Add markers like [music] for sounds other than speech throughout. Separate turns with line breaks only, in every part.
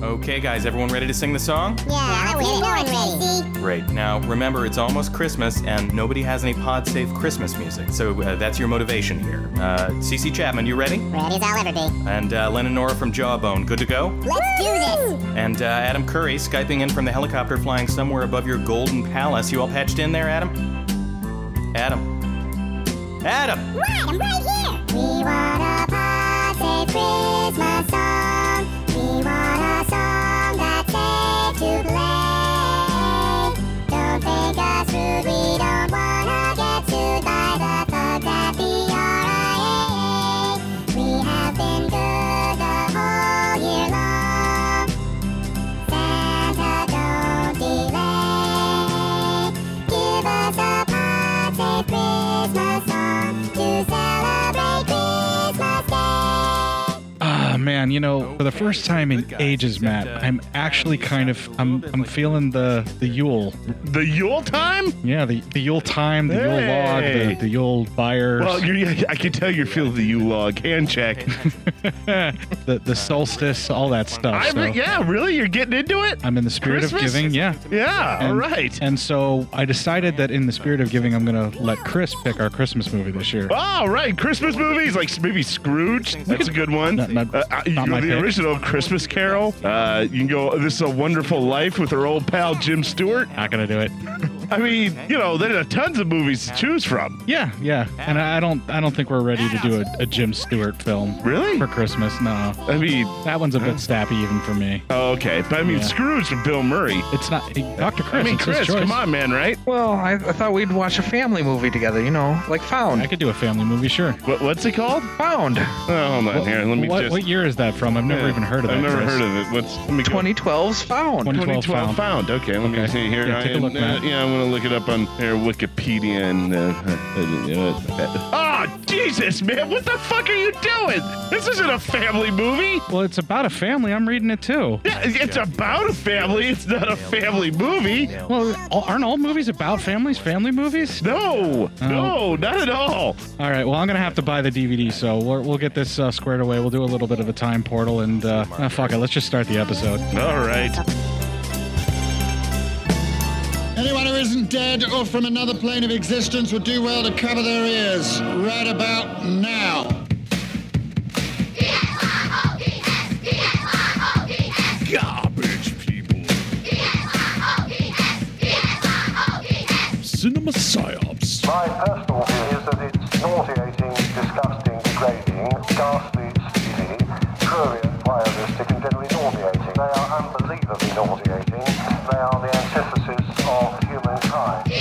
Okay, guys, everyone ready to sing the song?
Yeah, I
let's get
was
going,
going, Casey.
Great. Now, remember, it's almost Christmas, and nobody has any Pod Safe Christmas music, so uh, that's your motivation here. Uh, CC Chapman, you ready?
Ready as I'll ever be.
And uh, Len and Nora from Jawbone, good to go?
Let's do this.
And uh, Adam Curry, Skyping in from the helicopter flying somewhere above your golden palace. You all patched in there, Adam? Adam. Adam!
Right, I'm right here. We want a positive Christmas song. We want a song that's safe to play. Don't think us rude. We don't wanna get sued by the thugs at the RIAA. We have been good the whole year long. Santa, don't delay. Give us a pod safe Christmas song to celebrate Christmas Day.
Ah, man, you know, for the first time in ages, Matt,
uh,
I'm actually kind of I'm I'm feeling the the Yule.
The Yule time?
Yeah, the the Yule time, the Yule
Hey.
log, the the Yule buyers,
Well,
[laughs]
you're, I can tell you're feeling the Yule log. Hand check.
the the solstice, all that stuff.
I
so
mean, yeah, really? You're getting into it?
I'm in the spirit
Christmas?
of giving. Yeah.
Yeah, all right.
And so I decided that in the spirit of giving, I'm gonna let Chris pick our Christmas movie this year.
All right, Christmas movies like maybe Scrooge. That's a good one.
Not- not-
Uh, uh, you
not
know,
my
the
pick.
original Christmas Carol. Uh, you can go. This is a Wonderful Life with our old pal Jim Stewart.
Not gonna do it.
[laughs] I mean, you know, there are tons of movies to choose from.
Yeah, yeah. And I I don't I don't think we're ready to do a, a Jim Stewart film
Really?
for Christmas. No,
I mean,
that one's a bit snappy even for me.
oh, okay, but I mean
Yeah.
Scrooge with Bill Murray.
It's not Dr. Chris.
I mean,
it's his
Chris,
choice.
come on, man, right?
Well, I, I thought we'd watch a family movie together, you know, like
I
Found.
could do a family movie, sure.
What, what's it called?
Found
Oh, hold on here. Let me
what,
just.
what year is that from? I've never
Yeah,
even heard of that.
I've never
Chris.
heard of it. What's let me go-
2012's Found.
2012
2012
found.
found. Okay, let me
Okay.
see here.
Yeah, take a
I-
look,
uh,
Matt.
yeah, I'm gonna look it up on here, Wikipedia and. Uh, uh, [laughs] oh, Jesus, man! What the fuck are you doing? This isn't a family movie.
Well, it's about a family. I'm reading it too.
Yeah, it's about a family. It's not a family movie.
Well, all- aren't all movies about families? Family movies?
No,
Oh.
no, not at all.
All right. Well, I'm gonna have to buy the DVD, so we're, we'll get this uh, squared away. We'll do a little bit of a time portal, and uh, ah, fuck it. Let's just start the episode.
All right.
Anyone who isn't dead or from another plane of existence would do well to cover their ears right about now.
Garbage
[laughs]
people. Cinema psyops.
My personal view is that it's nauseating, disgusting, degrading, ghastly, sleazy, prurient, voyeuristic, and generally nauseating. They are unbelievably nauseating. They are the antithesis of humankind.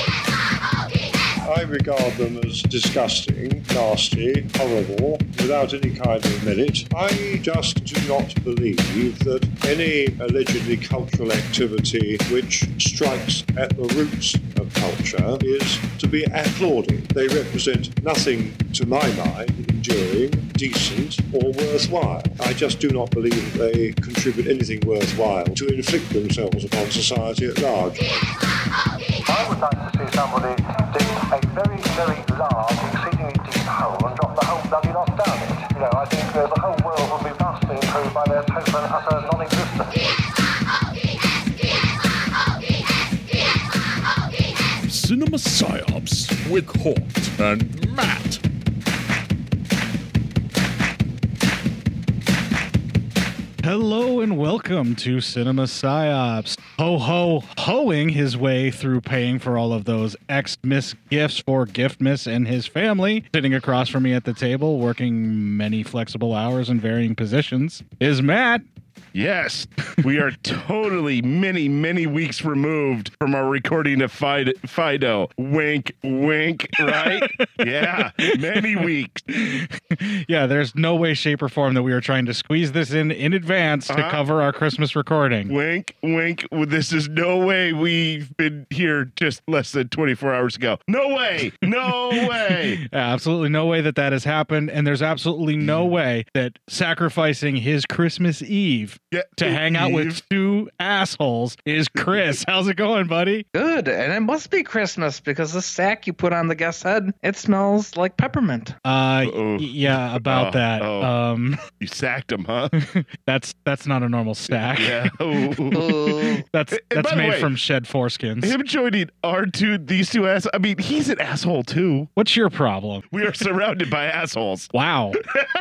I regard them as disgusting, nasty, horrible, without any kind of merit. I just do not believe that any allegedly cultural activity which strikes at the roots of culture is to be applauded. They represent nothing, to my mind, enduring, decent, or worthwhile. I just do not believe that they contribute anything worthwhile to inflict themselves upon society at large.
I would like to see somebody dig a very, very large, exceedingly deep hole and drop the whole bloody lot down it. You know, I think uh, the whole world would be vastly improved by their total and utter non-existence.
Cinema psyops with Hort and Matt.
Hello and welcome to Cinema Psyops. Ho ho hoeing his way through paying for all of those ex miss gifts for Gift Miss and his family. Sitting across from me at the table, working many flexible hours in varying positions, is Matt.
Yes, we are [laughs] totally many, many weeks removed from our recording of Fido. Fido. Wink, wink,
[laughs]
right? yeah, many weeks.
yeah, there's no way, shape, or form that we are trying to squeeze this in in advance to
Uh-huh.
cover our Christmas recording.
Wink, wink. Well, This is no way we've been here just less than 24 hours ago. No way. No
[laughs]
way.
Yeah, absolutely no
Mm.
way that that has happened. And there's absolutely no way that sacrificing his Christmas Eve Eve
Yeah,
to hang out
Eve.
with two assholes is Chris. How's it going, buddy?
Good, and it must be Christmas because the sack you put on the guest's head, it smells like peppermint.
Uh,
Uh-oh.
y- yeah, about
Oh,
that.
oh.
Um,
You sacked him, huh?
[laughs] that's that's not a normal stack. [laughs]
Yeah.
Ooh.
That's
And by
that's
the
made
way-
from shed
[laughs]
foreskins.
Him joining our two, these two ass. I mean, he's an asshole too.
What's your problem?
We are surrounded by assholes,
[laughs]
[laughs]
Wow,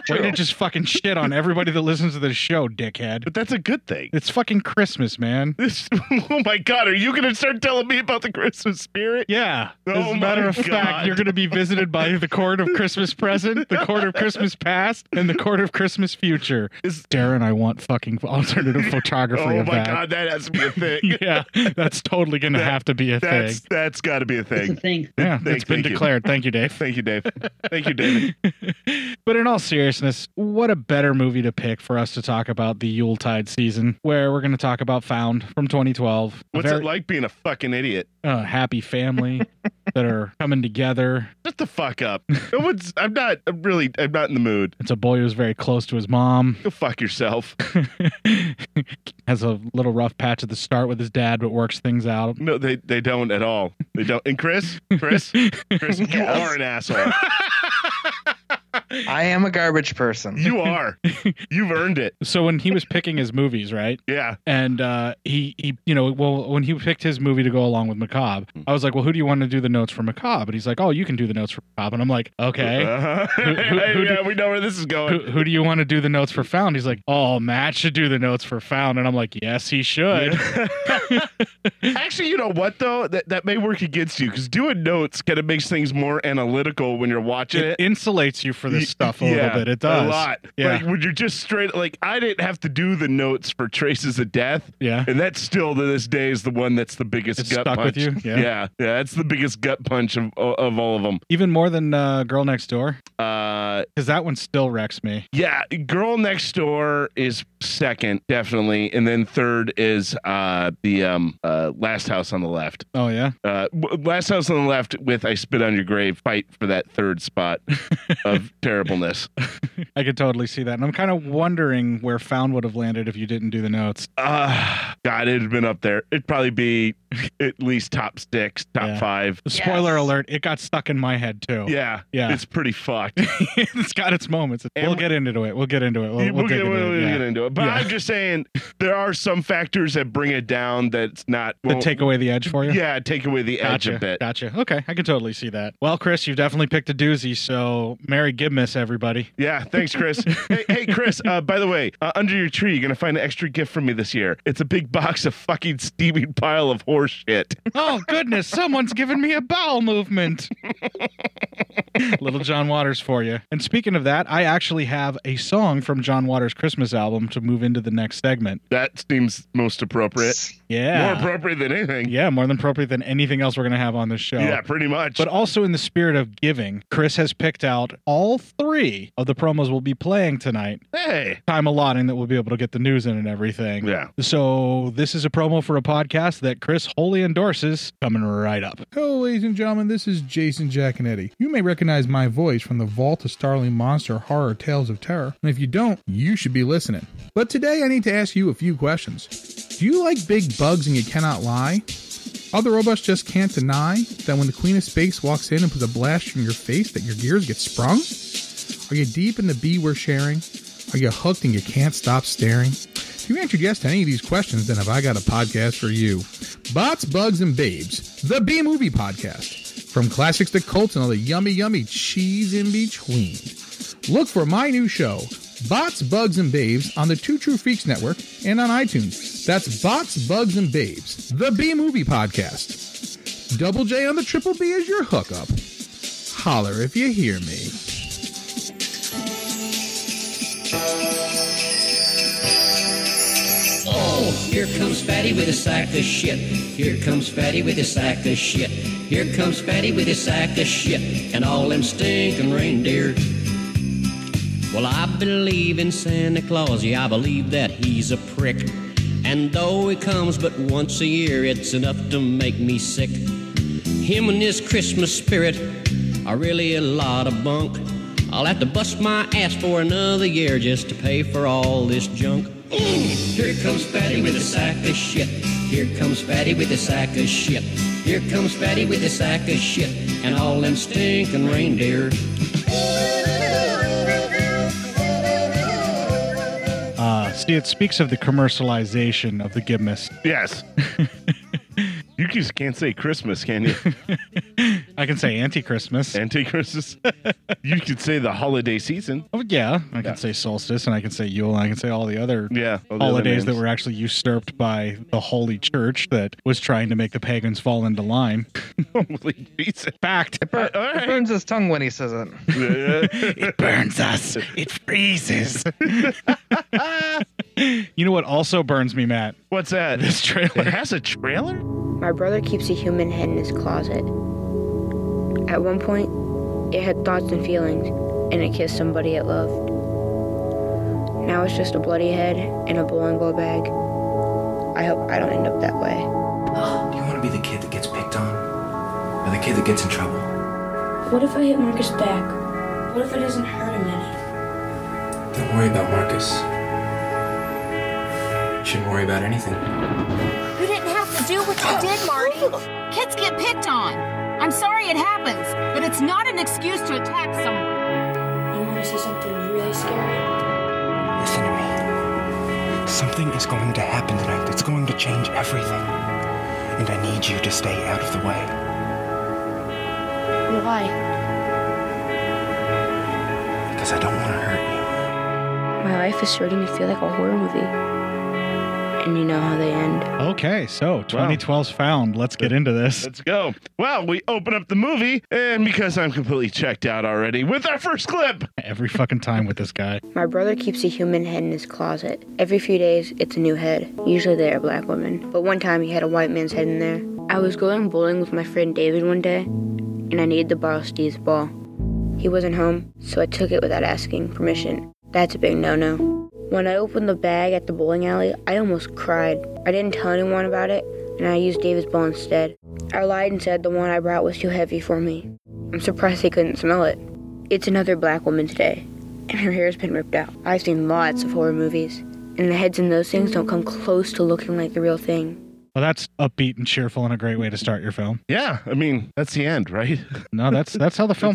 way to just fucking shit on everybody that listens to this show, dickhead.
but that's a good thing.
It's fucking Christmas, man.
[laughs] This, oh my God, are you going to start telling me about the Christmas spirit?
Yeah.
Oh
As a
my
matter of
God.
fact, you're going to be visited by the court of Christmas present, the court of Christmas past, and the court of Christmas future.
Is-
Darren, I want fucking alternative
[laughs]
photography
oh
of
my
that.
God, that has to be a thing.
[laughs] Yeah, that's totally going to
That-
have to be a
that's
thing.
that's got to be a
It's a
thing.
thing.
Yeah,
thank-
it's been
thank you.
declared. Thank you, Dave.
Thank you,
[laughs]
Dave. Thank you, David.
but in all seriousness, what a better movie to pick for us to talk about the Yuletide season, where we're going to talk about Found from 2012. A
What's
very-
it like being a fucking idiot?
uh,
[laughs]
happy family that are coming together.
Shut the fuck up. No one's, I'm not. I'm really. I'm not in the [laughs] mood.
It's a boy who's very close to his mom.
Go fuck yourself.
has a little rough patch at the start with his dad, but works things out.
No, they they don't at all. They don't. And Chris, Chris, Chris, you
Yes.
are an asshole.
I am a garbage person.
[laughs]
You are. You've earned it.
So when he was picking his movies, right?
Yeah.
And uh, he, he, you know, well, when he picked his movie to go along with Macabre,
Hmm.
I was like, well, who do you want to do the notes for Macabre? And he's like, oh, you can do the notes for Macabre. And I'm like, okay.
Uh-huh. [laughs]
Who- who- who
yeah,
did-
we know where this is
Who,
going.
who do you want to do the notes for Found? He's like, oh, Matt should do the notes for Found. And I'm like, yes, he should.
Actually, you know what though? That that may work against you because doing notes kind of makes things more analytical when you're watching
It
it.
insulates you for
[laughs]
this
Y-
stuff a
yeah,
little bit. It does.
a lot.
Yeah.
Like when you're just straight, like I didn't have to do the notes for Traces of Death,
yeah.
and that still to this day is the one that's the biggest
It's
gut
stuck
punch.
with you.
Yeah.
Yeah.
yeah, that's the biggest gut punch of of all of them.
Even more than uh, Girl Next Door,
Uh,
because that one still wrecks me.
yeah, Girl Next Door is second, definitely, and then third is uh the um uh Last House on the Left.
Oh yeah,
Uh, w- Last House on the Left with I Spit on Your Grave fight for that third
[laughs]
spot of terribleness.
I could totally see that, and I'm kind of wondering where Found would have landed if you didn't do the notes.
Uh, God, it'd been up there. It'd probably be at least top six, top
Yeah.
five.
Spoiler alert: it got stuck in my head too.
Yeah,
Yeah.
it's pretty fucked.
[laughs] it's got its moments.
And
we'll
we-
get into it. We'll get into it. We'll,
we'll,
we'll
get,
dig into
we'll
it. yeah.
get into it. But
Yeah.
I'm just saying there are some factors that bring it down that's not
To
won't-
take away the edge for you.
Yeah, take away the edge
Gotcha.
a bit.
Gotcha. Okay, I can totally see that. Well, Chris, you've definitely picked a doozy. So, Merry
[laughs]
Gibmas, everybody.
Yeah, thanks,
[laughs]
Chris. hey, hey, Chris. Uh, by the way, uh, under your tree, you're gonna find an extra gift from me this year. It's a big box of fucking steaming pile of horse shit.
Oh goodness, someone's giving me a
[laughs]
bowel movement. Little John Waters for you. And speaking of that, I actually have a song from John Waters' Christmas album to move into the next segment.
That seems most appropriate.
Yeah.
More appropriate than anything.
yeah, more than appropriate than anything else we're going to have on this show.
Yeah, pretty much.
But also in the spirit of giving, Chris has picked out all three of the promos we'll be playing tonight.
hey.
Time allotting that we'll be able to get the news in and everything.
Yeah.
So this is a promo for a podcast that Chris wholly endorses. Coming right up.
Hello, ladies and gentlemen. This is Jason Giaconetti. You may recognize my voice from the Vault of Starling Monster Horror Tales of Terror, and if you don't, you should be listening. But today I need to ask you a few questions. Do you like big bugs and you cannot lie? Other robots just can't deny that when the Queen of Space walks in and puts a blast in your face, that your gears get sprung? Are you deep in the bee we're sharing? Are you hooked and you can't stop staring? If you answered yes to any of these questions, then have I got a podcast for you? Bots, Bugs, and Babes, the B Movie Podcast. From classics to cults and all the yummy, yummy cheese in between. Look for my new show, Bots, Bugs, and Babes, on the Two True Freaks Network and on iTunes. That's Bots, Bugs, and Babes, the B Movie Podcast. Double J on the Triple B is your hookup. Holler if you hear me.
Oh, here comes Fatty with a sack of shit. Here comes Fatty with a sack of shit. Here comes Fatty with a sack of shit. And all them stinking reindeer. Well, I believe in Santa Claus. Yeah, I believe that he's a prick. And though he comes but once a year, it's enough to make me sick. Him and his Christmas spirit are really a lot of bunk. I'll have to bust my ass for another year just to pay for all this junk.
Ooh, here comes Fatty with a sack of shit. Here comes Fatty with a sack of shit. Here comes Fatty with a sack of shit. And all them stinking reindeer.
Uh, see, it speaks of the commercialization of the Gibmas. [laughs]
Yes. you just can't say Christmas, can you?
[laughs] I can say anti Christmas.
Anti Christmas? [laughs] you could say the holiday season.
Oh, yeah. I can say solstice and I can say Yule and I can say all the other
Yeah. all the other
holidays that
names.
were actually usurped by the Holy Church that was trying to make the pagans fall into line.
Holy Jesus.
Fact. It,
bur- it burns his tongue when he says it.
[laughs]
it
burns us. It freezes. [laughs] you know what also burns me, Matt?
What's that?
This trailer.
It has a trailer?
My brother keeps a human head in his closet. At one point, it had thoughts and feelings, and it kissed somebody it loved. Now it's just a bloody head in a bowling ball bag. I hope I don't end up that way.
Do you want to be the kid that gets picked on? Or the kid that gets in trouble?
What if I hit Marcus back? What if it doesn't hurt him any?
Don't worry about Marcus. You shouldn't worry about anything.
You didn't have to do what you did, Marty. Kids get picked on. I'm sorry it happens, but it's not an excuse to attack someone. You want to see something really scary?
Listen to me. Something is going to happen tonight that's going to change everything. And I need you to stay out of the way.
Why?
Because I don't want to hurt you.
My life is starting to feel like a horror movie. And you know how they end.
Okay, so 2012's found. Let's get into this.
Let's go. Well, we open up the movie, and because I'm completely checked out already, with our first clip.
Every fucking time with this guy.
My brother keeps a human head in his closet. Every few days, it's a new head. Usually they're a black woman, but one time he had a white man's head in there. I was going bowling with my friend David one day, and I needed to borrow Steve's ball. He wasn't home, so I took it without asking permission. That's a big no no. When I opened the bag at the bowling alley, I almost cried. I didn't tell anyone about it, and I used David's ball instead. I lied and said the one I brought was too heavy for me. I'm surprised he couldn't smell it. It's another black woman today, and her hair's been ripped out. I've seen lots of horror movies, and the heads in those things don't come close to looking like the real thing.
Well, that's upbeat and cheerful and a great way to start your film.
Yeah, I mean, that's the end, right?
No, that's that's how the film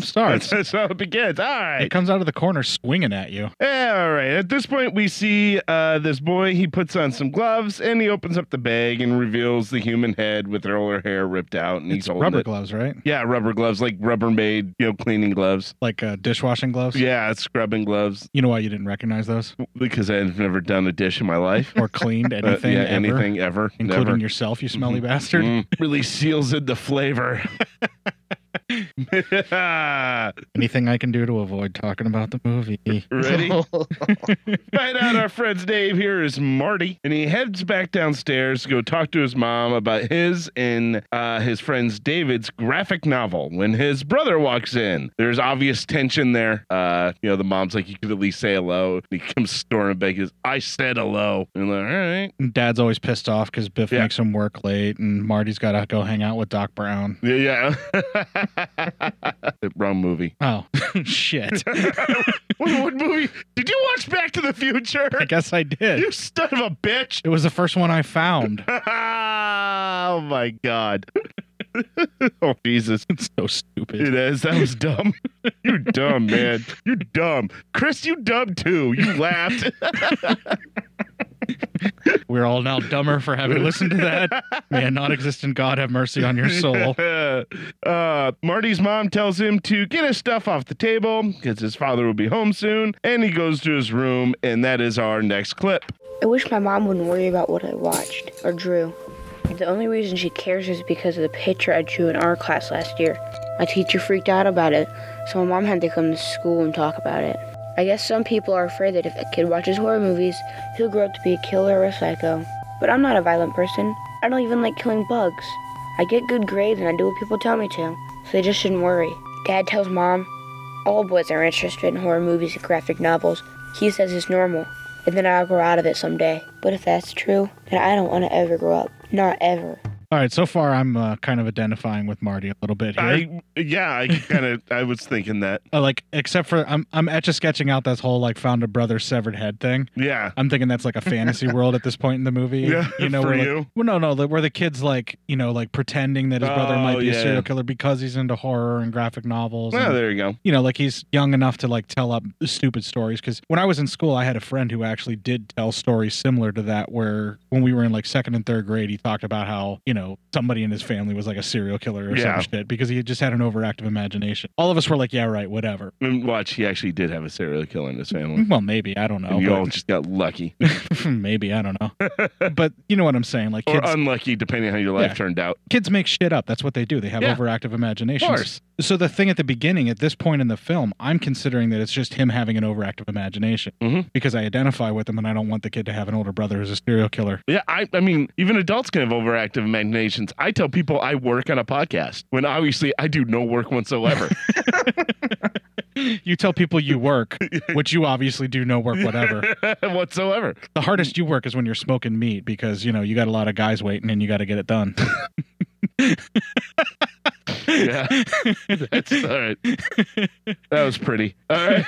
[laughs]
starts.
That's how it begins. All right.
It comes out of the corner swinging at you.
Yeah, all right. At this point, we see uh, this boy. He puts on some gloves and he opens up the bag and reveals the human head with all her hair ripped out. And he's holding
Rubber
it.
gloves, right?
Yeah, rubber gloves, like Rubbermaid, you know, cleaning gloves.
Like uh, dishwashing gloves.
Yeah, scrubbing gloves.
You know why you didn't recognize those?
Because I've never done a dish in my life
or
[laughs]
cleaned [laughs] anything
Uh, yeah,
ever.
anything ever,
including
never.
yourself, you smelly bastard.
Mm, really seals in the
[laughs]
flavor. [laughs]
Anything I can do to avoid talking about the movie?
Ready? [laughs]
[laughs]
Find out our friend's name here is Marty, and he heads back downstairs to go talk to his mom about his and uh, his friend's David's graphic novel. When his brother walks in, there's obvious tension there. Uh, you know, the mom's like, "You could at least say hello." And he comes storming back. He goes, "I said hello," and I'm like, "All right."
And Dad's always pissed off because Biff makes him work late, and Marty's got to go hang out with Doc Brown.
Yeah, yeah. [laughs] Wrong movie.
Oh, [laughs] shit.
[laughs] What, what movie? Did you watch Back to the Future? I
guess I did.
You son of a bitch.
It was the first one I found.
[laughs] oh my
[laughs]
god. oh Jesus.
It's so stupid.
It is. That was dumb. You're dumb, man. You're dumb. Chris, you dumb too. You laughed.
[laughs] We're all now dumber for having listened to that. May a non existent God have mercy on your soul.
[laughs] uh, Marty's mom tells him to get his stuff off the table because his father will be home soon. And he goes to his room, and that is our next clip.
I wish my mom wouldn't worry about what I watched or drew. The only reason she cares is because of the picture I drew in our class last year. My teacher freaked out about it, so my mom had to come to school and talk about it. I guess some people are afraid that if a kid watches horror movies, he'll grow up to be a killer or a psycho. But I'm not a violent person. I don't even like killing bugs. I get good grades and I do what people tell me to, so they just shouldn't worry. Dad tells mom, all boys are interested in horror movies and graphic novels. He says it's normal, and then I'll grow out of it someday. But if that's true, then I don't want to ever grow up. Not ever.
All right, so far I'm uh, kind of identifying with Marty a little bit here.
I yeah, I kind of I was thinking that.
Uh, like except for I'm I'm etch a sketching out this whole like found a brother severed head thing.
Yeah.
I'm thinking that's like
[laughs]
a fantasy world at this point in the movie.
Yeah,
you know,
for
where, like-
you.
well, no, no, the- where the kid's like you know like pretending that his brother might
Oh,
be
yeah.
a serial killer because he's into horror and graphic novels.
Well,
and-
there you go.
You know, like he's young enough to like tell up stupid stories. Because when I was in school, I had a friend who actually did tell stories similar to that. Where when we were in like second and third grade, he talked about how you know somebody in his family was like a serial killer or
Yeah.
some shit because he just had an overactive imagination. All of us were like, yeah, right, whatever.
And watch, he actually did have a serial killer in his family.
Well, maybe I don't know.
Mm. and you
but-
all just got
[laughs]
lucky
maybe I
[laughs]
don't know. but you know what I'm saying, like
or
kids.
unlucky, depending on how your life
Yeah.
turned out.
Kids make shit up. That's what they do. They have
Yeah.
overactive imaginations.
Of course.
So the thing at the beginning, at this point in the film, I'm considering that it's just him having an overactive imagination
Mm-hmm.
because I identify with him and I don't want the kid to have an older brother who's a serial killer.
Yeah, I, I mean, even adults can have overactive imaginations. I tell people I work on a podcast when obviously I do no work
[laughs]
whatsoever.
You tell people
[laughs]
you work, which you obviously do no work whatever.
whatsoever.
The hardest you work is when you're smoking meat because, you know, you got a lot of guys waiting and you got to get it done. [laughs]
Yeah. [laughs] That's all right. That was pretty. All right.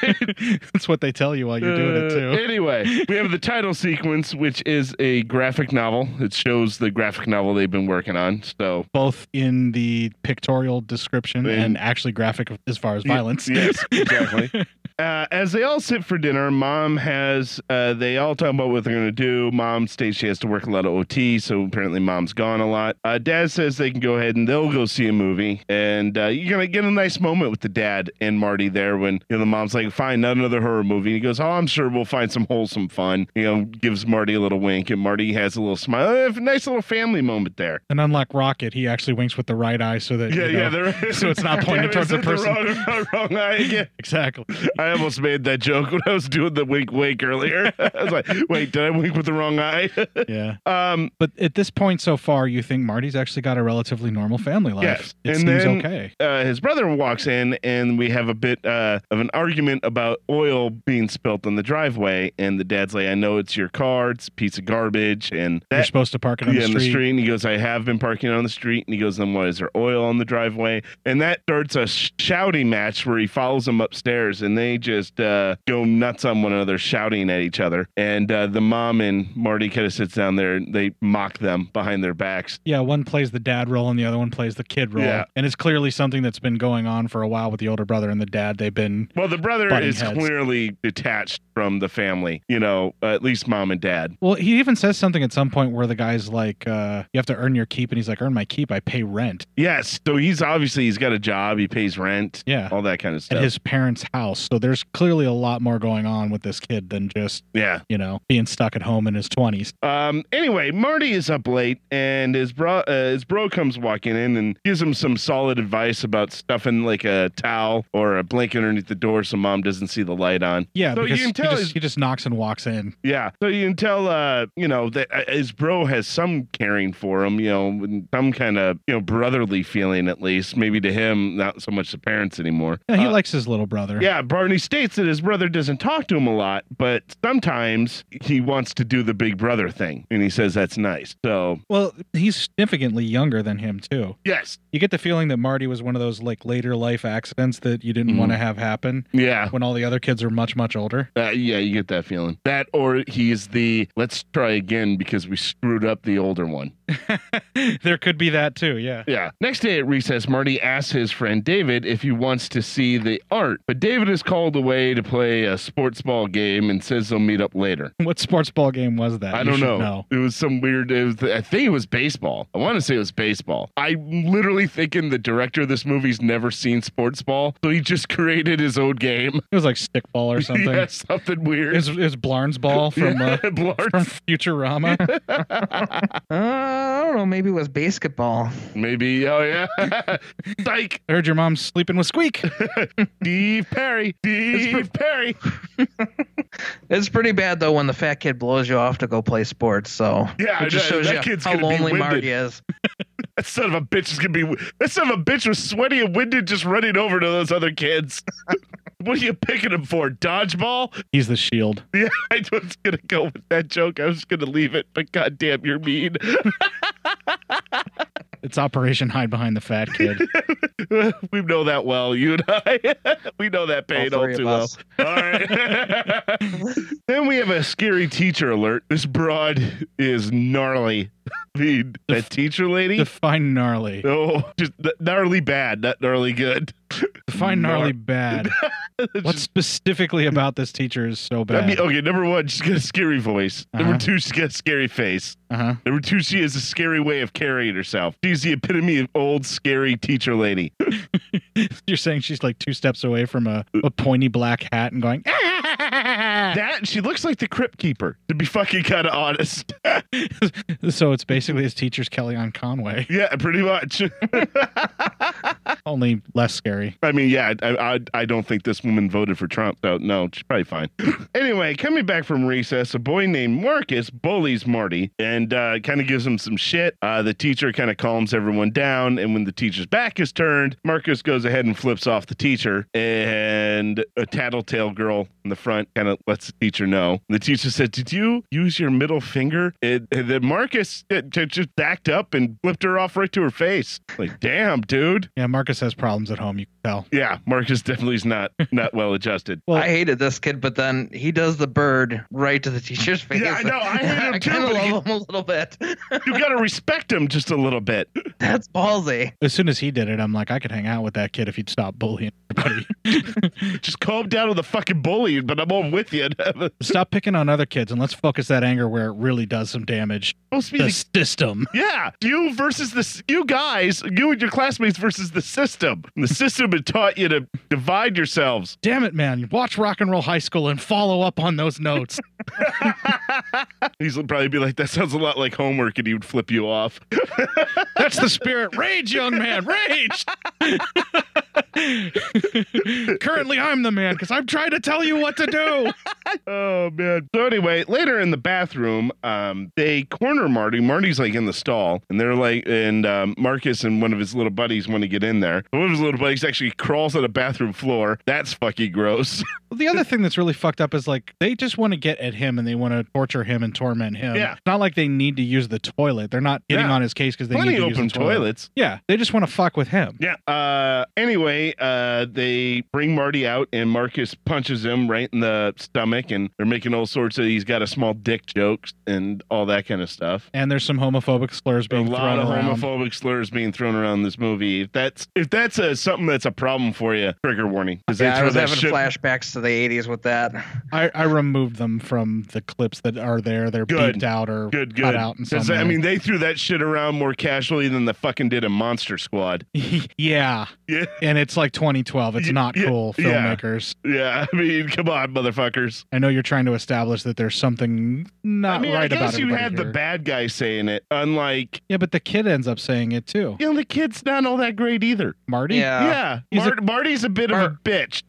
That's what they tell you while you're doing it
Uh,
too.
Anyway, we have the title sequence, which is a graphic novel. It shows the graphic novel they've been working on. So
both in the pictorial description
And-
and actually graphic as far as
Ye-
violence. [laughs]
yes, exactly. Uh, as they all sit for dinner, mom has, uh, they all talk about what they're going to do. Mom states she has to work a lot of OT, so apparently mom's gone a lot. Uh, dad says they can go ahead and they'll go see a movie. And uh, you're going to get a nice moment with the dad and Marty there when you know, the mom's like, find another horror movie. And he goes, Oh, I'm sure we'll find some wholesome fun. You know, gives Marty a little wink, and Marty has a little smile. Uh, nice little family moment there.
And unlike Rocket, he actually winks with the right eye so that
Yeah,
you know,
yeah. They're,
[laughs] so
[laughs]
it's not
Damn
pointed
it,
towards the
is it
person.
wrong, [laughs] wrong
[laughs]
eye again.
Exactly.
I almost made that joke when I was doing the wink wink earlier. [laughs] I was like, wait, did I wink with the wrong eye? [laughs]
yeah.
Um,
but at this point so far, you think Marty's actually got a relatively normal family life.
Yes.
It
and
seems
then
okay.
uh, his brother walks in, and we have a bit uh, of an argument about oil being spilt on the driveway. And the dad's like, I know it's your car, it's a piece of garbage. And
You're supposed to park it on
yeah,
the
on the
street.
street. And he goes, I have been parking on the street. And he goes, Then why is there oil on the driveway? And that starts a sh- shouting match where he follows him upstairs and they just uh, go nuts on one another, shouting at each other. And uh, the mom and Marty kind of sits down there and they mock them behind their backs.
Yeah, one plays the dad role and the other one plays the kid role.
Yeah.
And it's clearly something that's been going on for a while with the older brother and the dad. They've been
Well, the brother
Butting
is
heads.
clearly detached from the family, you know, at least mom and dad.
Well, he even says something at some point where the guy's like, uh, you have to earn your keep. And he's like, earn my keep. I pay rent
Yes. So he's obviously, he's got a job, he pays rent,
Yeah.
all that kind of
at
stuff.
his parents' house. So there's clearly a lot more going on with this kid than just,
yeah,
you know, being stuck at home in his 20s.
Um. Anyway, Marty is up late, and his bro, uh, his bro comes walking in and gives him some solid advice about stuffing like a towel or a blanket underneath the door so mom doesn't see the light on.
Yeah,
So
because
you can tell
he,
he's-
just, he just knocks and walks in.
Yeah. So you can tell, uh, you know, that uh, his bro has some caring for him, you know, and some kind of you know brotherly feeling at least, maybe to him, not so much the parents anymore.
Yeah, he
Uh,
likes his little brother.
yeah, Barney states that his brother doesn't talk to him a lot, but sometimes he wants to do the big brother thing, and he says that's nice. So
Well, he's significantly younger than him too.
Yes.
You get the feeling that Marty was one of those like later life accidents that you didn't
Mhm.
want to have happen.
Yeah.
When all the other kids are much, much older. [laughs]
Uh, yeah, you get that feeling. That or he's the let's try again because we screwed up the older
[laughs]
one.
there could be that too, yeah.
Yeah. Next day at recess, Marty asks his friend David if he wants to see the art, but David is called away to play a sports ball game and says they'll meet up later.
What sports ball game was that?
I
You
don't
should
know. It was some weird. It was, I think it was baseball. I want to say it was baseball. I'm literally thinking the director of this movie's never seen sports ball, so he just [laughs] created his own game.
It was like stickball or something.
[laughs] Yeah, something weird.
Is is
[laughs]
Blarn's ball from
Yeah,
uh,
Blarn's.
from [laughs]
[laughs]
Futurama?
Uh, I don't know. Maybe it was basketball.
Maybe. Oh yeah. [laughs] Psych.
I heard your mom's sleeping with Squeak.
[laughs] Steve Perry. Steve Perry.
[laughs] It's pretty bad though when the fat kid blows you off to go play sports. So
Yeah,
it just
that-
shows
that
you
kid's
how
gonna be
lonely
winded.
Marty is.
[laughs] That son of a bitch is gonna be. That son of a bitch was sweaty and winded, just running over to those other kids. [laughs] what are you picking him for? Dodgeball?
He's the shield.
[laughs] Yeah, I was gonna [laughs] go with that joke. I was gonna leave it, but goddamn, you're mean.
It's Operation Hide Behind the Fat
[laughs]
Kid.
we know that well, you and I. [laughs] we know that pain
All
all,
three
too
of
well.
us.
All right. [laughs] then we have a scary teacher alert. This broad is gnarly. [laughs] I mean, that teacher lady.
Define gnarly.
Oh, just th- gnarly bad, not gnarly good. [laughs]
Define gnarly
Gnar-
bad. what specifically about this teacher is so
I
bad?
mean, okay, number one, she's got a scary voice. Number
Uh-huh.
two, she's got a scary face.
Uh-huh.
Number two, she has a scary way of carrying herself. She's the epitome of old, scary teacher lady.
You're saying she's like two steps away from a, a pointy black hat and going, "Ah!"
that she looks like the crypt keeper. To be fucking kind of honest,
[laughs] so it's basically his teacher's Kelly on Conway,
[laughs] yeah, pretty much.
[laughs] only less scary.
I mean, yeah, I, I I don't think this woman voted for Trump. So no, she's probably fine. anyway, coming back from recess, a boy named Marcus bullies Marty and uh, kind of gives him some shit. Uh, the teacher kind of calms everyone down, and when the teacher's back is turned, Marcus goes ahead and flips off the teacher, and a tattletale girl in the front kind of lets the teacher know. The teacher said, "Did you use your middle finger?" And, and then Marcus uh, j- just backed up and flipped her off right to her face. Like, damn, dude.
Yeah, Marcus has problems at home. You can tell.
Yeah, Marcus definitely is not not well adjusted.
I hated this kid, but then he does the bird right to the teacher's face.
Yeah, I know. I
[laughs]
hate him too.
kinda
but
love
you-
him a little bit. [laughs]
you gotta respect him just a little bit.
That's ballsy.
As soon as he did it, I'm like, I could hang out with that kid if he'd stop bullying
[laughs]
everybody.
Just calm down on the fucking bully, but I'm all with you. [laughs]
stop picking on other kids and let's focus that anger where it really does some damage.
Supposed to be
the
the-
system.
Yeah, you versus this, you guys, you and your classmates versus the system. The system had taught you to divide yourselves.
Damn it, man. Watch Rock and Roll High School and follow up on those notes.
He's probably be like, that sounds a lot like homework, and he would flip you off.
That's the spirit. Rage, young man, rage. Currently, I'm the man because I'm trying to tell you what to do.
oh man. So anyway, later in the bathroom, um, they corner Marty. Marty's like in the stall, and they're like, and um, Marcus and one of his little buddies want to get in there. One of his little buddies actually crawls on the bathroom floor. That's fucking gross. [laughs]
Well, the other thing that's really fucked up is like they just want to get at him and they want to torture him and torment him.
Yeah.
It's not like they need to use the toilet. They're not getting
Yeah.
on his case because they
Plenty
need to use
open
the toilet.
toilets.
Yeah. They just want to fuck with him.
Yeah. Uh, anyway, uh, they bring Marty out, and Marcus punches him right in the stomach, and they're making all sorts of. He's got a small dick jokes and all that kind of stuff.
And there's some homophobic slurs
A
being
lot
thrown
of
around.
homophobic slurs being thrown around this movie. If that's if that's a, something that's a problem for you, trigger warning. 'cause they
Yeah, I
throw
was
that
having
shit-
flashbacks to the 80s with that.
I, I removed them from the clips that are there. They're
Good.
beeped out or
Good,
cut
good.
out. And
'Cause, I mean, they threw that shit around more casually than the fucking did a Monster Squad.
[laughs] yeah.
Yeah.
And it's like 2012. It's not
yeah,
cool,
yeah.
filmmakers.
Yeah, [laughs] I mean, come on, motherfuckers.
I know you're trying to establish that there's something not
I mean, I
right
guess
about
you
everybody
had the
here.
bad guy saying it, unlike
Yeah, but the kid ends up saying it too.
you know, the kid's not all that great either.
Marty?
Yeah,
He's a-
Mart- Marty's a bit of a bitch.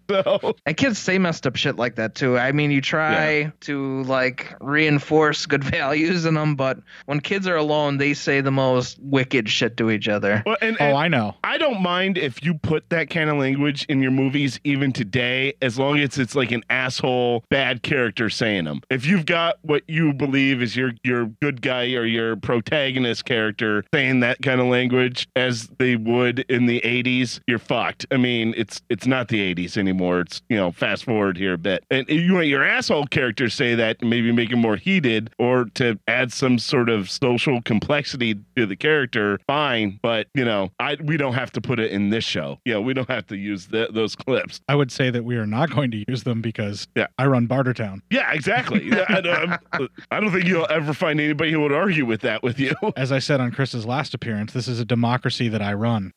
And kids say messed up shit like that too. I mean, you try to like reinforce good [laughs] values in them, but when kids are alone, they say the most wicked shit to each other.
Well, and,
oh,
and
I know.
I don't mind if you put that kind of language in your movies even today, as long as it's like an asshole bad character saying them. If you've got what you believe is your your good guy or your protagonist character saying that kind of language as they would in the 80s, you're fucked. I mean, it's it's not the 80s anymore. It's, you know, fast forward here a bit. And you want your asshole character to say that and maybe make him more heated or to add some sort of social complexity to the character, fine, but you know, I we don't have to put it in this show. Yeah, we don't have to use th- those clips.
I would say that we are not going to use them because
Yeah.
I run Bartertown.
Yeah, exactly. Yeah, I, don't- I'm- I don't think you'll ever find anybody who would argue with that with you.
As I said on Chris's last appearance, this is a democracy that
[laughs]
I run.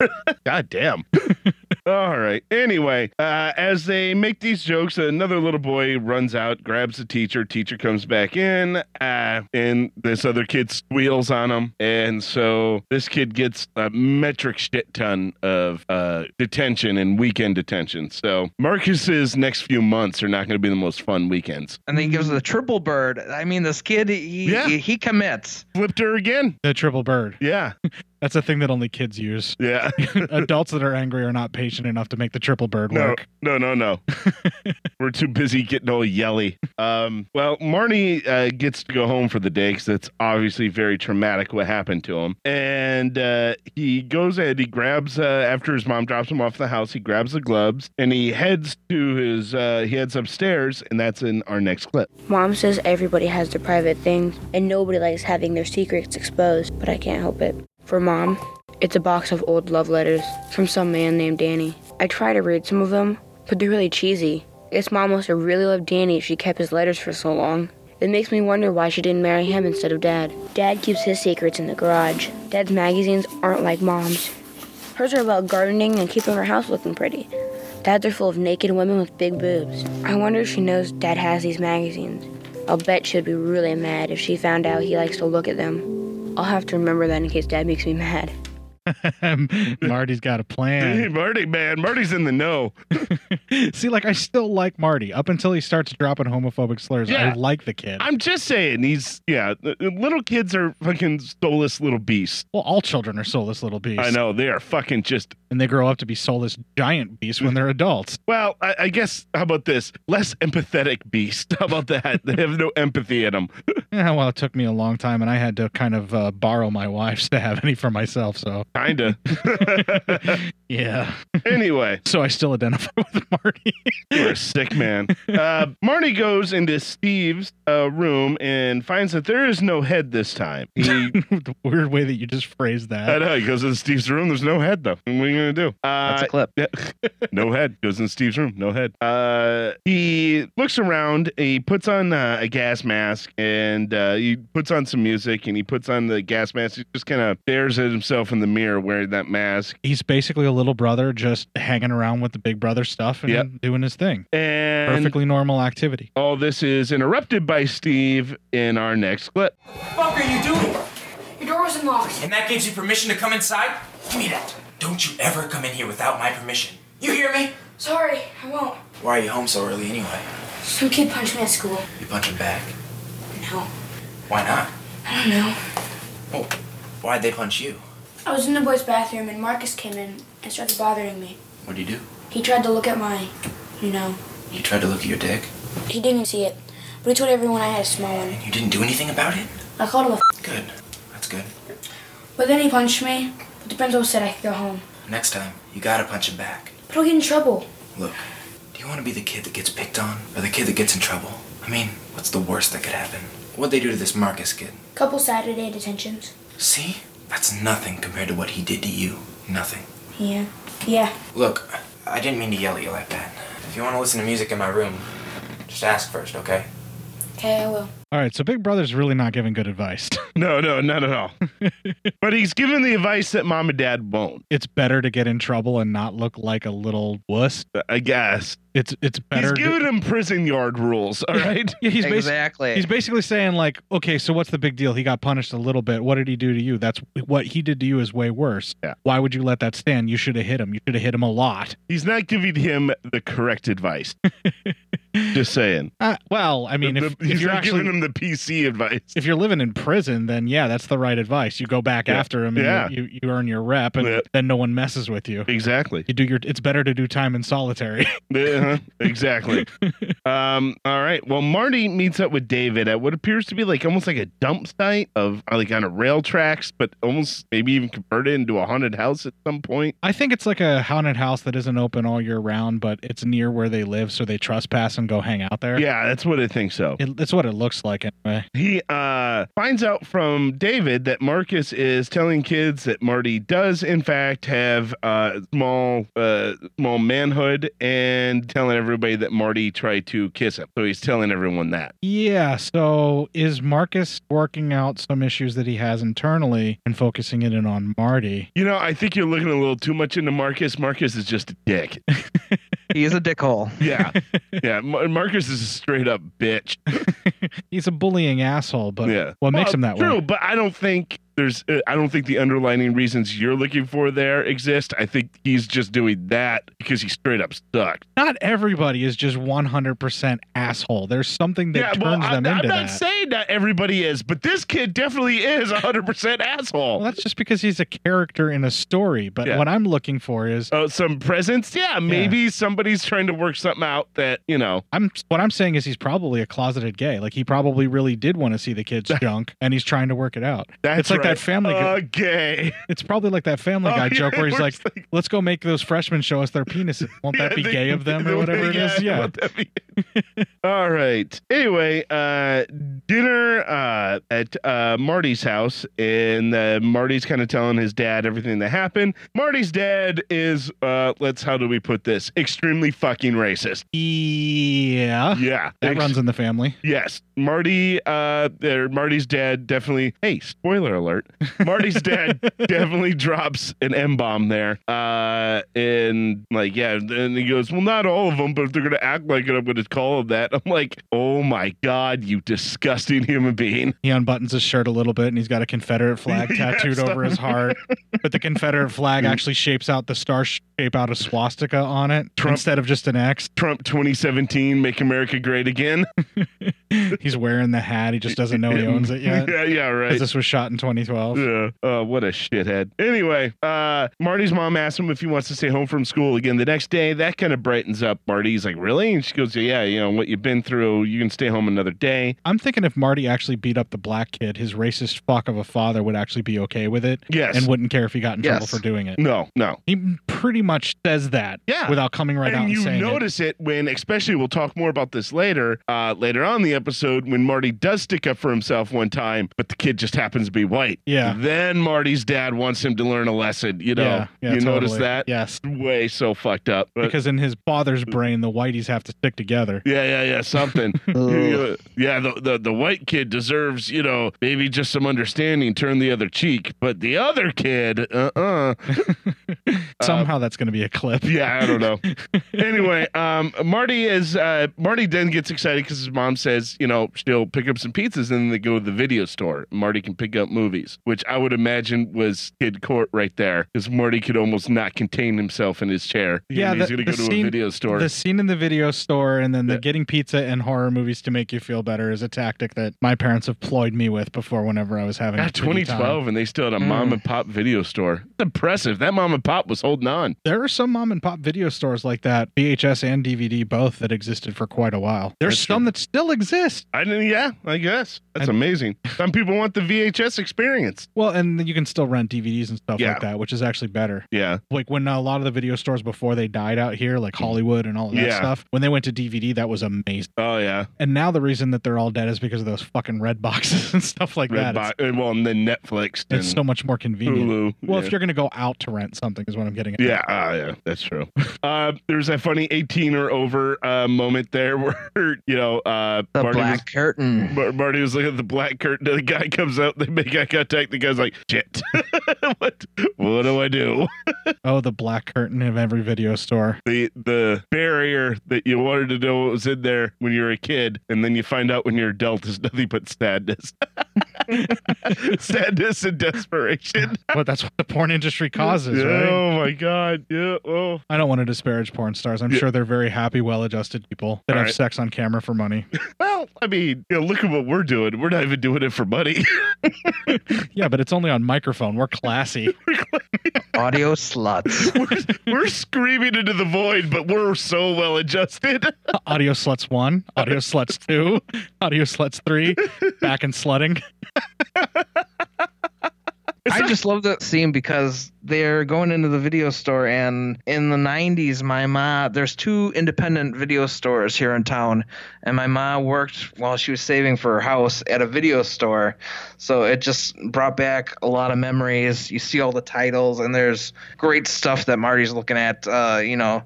God damn. [laughs] All right. Anyway, uh, as they make these jokes, another little boy runs out, grabs the teacher. Teacher comes back in, uh, and this other kid squeals on him. And so this kid gets a metric shit ton of uh, detention and weekend detention. So Marcus's next few months are not going to be the most fun weekends.
And then he gives the triple bird. I mean, this kid, he
Yeah.
he, he commits.
Flipped her again.
The triple bird.
Yeah.
[laughs] That's a thing that only kids use.
Yeah.
[laughs] Adults that are angry are not patient enough to make the triple bird
no,
work.
No, no, no.
[laughs]
We're too busy getting all yelly. Um, well, Marnie uh, gets to go home for the day because it's obviously very traumatic what happened to him. And uh, he goes ahead, he grabs, uh, after his mom drops him off the house, he grabs the gloves and he heads to his, uh, he heads upstairs, and that's in our next clip.
Mom says everybody has their private things and nobody likes having their secrets exposed, but I can't help it. For Mom, it's a box of old love letters from some man named Danny. I try to read some of them, but they're really cheesy. I guess Mom must have really loved Danny if she kept his letters for so long. It makes me wonder why she didn't marry him instead of Dad. Dad keeps his secrets in the garage. Dad's magazines aren't like Mom's. Hers are about gardening and keeping her house looking pretty. Dads are full of naked women with big boobs. I wonder if she knows Dad has these magazines. I'll bet she'd be really mad if she found out he likes to look at them. I'll have to remember that in case Dad makes me mad.
[laughs] Marty's got a
Hey, [laughs]
plan.
Marty, man, Marty's in the know.
See, like I still like Marty up until he starts dropping homophobic slurs.
Yeah.
I like the kid.
I'm just saying, he's, yeah, the- the little kids are fucking soulless little beasts.
Well, all children are soulless little beasts.
I know, they are fucking just
And they grow up to be soulless giant beasts when they're adults.
Well, I, I guess how about this? Less empathetic beast. [laughs] How about that? they have no empathy in them.
Yeah, [laughs] well, it took me a long time, and I had to kind of uh, borrow my wife's to have any for myself. So
Kinda.
[laughs]
[laughs]
yeah.
Anyway,
So I still identify [laughs] with
you're a sick
[laughs]
man. Uh, Marty goes into Steve's uh, room and finds that there is no head this time. He,
the weird way that you just phrased that.
I know he goes into Steve's room. There's no head though. What are you gonna do? Uh,
That's a clip.
[laughs] no head goes in Steve's room. No head. Uh, he looks around. He puts on uh, a gas mask and uh, he puts on some music and he puts on the gas mask. He just kind of stares at himself in the mirror wearing that mask.
He's basically a little brother just hanging around with the big brother stuff and
Yep.
doing his thing.
And
Perfectly normal activity.
all this is interrupted by Steve in our next clip.
fuck are you doing? Your door was unlocked. And that gives you permission to come inside? Give me that. Don't you ever come in here without my permission. You hear me?
Sorry, I won't.
Why are you home so early anyway?
Some kid punched me at school.
You punch him back.
No,
Why not?
I don't know.
Why'd they punch you?
I was in the boys' bathroom and Marcus came in and started bothering me.
What'd you do?
He tried to look at my, you know,
You tried to look at your dick?
he didn't see it, but he told everyone I had a small one.
You didn't do anything about it?
I called him a. F-
Good. That's good.
but then he punched me. But the principal said I could go home.
Next time, you gotta punch him back.
But I'll get in trouble.
Look, do you wanna be the kid that gets picked on? Or the kid that gets in trouble? I mean, what's the worst that could happen? What'd they do to this Marcus kid?
Couple Saturday detentions.
See? That's nothing compared to what he did to you. Nothing.
Yeah. Yeah.
Look, I didn't mean to yell at you like that. If you want to listen to music in my room, just ask first, okay?
Okay, I will.
All right, so Big Brother's really not giving good advice. [laughs]
No, no, not at all. but he's given the advice that mom and dad won't.
it's better to get in trouble and not look like a little wuss.
I guess
it's it's better.
He's
to-
giving him prison yard rules. All right.
[laughs] Yeah, he's basi- he's basically saying like, okay, so what's the big deal? He got punished a little bit. What did he do to you? That's what he did to you is way worse. Why would you let that stand? You should have hit him. You should have hit him a lot.
He's not giving him the correct
[laughs]
advice. Just saying.
Uh, well, I mean,
The-
if,
the-
if
he's
you're
not
actually
giving him the PC advice,
if you're living in prison, then yeah, that's the right advice. You go back
Yeah.
after him, and
Yeah.
you, you, you earn your rep, and then no one messes with you.
Exactly.
You do your. It's better to do time in solitary. [laughs]
Uh-huh, exactly. um, all right. Well, Marty meets up with David at what appears to be like almost like a dump site of like on a rail tracks, but almost maybe even converted into a haunted house at some point.
I think it's like a haunted house that isn't open all year round, but it's near where they live, so they trespass and go hang out there.
Yeah, that's what I think so.
It, that's what it looks like anyway.
He uh, finds out from David that Marcus is telling kids that Marty does, in fact, have uh, small, uh, small manhood, and telling everybody that Marty tried to kiss him. So he's telling everyone that.
Yeah, so is Marcus working out some issues that he has internally and focusing it in on Marty?
You know, I think you're looking a little too much into Marcus. Marcus is just a dick.
[laughs] He is a dickhole.
Yeah, yeah. Mar- Marcus is a straight up bitch.
He's a bullying asshole, but
yeah.
what makes
Well,
him that
true,
way?
but I don't think there's uh, I don't think the underlining reasons you're looking for there exist. I think he's just doing that because he straight up sucked.
Not everybody is just 100% asshole. There's something that turns
I'm,
them
I'm
into
not
that.
saying that everybody is, but this kid definitely is 100% asshole.
well, that's just because he's a character in a story. But
Yeah.
what I'm looking for is
Oh, some presence? Yeah, maybe somebody's trying to work something out that, you know.
I'm what I'm saying is he's probably a closeted gay. Like he probably really did want to see the kids junk, and he's trying to work it out.
That's
it's like
right.
that family
A gay.
It's probably like that Family
Oh,
Guy
yeah,
joke where
it
he's like,
works
"Let's go make those freshmen show us their penises. Won't that be
they-
gay of them
they-
or whatever it is?"
yeah,
Yeah.
won't All right. Anyway, uh, dinner uh, at uh, Marty's house, and uh, Marty's kind of telling his dad everything that happened. Marty's dad is, uh, let's, how do we put this? Extremely fucking racist.
Yeah.
Yeah.
That
Ex-
runs in the family.
Yes, Marty. Uh, there, Marty's dad definitely. Hey, spoiler alert!
[laughs]
Marty's dad definitely drops an M bomb there. Uh, and like, yeah, and he goes, "Well, not all of them, but if they're gonna act like it, I'm gonna call them that." I'm like, "Oh my god, you disgusting human being!"
He unbuttons his shirt a little bit, and he's got a Confederate
[laughs]
flag
Yeah,
tattooed
stop.
over his heart. But the
[laughs]
Confederate flag actually shapes out the star shape out a swastika on it instead of just an X.
Trump 2017, make America great again.
[laughs] He's wearing the hat. He just doesn't know he owns it
[laughs]
yet.
Yeah, yeah, right.
'Cause This was shot in 2012.
Yeah. Uh, what a shithead. Anyway, uh, Marty's mom asks him if he wants to stay home from school again the next day. That kind of brightens up Marty. He's like, really? And she goes, yeah, you know, what you've been through, you can stay home another day.
I'm thinking if Marty actually beat up the black kid, his racist fuck of a father would actually be okay with it.
Yes.
And wouldn't care if he got in trouble for doing it.
No, no.
He pretty much says that.
Yeah.
Without coming right out
and
and
you
saying it.
notice it. when, especially, we'll talk more about this later, uh, later on in the episode, when Marty does stick up for himself one time, but the kid just happens to be white.
Yeah.
Then Marty's dad wants him to learn a lesson. You know,
Yeah, yeah,
you notice
totally.
that?
Yes.
Way so fucked up. But-
Because in his father's brain, the whiteys have to stick together.
Yeah, yeah, yeah,
[laughs]
something.
Oh.
yeah, yeah, the, the the white kid deserves, you know, maybe just some understanding, turn the other cheek. But the other kid, uh uh
Somehow that's going to be a clip.
Yeah, I don't
[laughs]
know. anyway, um, Marty is uh, Marty then gets excited because his mom says, you know, she'll pick up some pizzas and then they go to the video store. Marty can pick up movies, which I would imagine was kid court right there because Marty could almost not contain himself in his chair.
Yeah,
and he's
the-
gonna
the
go to
scene-
a video store.
The scene in the video store and then the getting pizza and horror movies to make you feel better is a tactic that my parents have ployed me with before whenever I was having a
God,
shitty time. Hmm.
2012, and they still had a mom and pop video store. It's impressive. That mom and pop was holding on.
There are some mom and pop video stores like that, VHS and DVD both, that existed for quite a while. There's some that still exist.
I didn't, yeah, I guess that's
I-
amazing. Some people want the VHS experience.
Well, and you can still rent DVDs and stuff
Yeah.
like that, which is actually better.
Yeah,
Like when a lot of the video stores before they died out here, like Hollywood and all of that
Yeah.
stuff, when they went to DVD, that was amazing.
Oh yeah,
And now the reason that they're all dead is because of those fucking red boxes [laughs] and stuff like that. It's-
Redbox, and well, and then Netflix.
It's,
and-
so much more convenient.
Hulu,
well,
yeah.
if you're going to go out to rent something, is what I'm getting at.
Yeah, [laughs] ah, yeah, that's
[laughs]
true. uh, there's a funny 18 or over uh, moment there [laughs] where you know uh, the
black curtain.
Marty was looking at the black curtain, and the guy comes out. They make eye contact. The guy's like, "Shit, [laughs] what? What do I do?" [laughs]
Oh, the black curtain of every video store.
the the barrier that you wanted to know what was in there when you were a kid, and then you find out when you're adult is nothing but sadness, [laughs] [laughs] sadness and desperation.
But that's what the porn industry causes,
Yeah,
right?
Oh my god. Yeah. Oh.
I don't want to disparage porn stars. I'm
Yeah.
sure they're very happy, well adjusted people that
All
have
right.
sex on camera for money.
Well, I mean, you know, look at what we're doing. We're not even doing it for money. [laughs]
yeah, but it's only on microphone.
[laughs]
We're classy.
Audio sluts.
we're screaming into the void, but we're so well adjusted.
[laughs]
[laughs]
Audio Sluts 1, Audio Sluts 2, Audio Sluts 3, back in slutting.
I just love that scene because they're going into the video store, and in the 90s, my ma, there's two independent video stores here in town, and my ma worked while she was saving for her house at a video store. So it just brought back a lot of memories. You see all the titles, and there's great stuff that Marty's looking at, uh, you know,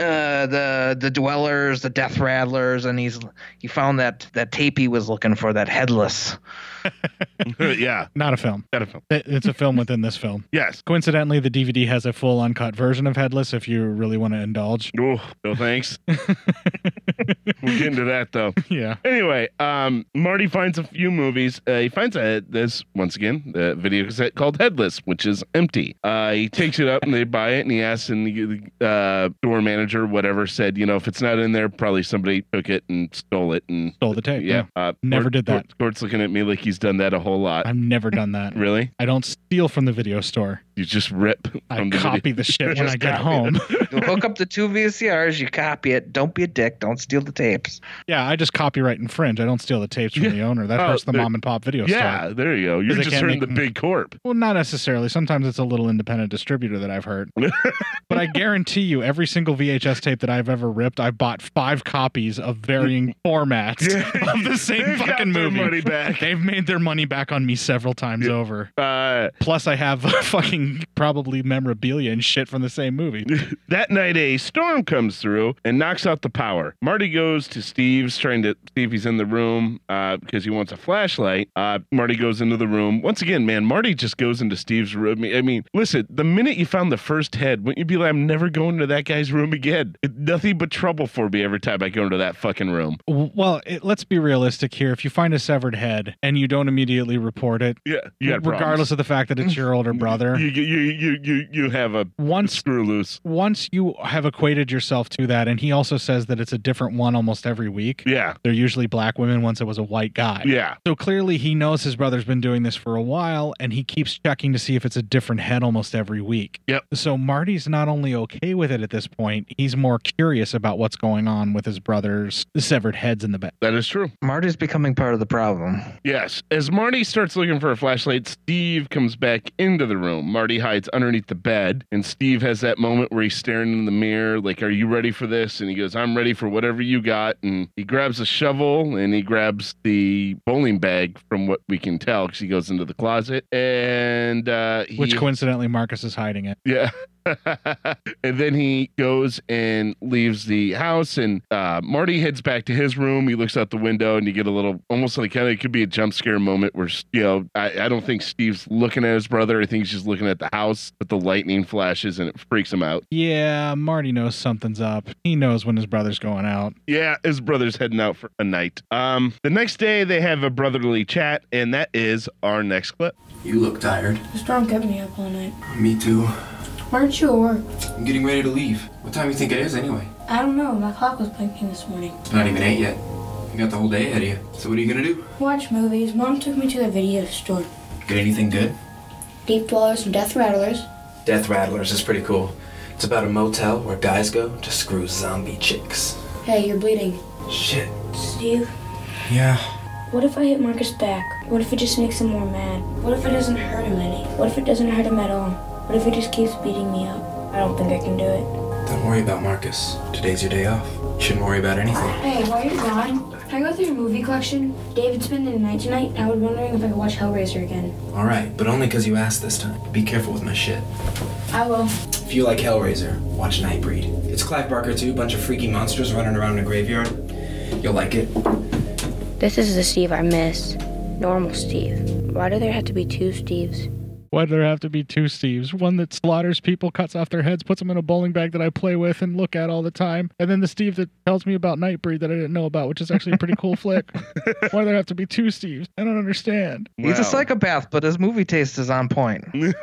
uh, the the dwellers, the death rattlers, and he's he found that that tape he was looking for, that headless.
yeah.
Not a film.
Not a film.
It's a film within this film.
Yes.
Coincidentally, the DVD has a full uncut version of Headless if you really want to indulge.
Oh, no [laughs] thanks. we'll get into that though.
Yeah.
Anyway, um, Marty finds a few movies. Uh, he finds a, this once again the video cassette called Headless, which is empty. Uh, he takes it up and they buy it, and he asks and the uh, door manager, whatever, said, you know, if it's not in there, probably somebody took it and stole it and
stole the tape.
Yeah, Uh,
Never did that.
Court- Court's looking at me like he's done that a whole lot.
I've never done that.
really?
I don't steal from the video store.
You just rip.
I
from the
copy
video-
the shit when I
Just
get
copy
home. [laughs]
You hook up the two VCRs, you copy it. Don't be a dick. Don't steal the tapes.
Yeah, I just copyright infringe. I don't steal the tapes from the owner. That
Oh,
hurts the
there-
mom and pop video store.
Yeah, there you go. You're
Because they
just
can't
hurting the
make-
big corp.
Well, not necessarily. Sometimes it's a little independent distributor that
[laughs]
I've heard. but I guarantee you, every single VHS tape that I've ever ripped, I bought five copies
[laughs]
of varying formats of the same
They've got
fucking
their
movie.
money back.
They've made their money back on me several times over.
Uh,
Plus, I have [laughs] fucking probably memorabilia and shit from the same movie.
That night, a storm comes through and knocks out the power. Marty goes to Steve's, trying to see if he's in the room uh, because he wants a flashlight. Uh, Marty goes into the room. Once again, man, Marty just goes into Steve's room. I mean, listen, the minute you found the first head, wouldn't you be like, I'm never going to that guy's room again? It, nothing but trouble for me every time I go into that fucking room.
W- Well, it, let's be realistic here. If you find a severed head and you don't immediately report it,
Yeah, you got
regardless
problems.
of the fact that it's
[laughs]
your older brother,
You, you, you, you, you have a
once
screw loose.
once you have equated yourself to that, and he also says that it's a different one almost every week.
Yeah.
They're usually black women once it was a white guy.
Yeah.
So clearly he knows his brother's been doing this for a while and he keeps checking to see if it's a different head almost every week.
Yep.
So Marty's not only okay with it at this point, he's more curious about what's going on with his brother's severed heads in the bed.
That is true.
Marty's becoming part of the problem.
Yes. As Marty starts looking for a flashlight, Steve comes back into the room. Marty hides underneath the bed, and Steve has that moment where he's staring in the mirror, like, Are you ready for this? And he goes, I'm ready for whatever you got. And he grabs a shovel and he grabs the bowling bag, from what we can tell, because he goes into the closet. And uh, he,
Which coincidentally Marcus is hiding it.
yeah. [laughs] and then he goes and leaves the house, and uh, Marty heads back to his room. He looks out the window, and you get a little, almost like kind of, it could be a jump scare moment where, you know, I, I don't think Steve's looking at his brother. I think he's just looking at the house, but the lightning flashes and it freaks him out.
Yeah, Marty knows something's up. He knows when his brother's going out.
Yeah, his brother's heading out for a night. Um, the next day, they have a brotherly chat, and that is our next clip.
You look tired.
The storm kept me up all night.
Me too.
Why aren't you at work?
I'm getting ready to leave. What time do you think it is anyway?
I don't know. My clock was blinking this morning.
It's not even 8 yet. You got the whole day ahead of you. So what are you gonna do?
Watch movies. Mom took me to the video store.
Get anything good?
Deep Dwellers and Death Rattlers.
Death Rattlers is pretty cool. It's about a motel where guys go to screw zombie chicks.
Hey, you're bleeding.
Shit.
Steve,
Yeah.
what if I hit Marcus back? What if it just makes him more mad? What if it doesn't hurt him any? What if it doesn't hurt him at all? What if he just keeps beating me up? I don't think I can do it.
Don't worry about Marcus. Today's your day off. You shouldn't worry about anything.
Hey, while you're gone, can I go through your movie collection? David spent the night tonight, and I was wondering if I could watch Hellraiser again.
Alright, but only 'cause you asked this time. Be careful with my shit.
I will.
If you like Hellraiser, watch Nightbreed. It's Clive Barker too, bunch of freaky monsters running around in a graveyard. You'll like it.
This is the Steve I miss. Normal Steve. Why do there have to be two Steves?
Why do there have to be two Steves? One that slaughters people, cuts off their heads, puts them in a bowling bag that I play with and look at all the time, and then the Steve that tells me about Nightbreed that I didn't know about, which is actually a pretty
[laughs]
cool flick. Why do there have to be two Steves? I don't understand.
He's a psychopath, but his movie taste is on point.
[laughs]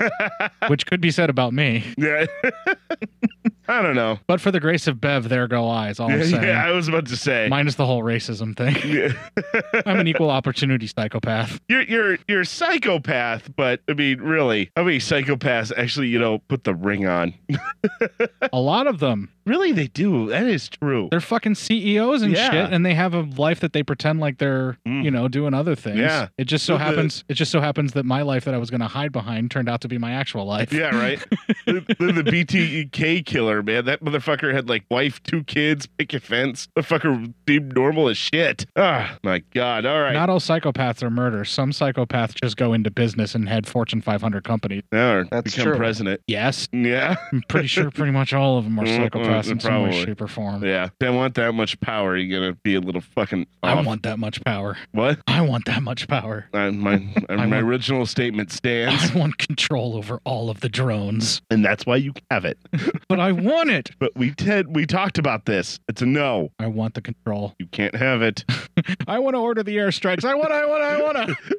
which could be said about me.
Yeah. I don't know.
But for the grace of Bev, there go I. Is all I'm saying.
yeah, I was about to say.
Minus the whole racism thing.
Yeah.
[laughs] I'm an equal opportunity psychopath.
you're you're you're a psychopath, but I mean, really, how many psychopaths actually, you know, put the ring on?
A lot of them.
Really, they do. That is true.
They're fucking E CEOs and
Yeah. Mm.
shit, and they have a life that they pretend like they're, you know, doing other things.
Yeah.
It just so
Well, the-
happens. It just so happens that my life that I was going to hide behind turned out to be my actual life.
Yeah,
[laughs]
right. the, the, the BTK killer, man. That motherfucker had like wife, two kids, picket fence. The fucker seemed normal as shit. Ah, my god. All right.
Not all psychopaths are murderers. Some psychopaths just go into business and head Fortune 500 companies.
Or become
true.
president.
Yes.
Yeah. [laughs]
I'm pretty sure pretty much all of them are
Mhm. [laughs]
psychopaths. us in some way, shape, or form.
Yeah. If I want that much power, you're gonna be a little fucking off.
I want that much power.
Oh. what?
I want that much power.
I, my my
[laughs] I want-
original statement stands.
I want control over all of the drones.
And that's why you have it.
[laughs] but I want it.
But we did. We talked about this. It's a no.
I want the control.
You can't have it.
I want to order the airstrikes. I want. [laughs] I want. I want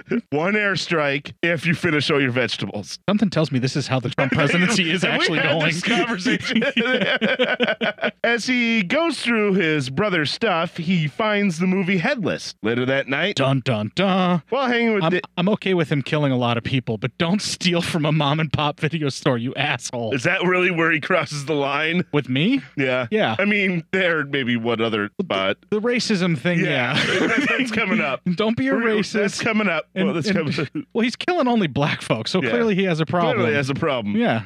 to.
[laughs] One airstrike if you finish all your vegetables.
Something tells me this is how
[laughs]
the Trump presidency is
Have we
actually
had
going.
this [laughs] conversation?
[laughs]
As he goes through his brother's stuff, he finds the movie Headless. Later that night,
dun dun dun.
Well, hanging with
I'm,
the-
I'm okay with him killing a lot of people, but don't [laughs] steal from a mom and pop video store, you asshole.
Is that [laughs] really where he crosses the line?
With me?
Yeah.
Yeah.
I mean, there maybe one other spot.
the racism thing? Yeah,
that's coming up.
[laughs] Don't be a
We're-
racist.
That's coming up.
And-
well, that's
and-
coming up.
[laughs] well, he's killing only black folks, so
Yeah.
clearly he has a problem.
Clearly has a problem.
Yeah.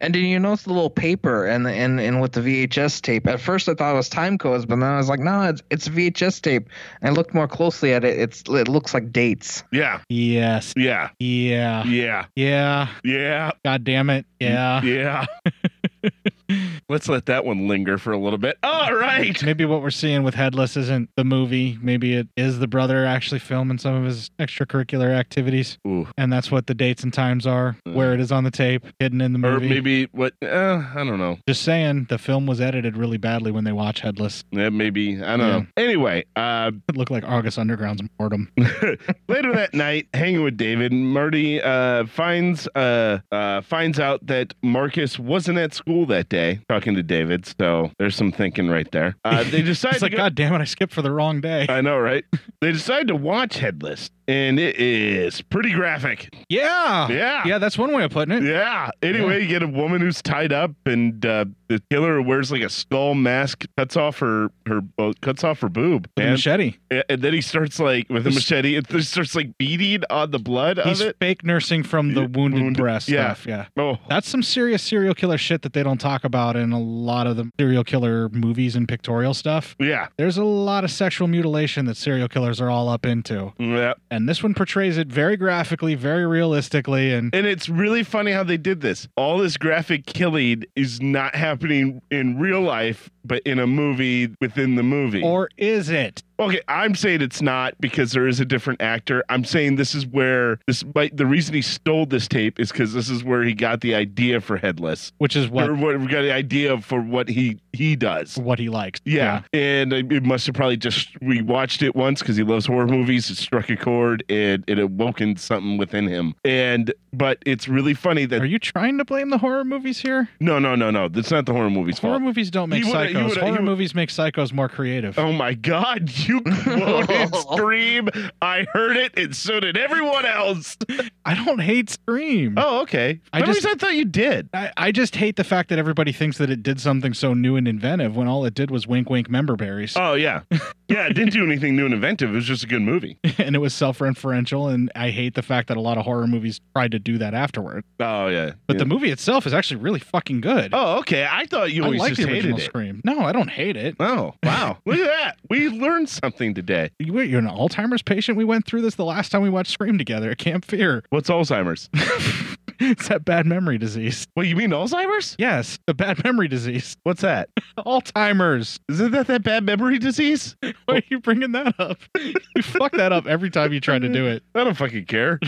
And did you notice the little paper and the and, and with the VHS tape? At first, I thought it was time codes, but then I was like, no, it's it's VHS tape. And I looked more closely at it. It's it looks like dates.
Yeah.
Yes.
Yeah. [laughs]
Yeah.
Yeah.
Yeah.
Yeah.
God damn it. Yeah. [laughs]
Yeah. Let's let that one linger for a little bit. Oh, All right.
Maybe what we're seeing with Headless isn't the movie. Maybe it is the brother actually filming some of his extracurricular activities.
Ooh.
And that's what the dates and times are,
Uh.
where it is on the tape, hidden in the
Or
movie.
maybe what? Uh, I don't know.
Just saying, the film was edited really badly when they watch Headless.
Yeah, Eh, maybe I don't know. Anyway, uh,
It looked like Argus Underground's mortem.
[laughs] later that night, hanging with David, Marty uh, finds uh, uh, finds out that Marcus wasn't at school that day. Talking to David, so there's some thinking right there. Uh,
[laughs]
they decide
it's
to
like,
go-
God damn it, I skipped for the wrong day.
I know, right? they decide to watch Headless, and it is pretty graphic.
Yeah.
Yeah.
Yeah, that's one way of putting it.
Yeah. Anyway, you get a woman who's tied up, and uh, the killer wears like a skull mask, cuts off her her well, cuts off her boob
With a
and-
machete.
and, and then he starts like with a
He's-
machete, it just starts like beating on the blood
He's
of it.
fake nursing from the wounded, breast
yeah.
stuff. Yeah.
Oh.
That's some serious serial killer shit that they don't talk about in a lot of the serial killer movies and pictorial stuff.
Yeah.
There's a lot of sexual mutilation that serial killers are all up into.
Yeah.
And this one portrays it very graphically, very realistically, and
And it's really funny how they did this. All this graphic killing is not happening in real life, but in a movie within the movie.
or is it?
Okay, I'm saying it's not because there is a different actor. I'm saying this is where this might, the reason he stole this tape is because this is where he got the idea for Headless,
Which is what
or what we got the idea for what he he does.
what he likes.
Yeah, and I- it must have probably just we watched it once because he loves horror movies. It struck a chord and it awoken something within him. And but it's really funny that
Are you trying to blame the horror movies here?
no, no, no, no. That's not the horror movie's
Horror
fault.
movies don't make
You woulda- you
psychos.
woulda-
horror
you woulda-
movies make psychos more creative.
Oh my God! [laughs] You [laughs] quoted Scream. I heard it, and so did everyone else.
I don't hate Scream.
Oh, okay.
I
For some
just-
reason, I thought you did.
I, I just hate the fact that everybody thinks that it did something so new and inventive when all it did was wink wink member berries.
[laughs] Oh yeah, yeah. It didn't do anything new and inventive. It was just a good movie.
[laughs] and it was self referential and I hate the fact that a lot of horror movies tried to do that afterward.
Oh yeah.
But the movie itself is actually really fucking good.
Oh okay. I thought you
I
always
like
just
the
hated
original
it.
Scream. No, I don't hate it.
Oh
[laughs]
wow! Look at that. We learned something today.
You- You're an Alzheimer's patient. We went through this the last time we watched Scream together at Camp Fear.
What's Alzheimer's?
[laughs] It's that bad memory disease.
Well, you mean Alzheimer's?
Yes, the bad memory disease.
What's that?
[laughs] Alzheimer's.
Isn't that that bad memory disease?
[laughs] Why are you bringing that up? You fuck that up every time you try to do it.
I don't fucking [laughs] care.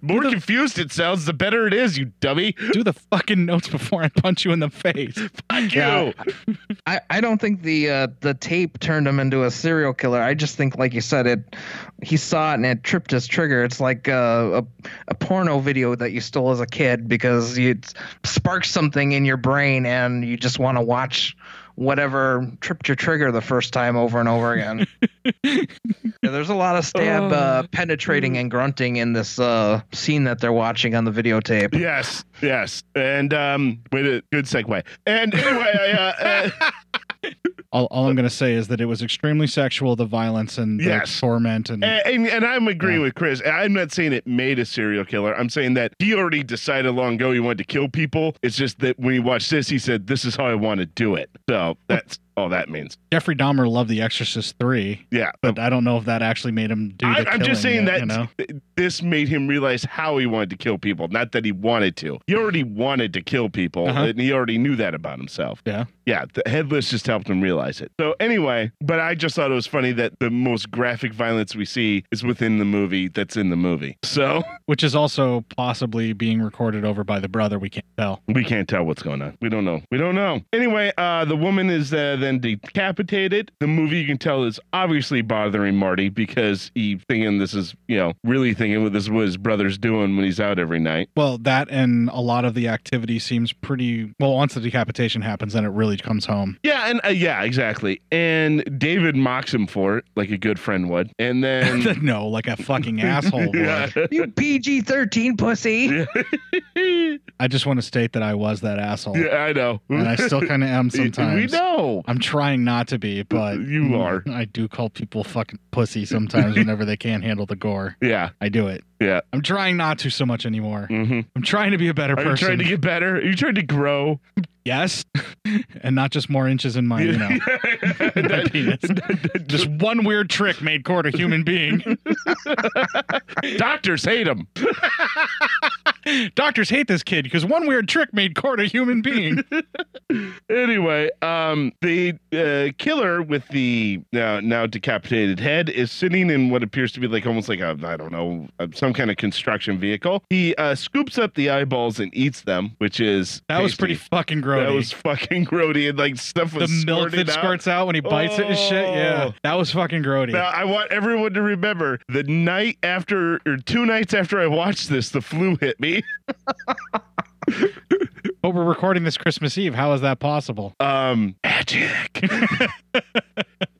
More confused it sounds, the better it is. You dummy.
Do the fucking notes before I punch you in the face.
[laughs] Fuck
Yeah.
you.
I, I don't think the uh, the tape turned him into a serial killer. I just think, like you said, it he saw it and it tripped his trigger. It's like uh, a a porno video that you stole as a kid because it sparked something in your brain and you just want to watch whatever tripped your trigger the first time over and over again. Yeah, there's a lot of stab uh, penetrating and grunting in this uh, scene that they're watching on the videotape.
Yes, yes. And um, wait, a good segue. And anyway, [laughs] I, uh, uh,
All, all I'm going to say is that it was extremely sexual, the violence and the
Yes.
torment. And
and, and and I'm agreeing with Chris. I'm not saying it made a serial killer. I'm saying that he already decided long ago he wanted to kill people. It's just that when he watched this, he said, "This is how I want to do it." So that's all that means.
Jeffrey Dahmer loved The Exorcist three.
Yeah,
but I don't know if that actually made him do. The
I, I'm just saying
killing yet,
that
you know.
th- this made him realize how he wanted to kill people, not that he wanted to. He already wanted to kill people,
Uh-huh.
and he already knew that about himself.
Yeah.
Yeah, the headless just helped him realize it. So anyway, but I just thought it was funny that the most graphic violence we see is within the movie that's in the movie. So [laughs]
Which is also possibly being recorded over by the brother. We can't tell.
We can't tell what's going on. We don't know. We don't know. Anyway, uh, the woman is uh, then decapitated. The movie you can tell is obviously bothering Marty because he thinking this is you know really thinking what this is what his brother's doing when he's out every night.
Well, that and a lot of the activity seems pretty well. Once the decapitation happens, then it really comes home.
Yeah, and uh, yeah, exactly. And David mocks him for it like a good friend would. And
[laughs]
then
no, like a fucking asshole. would.
You
PG
[laughs]
thirteen pussy.
I just want to state that I was that asshole.
[laughs] Yeah, I know.
And I still kind of am
[laughs]
sometimes.
We know.
I'm trying not to be, but mm,
You are.
I do call people fucking pussy sometimes whenever they can't handle the gore.
Yeah,
I do it.
Yeah.
I'm trying not to so much anymore.
Mm-hmm.
I'm trying to be a better
Are you
person.
trying to get better? Are you trying to grow?
Yes, [laughs] and not just more inches in my, you
[laughs]
know, [laughs] my penis. just one weird trick made Court a human being.
[laughs] Doctors hate him.
Doctors hate this kid because one weird trick made Court a human
[laughs]
being.
anyway, um, the uh, killer with the now now decapitated head is sitting in what appears to be like almost like a I don't know uh, some kind of construction vehicle. He uh, scoops up the eyeballs and eats them, which is
That was pretty fucking grody.
That was fucking grody, and like stuff
the
was
milk
squirted
that squirts out when he bites it and shit. Yeah,
Oh.
that was fucking grody.
Now I want everyone to remember the night after or two nights after I watched this, the flu hit me. [laughs]
But we're recording this Christmas Eve. How is that possible?
Um, [laughs]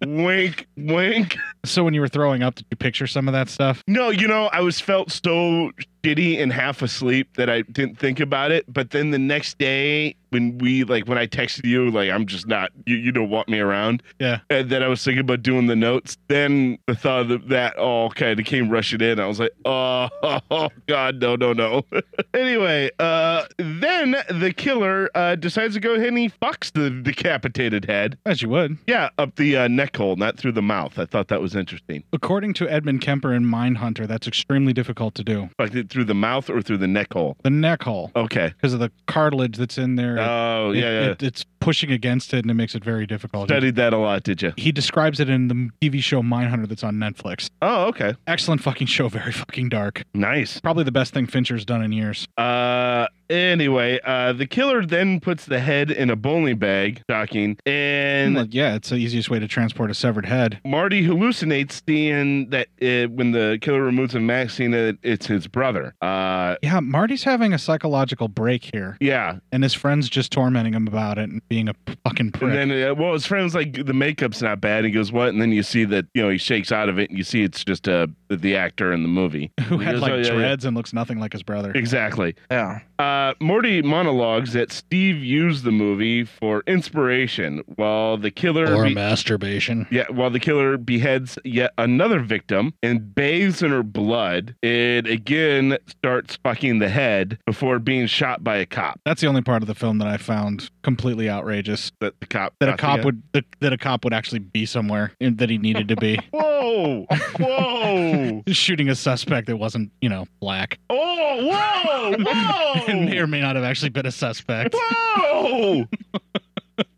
wink, wink.
So when you were throwing up, did you picture some of that stuff?
No, you know, I was felt so shitty and half asleep that I didn't think about it. But then the next day, when we like when I texted you, like I'm just not you. You don't want me around.
Yeah.
And then I was thinking about doing the notes. Then the thought of that all kind of came rushing in. I was like, oh, [laughs] oh, oh, God, no, no, no. [laughs] anyway, uh, then the killer uh, decides to go ahead and he fucks the decapitated head.
As you would.
Yeah, up the uh, neck hole, not through the mouth. I thought that was interesting.
According to Edmund Kemper in Mindhunter, that's extremely difficult to do.
Fucked it through the mouth or through the neck hole.
The neck hole.
Okay.
Because of the cartilage that's in there.
Oh,
It-
yeah, yeah.
it- it's pushing against it and it makes it very difficult.
Studied that a lot, did you?
He describes it in the TV show Mindhunter that's on Netflix.
Oh, okay.
Excellent fucking show. Very fucking dark.
Nice.
Probably the best thing Fincher's done in years.
Uh, anyway, uh, the killer then puts the head in a bowling bag, shocking, and
Hmm, Like, yeah, it's the easiest way to transport a severed head.
Marty hallucinates seeing that uh when the killer removes a mask, seeing that it's his brother. Uh,
Yeah, Marty's having a psychological break here.
yeah.
And his friend's just tormenting him about it and being a fucking prick.
And then, uh, well, his friend's like, the makeup's not bad. He goes, what? And then you see that, you know, he shakes out of it, and you see it's just uh, the actor in the movie. "Oh,
[laughs] who had like
dreads.
dreads and looks nothing like his brother.
Exactly.
Yeah.
Uh, Morty monologues that Steve used the movie for inspiration, while the killer
Or
be-
masturbation.
yeah, while the killer beheads yet another victim and bathes in her blood, and again starts fucking the head before being shot by a cop.
That's the only part of the film that I found completely outrageous.
That the cop
that a
got the
cop
head?
would that, that a cop would actually be somewhere and that he needed to be
Whoa! [laughs] Whoa!
[laughs] shooting a suspect that wasn't you know black.
Oh! Whoa! Whoa!
[laughs] may or may not have actually been a suspect.
Whoa!
[laughs]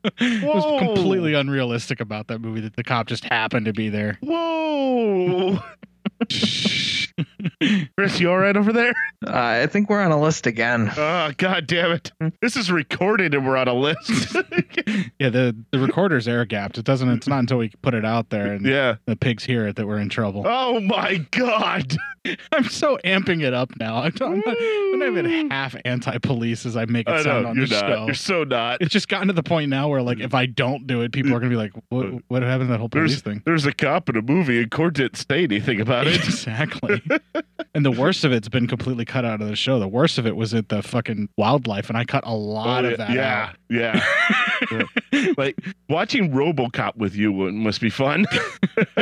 It was completely unrealistic about that movie that the cop just happened to be there.
Whoa! Chris, you all right over there? [laughs]
Uh, I think we're on a list again.
Oh, god damn it. This is recorded and we're on a list. [laughs]
Yeah, the the recorder's air gapped. It doesn't. It's not until we put it out there and
yeah,
the pigs hear it that we're in trouble.
oh my god.
[laughs] I'm so amping it up now. I'm not, I'm not, I'm not even half anti-police as I make it
Mm. I
sound
know,
on
you're
this
not.
show.
You're so not.
It's just gotten to the point now where, like, if I don't do it, people are gonna be like, "What, what happened to that whole police
There's,
thing?"
there's a cop in a movie and court didn't say anything about it.
Exactly. and the worst of it's been completely cut out of the show. The worst of it was at the fucking wildlife, and I cut a lot
Oh,
of that
yeah,
out.
yeah. Yeah. Like watching RoboCop with you would- must be fun. [laughs]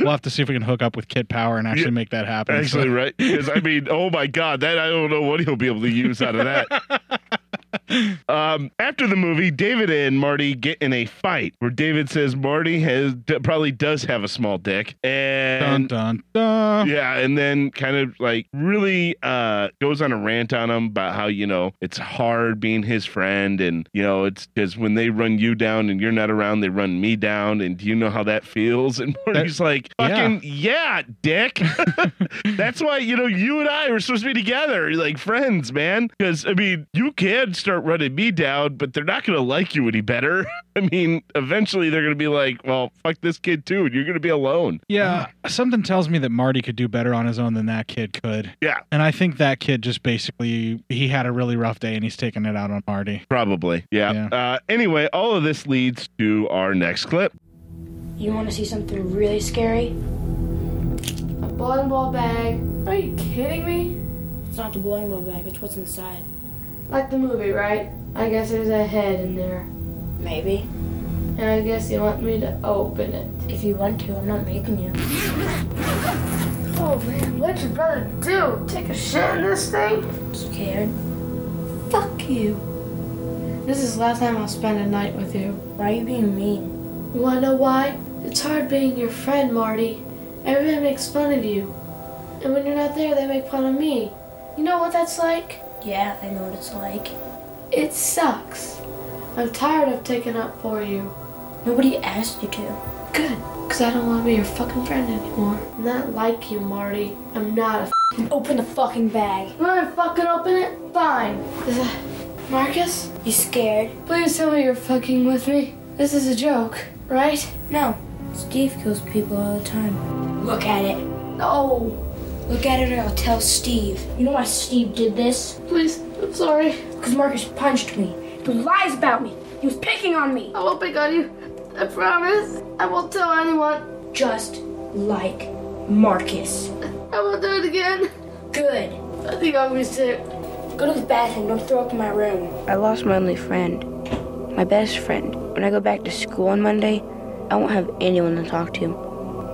We'll have to see if we can hook up with Kid Power and actually make that happen. [laughs] [laughs]
Actually, right? Because I mean, oh my god, that I don't know what he'll be able to use out of that. Um, after the movie, David and Marty get in a fight where David says Marty has d- probably does have a small dick, and
dun,
yeah, and then kind of like really uh, goes on a rant on him about how you know it's hard being his friend, and you know it's because when they run you down and you're not around, they run me down, and do you know how that feels? [laughs] And Marty's like, fucking yeah, dick. [laughs] That's why, you know, you and I were supposed to be together, like friends, man. Because, I mean, you can start running me down, but they're not going to like you any better. [laughs] I mean, eventually they're going to be like, well, fuck this kid too, and you're going to be alone.
Yeah, something tells me that Marty could do better on his own than that kid could.
Yeah.
And I think that kid just basically he had a really rough day and he's taking it out on Marty.
Probably. Yeah. Uh, anyway, all of this leads to our next clip.
You want to see something really scary?
A bowling ball bag. Are you kidding me?
It's not the bowling ball bag, it's what's inside.
Like the movie, right? I guess there's a head in there.
Maybe.
And I guess you want me to open it.
If you want to, I'm not making you.
Oh man, what you gonna do? Take a shit in this thing?
Scared?
Fuck you. This is the last time I'll spend a night with you. Why are you being mean? You wanna know why? It's hard being your friend, Marty. Everyone makes fun of you. And when you're not there, they make fun of me. You know what that's like?
Yeah, I know what it's like.
It sucks. I'm tired of taking up for you. Nobody asked you to. Good, because I don't want to be your fucking friend anymore. I'm not like you, Marty. I'm not a fucking. Open the fucking bag. You want me to fucking open it? Fine. Is that- Marcus? You scared? Please tell me you're fucking with me. This is a joke, right? No.
Steve kills people all the time. Look at it. No. Look at it or I'll tell Steve. You know why Steve did this?
Please, I'm sorry.
Because Marcus punched me. He lies about me. He was picking on me.
I won't pick on you. I promise. I won't tell anyone.
Just like Marcus.
I won't do it again.
Good.
I think I'm gonna be sick.
Go to the bathroom. Don't throw up in my room.
I lost my only friend, my best friend. When I go back to school on Monday, I won't have anyone to talk to.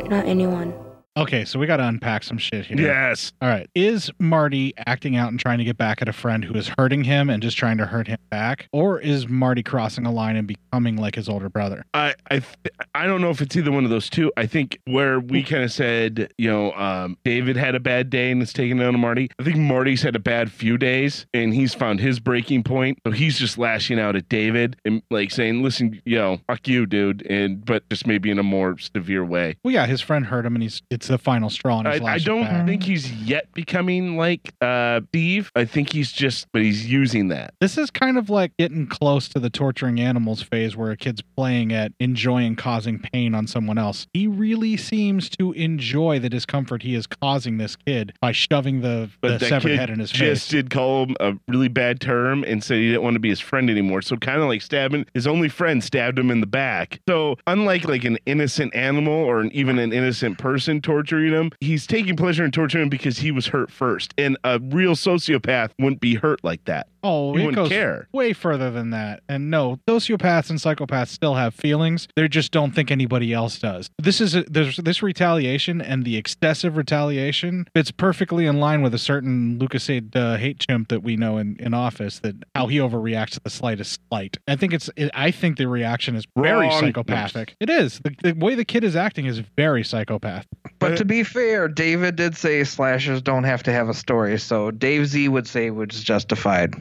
Not anyone.
Okay, so we got to unpack some shit here.
Yes.
All right. Is Marty acting out and trying to get back at a friend who is hurting him and just trying to hurt him back? Or is Marty crossing a line and becoming like his older brother?
I I th- I don't know if it's either one of those two. I think where we kind of said, you know, um, David had a bad day and it's taken down to Marty. I think Marty's had a bad few days and he's found his breaking point. So he's just lashing out at David and like saying, "Listen, you know, fuck you, dude," and but just maybe in a more severe way.
Well, yeah, his friend hurt him and he's it's the final straw. And
I,
he's
I
lashing
don't
back.
think he's yet becoming like uh, Steve. I think he's just, but he's using that.
This is kind of like getting close to the torturing animals phase where a kid's playing at enjoying causing pain on someone else. He really seems to enjoy the discomfort he is causing this kid by shoving the,
But
the
that
severed
kid
head in his
just
face.
did call him a really bad term and said he didn't want to be his friend anymore. So kind of like stabbing his only friend stabbed him in the back. So unlike like an innocent animal or an, even an innocent person torturing him, he's taking pleasure in torturing him because he was hurt first. And a real sociopath wouldn't be hurt like that.
Oh,
he
it
wouldn't
goes
care.
way further than that. And no, sociopaths and psychopaths still have feelings. They just don't think anybody else does. This is a, there's this retaliation and the excessive retaliation. It's perfectly in line with a certain Lucasade uh, hate chimp that we know in, in office that how he overreacts to the slightest slight. I think it's it, I think the reaction is very
Wrong.
psychopathic. It is the, the way the kid is acting is very psychopath.
Uh,
But to be fair, David did say slashers don't have to have a story, so Dave Z would say it was justified.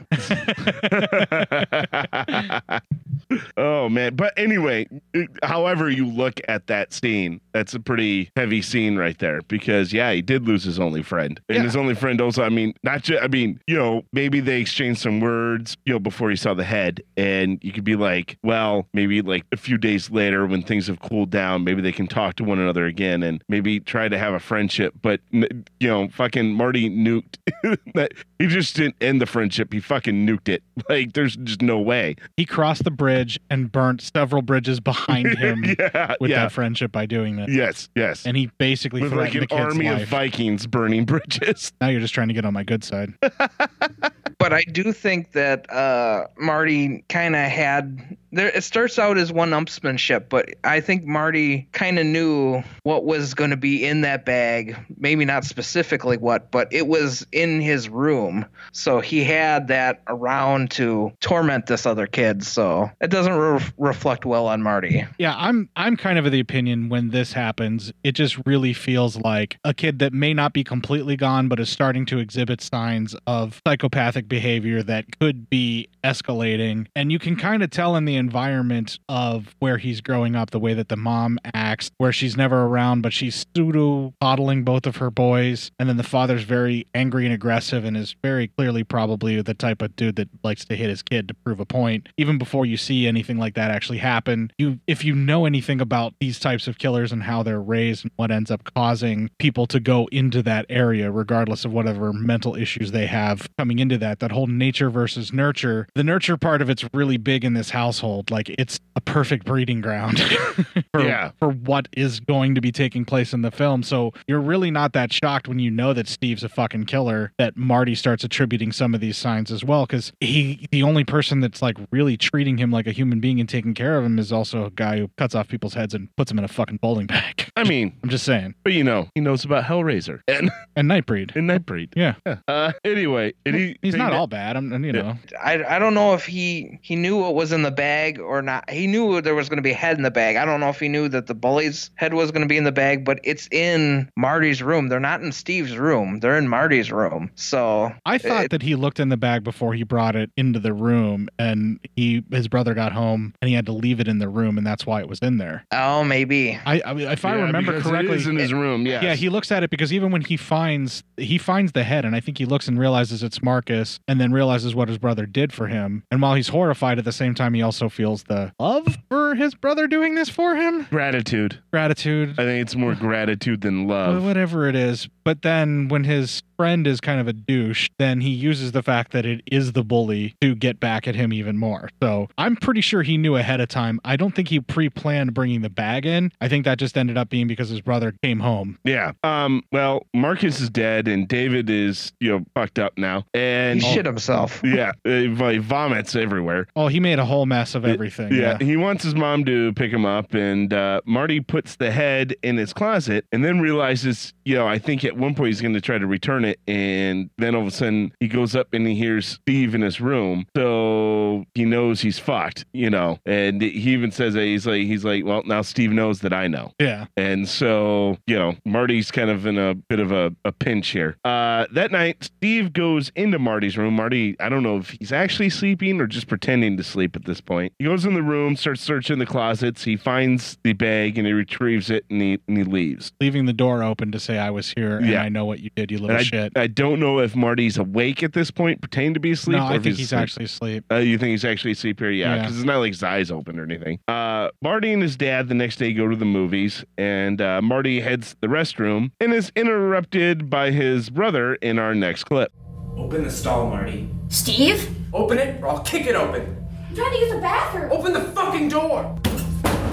oh man! But anyway, it- however you look at that scene, that's a pretty heavy scene right there because yeah, he did lose his only friend, and his only friend also. I mean, not just. I mean, you know, maybe they exchanged some words, you know, before he saw the head, and you could be like, well, maybe like a few days later when things have cooled down, maybe they can talk to one another again and maybe try to have a friendship. But n- you know, fucking Marty nuked [laughs] that. He just didn't end the friendship. He fucking nuked it. [laughs] Like, there's just no way.
He crossed the bridge and burnt several
[laughs]
bridges behind him
Yeah,
with
yeah.
that friendship by doing that.
Yes, yes.
And he basically
With like
threatened
an
the kid's
army
life.
of Vikings burning bridges.
Now you're just trying to get on my good side.
but I do think that uh, Marty kind of had there it starts out as one umpsmanship, but I think Marty kind of knew what was going to be in that bag. Maybe not specifically what, but it was in his room, so he had that around to torment this other kid. So it doesn't re- reflect well on Marty.
Yeah, I'm I'm kind of of the opinion when this happens, it just really feels like a kid that may not be completely gone but is starting to exhibit signs of psychopathic behavior that could be escalating. And you can kind of tell in the environment of where he's growing up, the way that the mom acts, where she's never around but she's pseudo coddling both of her boys, and then the father's very angry and aggressive and is very clearly probably the type of dude that likes to hit his kid to prove a point. Even before you see anything like that actually happen, you if you know anything about these types of killers and how they're raised and what ends up causing people to go into that area, regardless of whatever mental issues they have coming into that, that whole nature versus nurture, the nurture part of it's really big in this household. Like it's a perfect breeding ground [laughs] for,
Yeah.
for what is going to be taking place in the film. So you're really not that shocked when you know that Steve's a fucking killer that Marty starts attributing some of these signs as well because he the only person that's like really treating him like a human being and taking care of him is also a guy who cuts off people's heads and puts them in a fucking bowling bag. [laughs]
I mean,
I'm just saying.
But you know, he knows about Hellraiser and [laughs]
and Nightbreed
and Nightbreed.
Yeah.
Uh, anyway, and he,
He's not all bad. I'm, and, you know.
I, I don't know if he he knew what was in the bag or not. He knew there was going to be a head in the bag. I don't know if he knew that the bully's head was going to be in the bag, but it's in Marty's room. They're not in Steve's room. They're in Marty's room. So
I thought that he looked in the bag before he brought it into the room, and he his brother got home and he had to leave it in the room, and that's why it was in there.
oh maybe
I, I mean, if I
Yeah,
remember
because it
correctly,
is in his room, yes.
Yeah, he looks at it because even when he finds he finds the head, and I think he looks and realizes it's Marcus, and then realizes what his brother did for him. And while he's horrified, at the same time, he also feels the [laughs] love for his brother doing this for him.
Gratitude.
Gratitude.
I think it's more gratitude than
Well,
love.
whatever it is. But then when his friend is kind of a douche, then he uses the fact that it is the bully to get back at him even more. So I'm pretty sure he knew ahead of time. I don't think he pre planned bringing the bag in. I think that just ended up being because his brother came home.
Yeah. Um. Well, Marcus is dead, and David is you know fucked up now, and
He shit himself.
Yeah, he he vomits everywhere.
Oh, he made a whole mess of everything.
Yeah,
Yeah.
he wants his mom to pick him up, and uh, Marty puts the head in his closet, and then realizes, you know, I think at one point he's going to try to return it, and then all of a sudden he goes up and he hears Steve in his room, so he knows he's fucked, you know, and he even says that he's like, he's like, well, now Steve knows that I know.
Yeah.
And so, you know, Marty's kind of in a bit of a, a pinch here. Uh, that night, Steve goes into Marty's room. Marty, I don't know if he's actually sleeping or just pretending to sleep at this point. He goes in the room, starts searching the closets. He finds the bag and he retrieves it and he, and he leaves.
Leaving the door open to say, I was here and
Yeah.
I know what you did, you
And
little
I,
shit.
I don't know if Marty's awake at this point, pretending to be asleep.
No,
or
I
if
think he's actually asleep.
Uh, you think he's actually asleep here? Yeah,
Yeah.
because it's not like his eyes open or anything. Uh, Marty and his dad the next day go to the movies, and uh, Marty heads to the restroom and is interrupted by his brother in our next clip.
Open the stall, Marty.
Steve?
Open it or I'll kick it open.
I'm trying to use the bathroom.
Open the fucking door.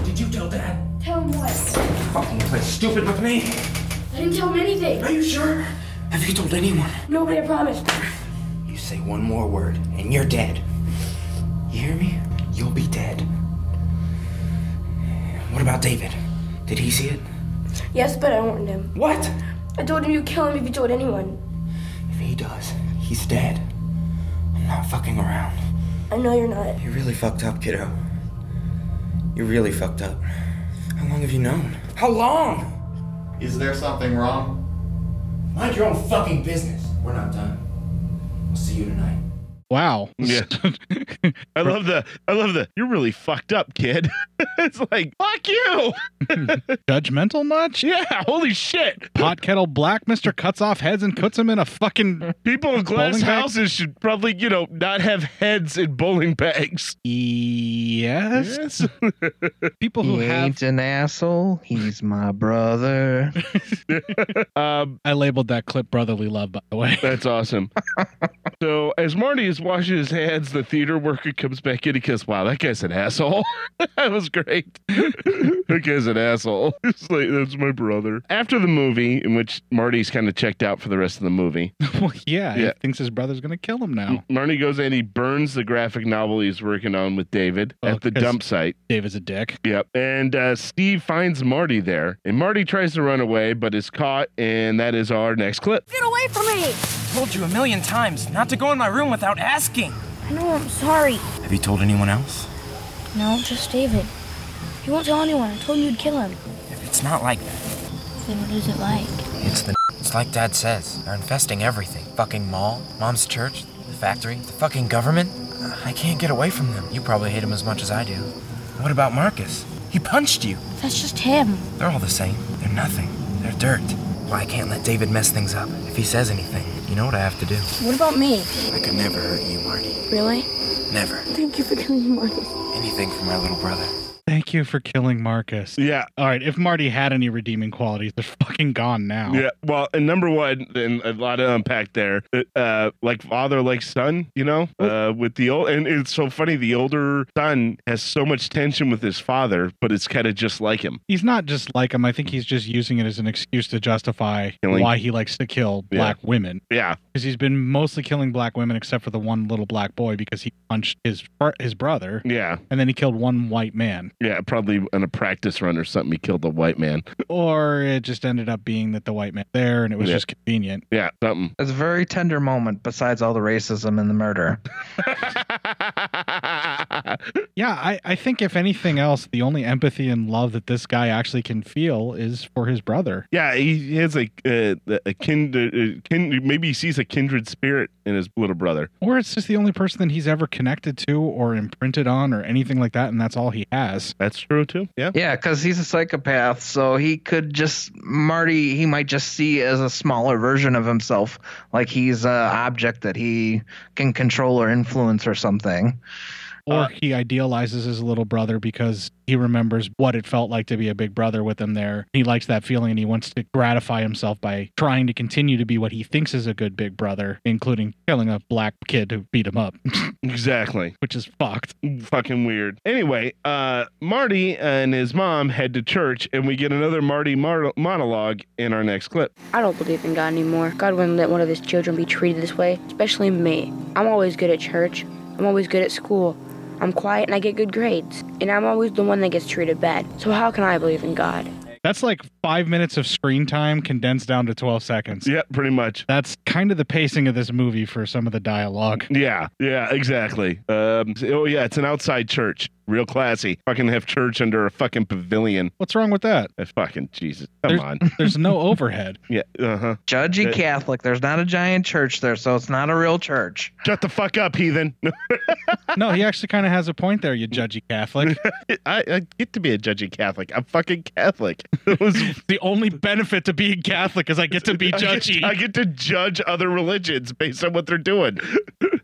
Did you tell Dad?
Tell him what?
Fucking play stupid with me.
I didn't tell him anything. Are you sure?
Have you told anyone?
Nobody, I promise.
You say one more word and you're dead. You hear me? You'll be dead. What about David? Did he see it?
Yes, but I warned him.
What?
I told him you'd kill him if you told anyone.
If he does, he's dead. I'm not fucking around.
I know you're not.
You really fucked up, kiddo. You really fucked up. How long have you known? How long?
Is there something wrong?
Mind your own fucking business. We're not done. We'll see you tonight.
Wow. [laughs]
Yeah. I love the I love the you're really fucked up, kid. [laughs] it's like, fuck
[laughs]
you.
Judgmental much?
Yeah, holy shit.
Pot kettle black, Mr. Cuts off heads and puts them in a fucking
People in glass
bowling bag?
houses should probably, you know, not have heads in bowling bags.
Yes.
[laughs]
People
who
he
have-
ain't an asshole. He's
[laughs]
my brother.
um,
I labeled that clip brotherly love, by the way. [laughs]
That's awesome. So as Marty is washing his hands, the theater worker comes back in. He goes, "Wow, that guy's an asshole. [laughs] that was great. [laughs] that guy's an asshole." [laughs] It's like that's my brother. After the movie, in which Marty's kind of checked out for the rest of the
[laughs]
movie,
Oh, yeah,
Yeah.
he thinks his brother's gonna kill
[laughs]
him now.
Marty goes and he burns the graphic novel he's working on with David at the
'cause
dump site.
Oh, David's a dick.
Yep. And uh, Steve finds Marty there, and Marty tries to run away, but is caught. And that is our next clip.
Get away from me! Told you a million times not to go in my room without asking.
I know, I'm sorry.
Have you told anyone else?
No, just David. He won't tell anyone. I told him you'd kill him.
It's not like that.
Then what is it like?
It's the. It's like Dad says. They're infesting everything. Fucking mall, mom's church, the factory, the fucking government. I can't get away from them. You probably hate him as much as I do. What about Marcus? He punched you.
That's just him.
They're all the same. They're nothing. They're dirt. Why I can't let David mess things up. If he says anything, you know what I have to do.
What about me?
I could never hurt you, Marty.
Really?
Never.
Thank you for killing Marty.
Anything for my little brother.
Thank you for killing Marcus.
Yeah.
All right. If Marty had any redeeming qualities, they're fucking gone now.
Yeah, well, and number one, and a lot to unpack there. Uh, like father, like son, you know,
Oh.
uh, with the old, and it's so funny. The older son has so much tension with his father, but it's kind of just like him.
He's not just like him. I think he's just using it as an excuse to justify
Hmm. Killing.
why he likes to kill
Yeah.
black women.
Yeah,
Because he's been mostly killing black women, except for the one little black boy, because he punched his fr- his brother,
yeah,
and then he killed one white man.
yeah. Probably on a practice run or something, he killed a white man.
Or it just ended up being that the white man there, and it was
Yeah.
just convenient.
Yeah, something.
It's a very tender moment, besides all the racism and the murder.
Yeah, I, I think if anything else, the only empathy and love that this guy actually can feel is for his brother.
Yeah, he has a uh, a kindred, uh, kin, maybe he sees a kindred spirit in his little brother.
Or it's just the only person that he's ever connected to or imprinted on or anything like that, and that's all he has.
That's true too. Yeah.
Yeah, because he's a psychopath, so he could just Marty. He might just see as a smaller version of himself, like he's a object that he can control or influence or something.
Or
Uh,
he idealizes his little brother because he remembers what it felt like to be a big brother with him there. He likes that feeling and he wants to gratify himself by trying to continue to be what he thinks is a good big brother, including killing a black kid who beat him up. [laughs]
Exactly.
Which is fucked.
Fucking weird. Anyway, uh, Marty and his mom head to church, and we get another Marty mar- monologue in our next clip.
I don't believe in God anymore. God wouldn't let one of his children be treated this way, especially me. I'm always good at church. I'm always good at school. I'm quiet and I get good grades. And I'm always the one that gets treated bad. So how can I believe in God?
That's like five minutes of screen time condensed down to 12 seconds.
Yeah, pretty much.
That's kind of the pacing of this movie for some of the dialogue.
Yeah, yeah, exactly. Um, oh, yeah, it's an outside church. Real classy. Fucking have church under a fucking pavilion.
What's wrong with that?
Uh, fucking Jesus. Come
There's-
on.
[laughs] There's no overhead.
Yeah, uh huh.
Judgy Catholic. There's not a giant church there, so it's not a real church.
Shut the fuck up,
[laughs]
heathen.
no, he actually kind of has a point there, you judgy
[laughs]
Catholic.
I, I get to be a judgy Catholic. I'm fucking
[laughs]
Catholic.
the only benefit to being Catholic is I get to be
I get-
judgy.
I get to judge other religions based on what they're doing.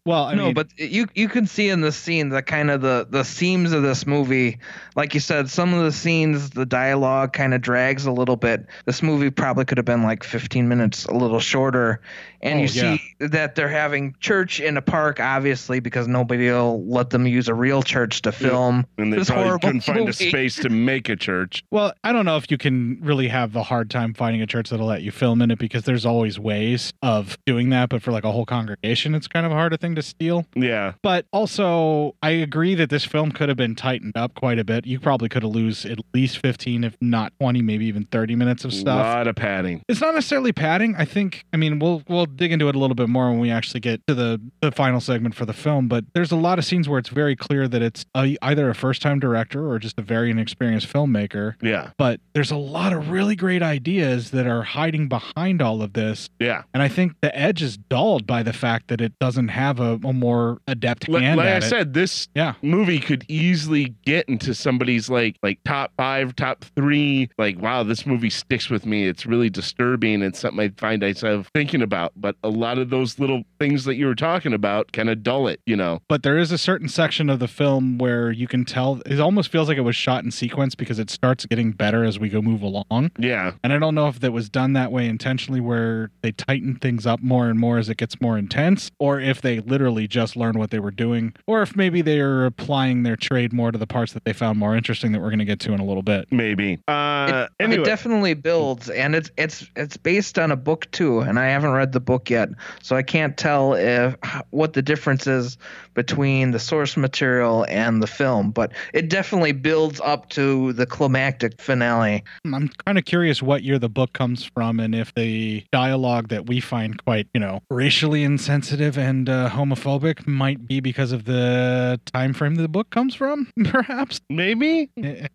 Well,
no, but you you can see in this scene the kind of the the seams of this movie. Like you said, some of the scenes, the dialogue kind of drags a little bit. This movie probably could have been like 15 minutes, a little shorter. And
Oh,
you
yeah.
see that they're having church in a park, obviously, because nobody will let them use a real church to film.
And they
this
probably
horrible
couldn't find a
movie.
space to make a church.
Well, I don't know if you can really have a hard time finding a church that'll let you film in it because there's always ways of doing that, but for like a whole congregation, it's kind of a harder thing to steal.
Yeah.
But also, I agree that this film could have been tightened up quite a bit. You probably could have lose at least 15, if not 20, maybe even 30 minutes of stuff.
lot of padding.
It's not necessarily padding. I think. I mean, we'll we'll dig into it a little bit more when we actually get to the the final segment for the film. But there's a lot of scenes where it's very clear that it's a, either a first time director or just a very inexperienced filmmaker.
Yeah.
But there's a lot of really great ideas that are hiding behind all of this.
Yeah.
And I think the edge is dulled by the fact that it doesn't have a a, a more adept
Li-
hand
like
at
I
it.
said, this movie could easily get into somebody's like like top five, top three. Like, wow, this movie sticks with me. It's really disturbing. It's something I find myself thinking about. But a lot of those little things that you were talking about kind of dull it, you know.
but there is a certain section of the film where you can tell it almost feels like it was shot in sequence because it starts getting better as we go move along.
Yeah.
And I don't know if that was done that way intentionally where they tighten things up more and more as it gets more intense or if they literally just learned what they were doing or if maybe they are applying their trade more to the parts that they found more interesting that we're going to get to in a little bit.
Maybe. Uh
it,
anyway.
it definitely builds, and it's it's it's based on a book too, and I haven't read the book yet, so I can't tell if what the difference is between the source material and the film. But it definitely builds up to the climactic finale.
I'm kind of curious what year the book comes from and if the dialogue that we find quite, you know, racially insensitive and uh, homophobic might be because of the time frame the book comes from, [laughs] perhaps. Eh,
Maybe.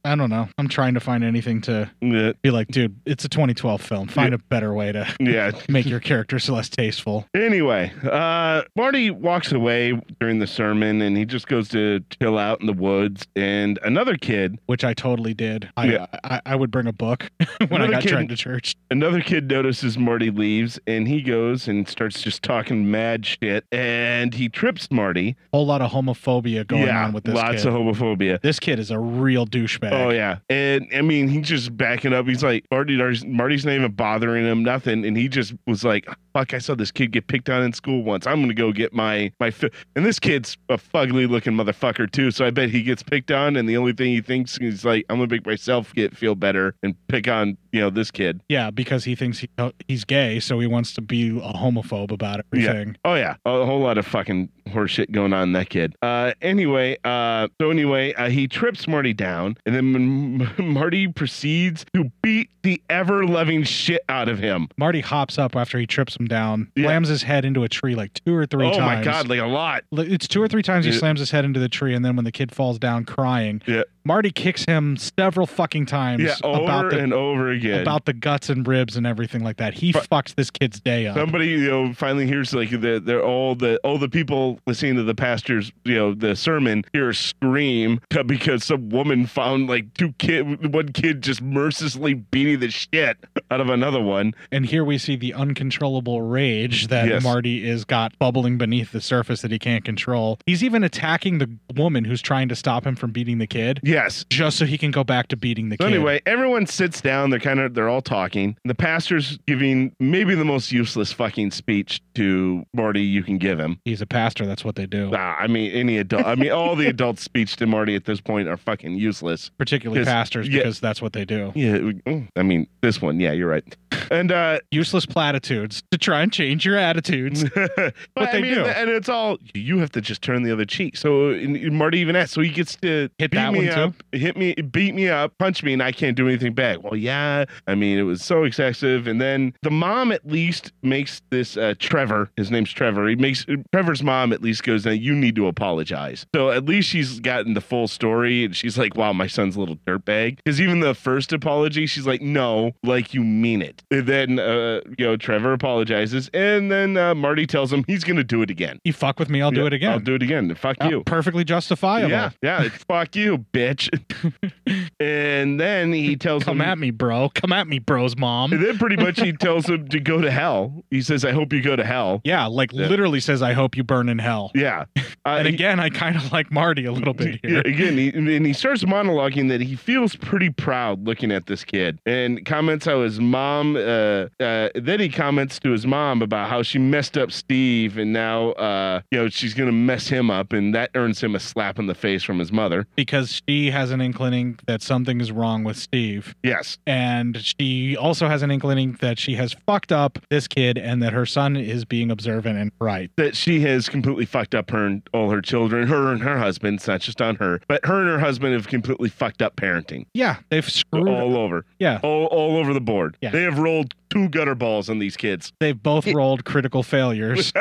I don't know. I'm trying to find anything to be like, dude, it's a 2012 film. Find a better way to
[laughs] Yeah.
[laughs] make your characters less tasteful.
Anyway, uh, Marty walks away during the sermon and he just goes to chill out in the woods. And another kid,
which I totally did, I,
Yeah.
I, I would bring a book [laughs] when I
Another
got
kid-
dragged to church.
Another kid notices Marty leaves and he goes and starts just talking mad shit and he trips Marty.
Whole lot of homophobia going
yeah,
on with this
lots
kid.
of homophobia.
This kid is a real douchebag.
Oh yeah, and I mean he's just backing up. He's like Marty, Marty's not even bothering him, nothing, and he just was like, "Fuck, I saw this kid get picked on in school once. I'm gonna go get my my." Fi-. And this kid's a fugly looking motherfucker too, so I bet he gets picked on, and the only thing he thinks is like, "I'm gonna make myself get feel better and pick on you know this kid."
Yeah, because he thinks he, uh, he's gay, so he wants to be a homophobe about everything.
Yeah. Oh yeah, a whole lot of fucking horseshit going on in that kid. Uh, anyway, uh, so anyway, uh, he trips Marty down, and then M- Marty proceeds to beat the ever loving shit out of him.
Marty hops up after he trips him down, slams his head into a tree like two or three
oh
times.
my god, like a lot.
Like, It's two or three times he
Yeah.
slams his head into the tree, and then when the kid falls down crying,
Yeah.
Marty kicks him several fucking times
Yeah, over
about the,
and over again.
about the guts and ribs and everything like that. He fucks this kid's day up.
Somebody, you know, finally hears like the, they're all the all the people listening to the pastor's, you know, the sermon hear a scream [laughs] because some woman found like two kid, one kid just mercilessly beating the shit out of another one.
and here we see the uncontrollable rage that
Yes.
Marty is got bubbling beneath the surface that he can't control. He's even attacking the woman who's trying to stop him from beating the kid.
Yes.
Just so he can go back to beating the
So
kid.
anyway, everyone sits down. They're kind of they're all talking. The pastor's giving maybe the most useless fucking speech to Marty you can give him.
He's a pastor. That's what they do.
Nah, I mean any adult. I mean all the adult speech to Marty at this point are fucking useless.
Particularly
'Cause-
pastors,
yeah,
because that's what they do.
yeah. mm, I mean this one. Yeah, you're right. [laughs] And uh
useless platitudes to try and change
[laughs]
your attitudes.
but
what
I
they
mean,
do.
and it's all you have to just turn the other cheek. So and Marty even asked, so he gets to hit
that
me
one, too?
up, hit me, beat me up, punch me, and I can't do anything back. Well, yeah, I mean, it was so excessive. And then the mom at least makes this uh, Trevor. His name's Trevor. He makes Trevor's mom at least goes, now you need to apologize. So at least she's gotten the full story, and she's like, wow, my son's a little dirtbag. Because even the first apology, she's like, no, like you mean it. And then uh, you know, Trevor apologizes, and then uh, Marty tells him he's gonna do it again.
You fuck with me, I'll do
Yeah,
it again.
I'll do it again. Fuck
Uh,
you.
Perfectly justifiable.
Yeah, yeah. it's Fuck you, bitch. [laughs] and then he tells him,
Come at me, bro. Come at me, bro's mom.
And then pretty much
[laughs]
he tells him to go to hell. He says, "I hope you go to hell."
Yeah, like
Yeah.
literally says, I hope you burn in hell.
Yeah. Uh,
[laughs] and
he-
again, I kind of like Marty a little bit here.
Yeah, again, he, and he starts monologuing that he feels pretty proud looking at this kid, and comments how his mom. Uh, uh, then he comments to his mom about how she messed up Steve, and now uh, you know she's gonna mess him up, and that earns him a slap in the face from his mother.
because she has an inkling that something is wrong with Steve.
Yes.
And she also has an inkling that she has fucked up this kid and that her son is being observant and right.
that she has completely fucked up her and all her children, her and her husband. It's not just on her, but her and her husband have completely fucked up parenting
Yeah, they've screwed
all over.
Yeah.
all, all over the board.
Yeah.
they have rolled two gutter balls on these kids. [laughs]
They've both rolled critical failures,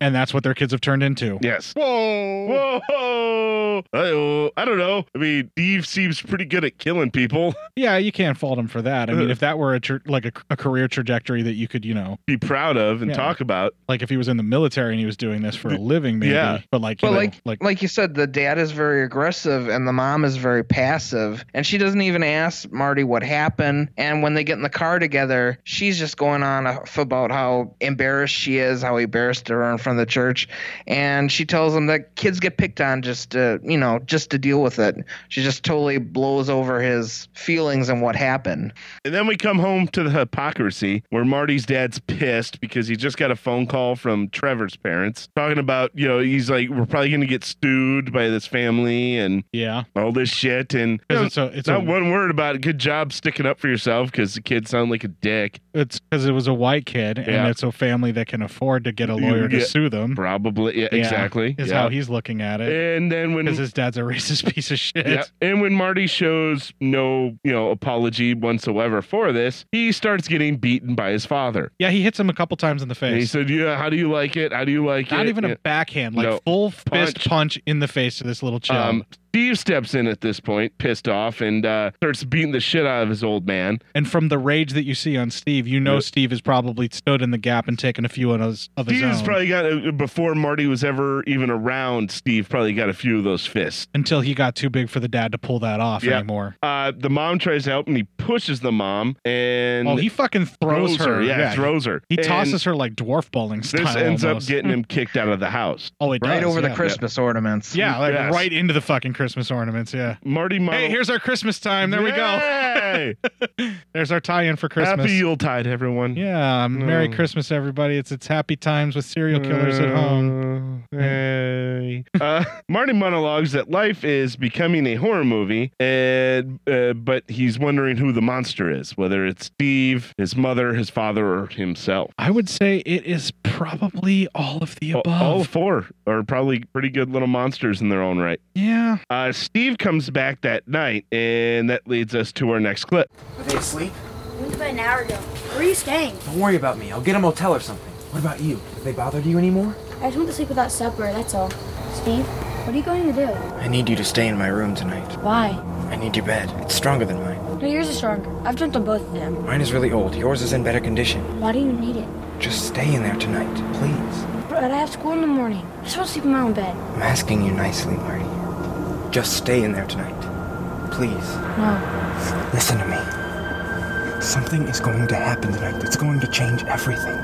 and that's what their kids have turned into.
Yes. Whoa. Whoa. I, I don't know. I mean, Eve seems pretty good at killing people. [laughs]
Yeah, you can't fault him for that. I mean,
Uh.
if that were a tr- like a, a career trajectory that you could, you know,
Be proud of and
Yeah.
talk about.
like if he was in the military and he was doing this for a living, maybe.
Yeah.
But like, you
But
know,
like, like you said, the dad is very aggressive and the mom is very passive, and she doesn't even ask Marty what happened. And when they get in the car together, she's just going on a f- about how embarrassed she is, how he embarrassed her in front of the church, and she tells him that kids get picked on just to, you know, just to deal with it. She just totally blows over his feelings and what happened.
And then we come home to the hypocrisy where Marty's dad's pissed because he just got a phone call from Trevor's parents talking about, you know, he's like, we're probably going to get stewed by this family and
yeah,
all this shit. And
'Cause it's a- it's
not
a-
one word about it. good job sticking up for yourself because the kids sound like a dick.
it's because it was a white kid, and
Yeah.
it's a family that can afford to get a
You
lawyer to
get-
sue them.
Probably, yeah,
Yeah,
exactly.
Is
Yeah.
how he's looking at it.
And then when
because his dad's a [laughs] racist piece of shit.
Yeah. And when Marty shows no, you know, apology whatsoever for this, he starts getting beaten by his father.
Yeah, he hits him a couple times in the
And he
face.
said, "Yeah, how do you like it? How do you like it?"
Not even
Yeah.
a backhand, like
No.
full fist punch in the face to this little chum.
Um, Steve steps in at this point, pissed off, and uh, starts beating the shit out of his old man.
and from the rage that you see on Steve, you know Steve has probably stood in the gap and taken a few of his, of his
Steve's
own
probably got a, before Marty was ever even around. Steve probably got a few of those fists.
until he got too big for the dad to pull that off
Yeah.
anymore.
Uh, the mom tries to help him. He pushes the mom and
Oh, he fucking throws, her.
Yeah, throws her.
He
And
tosses her like dwarf bowling style.
This ends
almost.
up getting him kicked out of the house.
Oh, it
right
does,
over
yeah.
the Christmas ornaments.
[laughs] Yeah, like
Yes.
right into the fucking Christmas ornaments. Yeah.
Marty. Mo-
Hey, here's our Christmas time. There
we go.
There's our tie-in for Christmas.
Happy Yuletide, everyone.
Yeah, um, Merry
Mm.
Christmas, everybody. It's it's happy times with serial killers at home.
Mm, Hey. Uh, Marty monologues that life is becoming a horror movie, and uh, but he's wondering who the monster is, whether it's Steve, his mother, his father, or himself.
I would say it is probably all of the above.
All four are probably pretty good little monsters in their own right.
yeah.
Uh, Steve comes back that night, and that leads us to our next clip.
Are they asleep?
We went to bed an hour ago. Where are you staying?
Don't worry about me. I'll get a motel or something. What about you? Have they bothered you anymore?
I just went to sleep without supper, that's all. Steve, what are you going to do?
I need you to stay in my room tonight.
Why?
I need your bed. It's stronger than mine.
No, yours is stronger. I've dreamt of both of them.
Mine is really old. Yours is in better condition.
Why do you need it?
Just stay in there tonight, please.
But I have school in the morning. I just want to sleep in my own bed.
I'm asking you nicely, Marty. Just stay in there tonight. Please.
No.
Listen to me. Something is going to happen tonight that's going to change everything.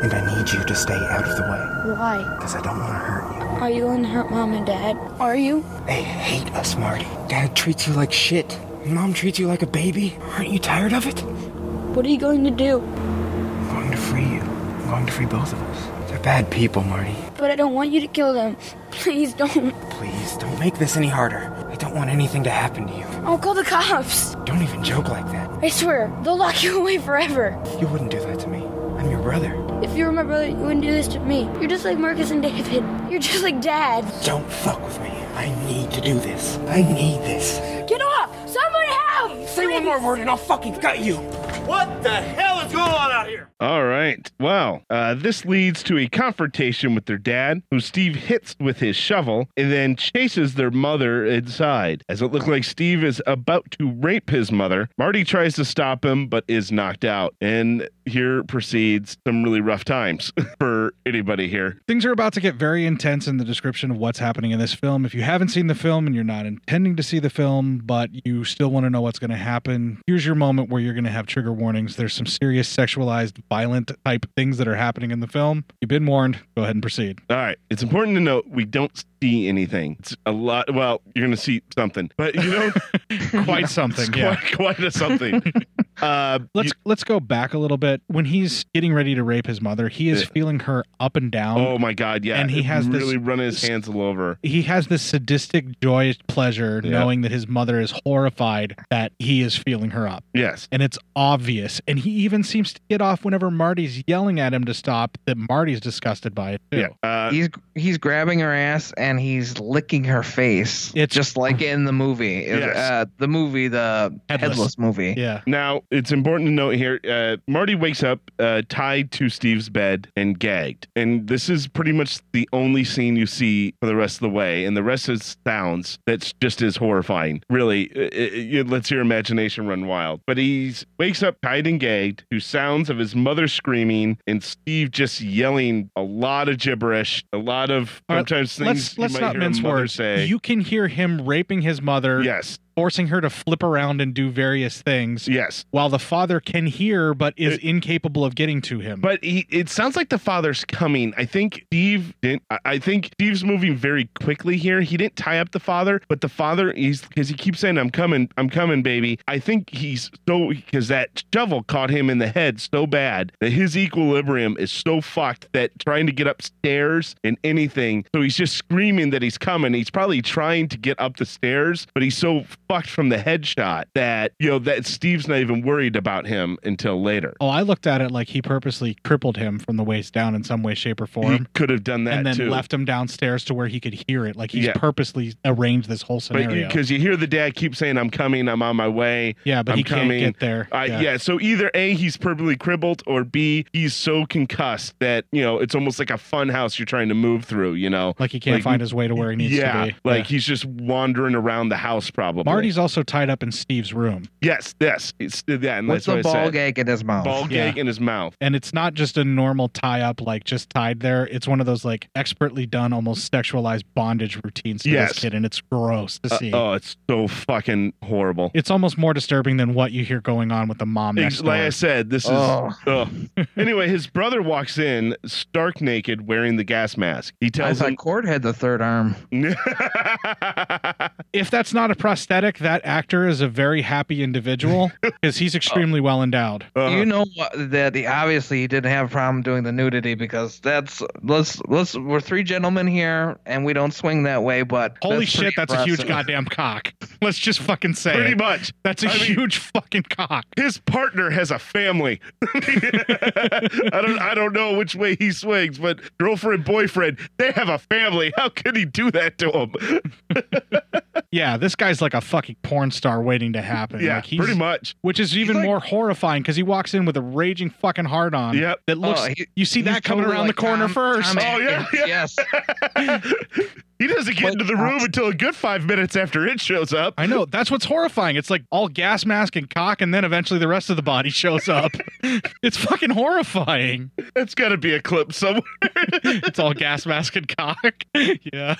And I need you to stay out of the way.
Why?
Because I don't want to hurt you.
Are you going to hurt mom and dad? Are you?
They hate us, Marty. Dad treats you like shit. and Mom treats you like a baby. Aren't you tired of it?
What are you going to do?
I'm going to free you. I'm going to free both of us. They're bad people, Marty.
But I don't want you to kill them. Please don't.
Please, don't make this any harder. I don't want anything to happen to you.
I'll call the cops.
Don't even joke like that.
I swear, they'll lock you [laughs] away forever.
You wouldn't do that to me. I'm your brother.
If you were my brother, you wouldn't do this to me. You're just like Marcus and David. You're just like dad.
Don't fuck with me. I need to do this. I need this.
Get up! Someone help!
Say one more word and I'll fucking gut you. What the hell is going on out here?
All right. Wow. Uh, this leads to a confrontation with their dad, who Steve hits with his shovel and then chases their mother inside. As it looks like Steve is about to rape his mother, Marty tries to stop him but is knocked out. And here proceeds some really rough times [laughs] for anybody here.
Things are about to get very intense in the description of what's happening in this film. If you haven't seen the film and you're not intending to see the film, but you still want to know what's going to happen, here's your moment where you're going to have trigger warnings. There's some serious sexualized, violent type things that are happening in the film. You've been warned. Go ahead
[laughs]
and proceed.
All right. It's important to note we don't see anything. It's a lot. Well, you're going to see something, but you don't.
[laughs] Quite something.
[laughs] It's
yeah.
quite, quite a something.
[laughs]
uh,
Let's let's go back a little bit. When he's getting ready to rape his mother, he is
Yeah.
feeling her up and down.
Oh my God! Yeah,
And he has this-
really running his hands all over.
he has this sadistic joyous pleasure
Yeah.
knowing that his mother is horrified that he is feeling her up.
Yes.
And it's obvious. And he even seems to get off whenever Marty's yelling at him to stop that Marty's disgusted by it too.
Uh,
he's he's grabbing her ass and he's licking her face. It's just like in uh, the movie.
Yes.
Uh, the movie, the headless, movie.
Yeah.
Now, It's important to note here uh, Marty wakes up uh, tied to Steve's bed and gagged. And this is pretty much the only scene you see for the rest of the way. And the rest is sounds that's just as horrifying. Really, it, it, it lets your imagination run wild. But he wakes up tied and gagged to sounds of his mother screaming and Steve just yelling a lot of gibberish, a lot of
All right,
sometimes things
let's
you
let's
might
not
hear a
mince
mother
words.
say.
You can hear him raping his mother.
Yes.
Forcing her to flip around and do various things.
Yes.
While the father can hear but is incapable of getting to him.
But he, it sounds like the father's coming. I think Steve didn't. I- I think Steve's moving very quickly here. He didn't tie up the father, but the father he's because he keeps saying, "I'm coming, I'm coming, baby." I think he's so because that shovel caught him in the head so bad that his equilibrium is so fucked that trying to get upstairs and anything, so he's just screaming that he's coming. He's probably trying to get up the stairs, but he's so fucked from the headshot that you know that Steve's not even worried about him until later.
Oh, I looked at it like he purposely crippled him from the waist down in some way, shape, or
He
form.
could have done that
and then
too.
left him downstairs to where he could hear it. Like he's
Yeah.
purposely arranged this whole
But
scenario.
because you, hear the dad keep saying, "I'm coming, I'm on my way."
Yeah, but
I'm
he can't
coming.
get there.
I- yeah.
Yeah.
So either a he's permanently crippled, or b he's so concussed that you know it's almost like a fun house you're trying to move through. You know,
like he can't find his way to where he needs
yeah,
to be.
like he's just wandering around the house probably.
Marty's also tied up in Steve's room.
yes, yes, it's yeah, and
With
that's
the
what I
ball
said.
gag in his mouth.
Ball
Yeah.
gag in his mouth.
And it's not just a normal tie up, like just tied there. It's one of those like expertly done, almost sexualized bondage routines to
Yes.
this kid, and it's gross to
Uh,
see.
oh, it's so fucking horrible.
It's almost more disturbing than what you hear going on with the mom next
Ex- like I
door.
said, this is. ugh. anyway, his brother walks in stark naked, wearing the gas mask. He tells him,
Cord had the third
[laughs]
arm.
If that's not a prosthetic, that actor is a very
[laughs]
happy individual because he's
Oh.
extremely well endowed.
Uh-huh.
You know what- that he obviously he didn't have a problem doing the nudity because that's let's let's we're three gentlemen here and we don't swing that way, but
Holy
that's pretty
shit, that's a huge
impressive.
goddamn [laughs] cock. Let's just fucking say
Pretty
it.
much.
That's a
I mean-
huge fucking cock.
his partner has a family. [laughs] I don't I don't know which way he swings, but girlfriend boyfriend they have a family. How could he do that to him?
Yeah, this guy's like a fucking porn star waiting to happen.
Yeah,
like he's,
pretty much.
Which is even more horrifying because he walks in with a raging fucking hard on.
Yep.
That looks.
Oh, he-
you see that
he's
coming
totally
around
like
the corner
Tom-
first.
Tom Oh, yeah,
Yes.
he doesn't get into the room until a good five minutes after it shows up.
I know. That's what's horrifying. It's like all gas mask and cock, and then eventually the rest of the body shows up. [laughs] it's fucking horrifying.
It's got to be a clip somewhere.
[laughs] it's all gas mask and cock. [laughs] yeah.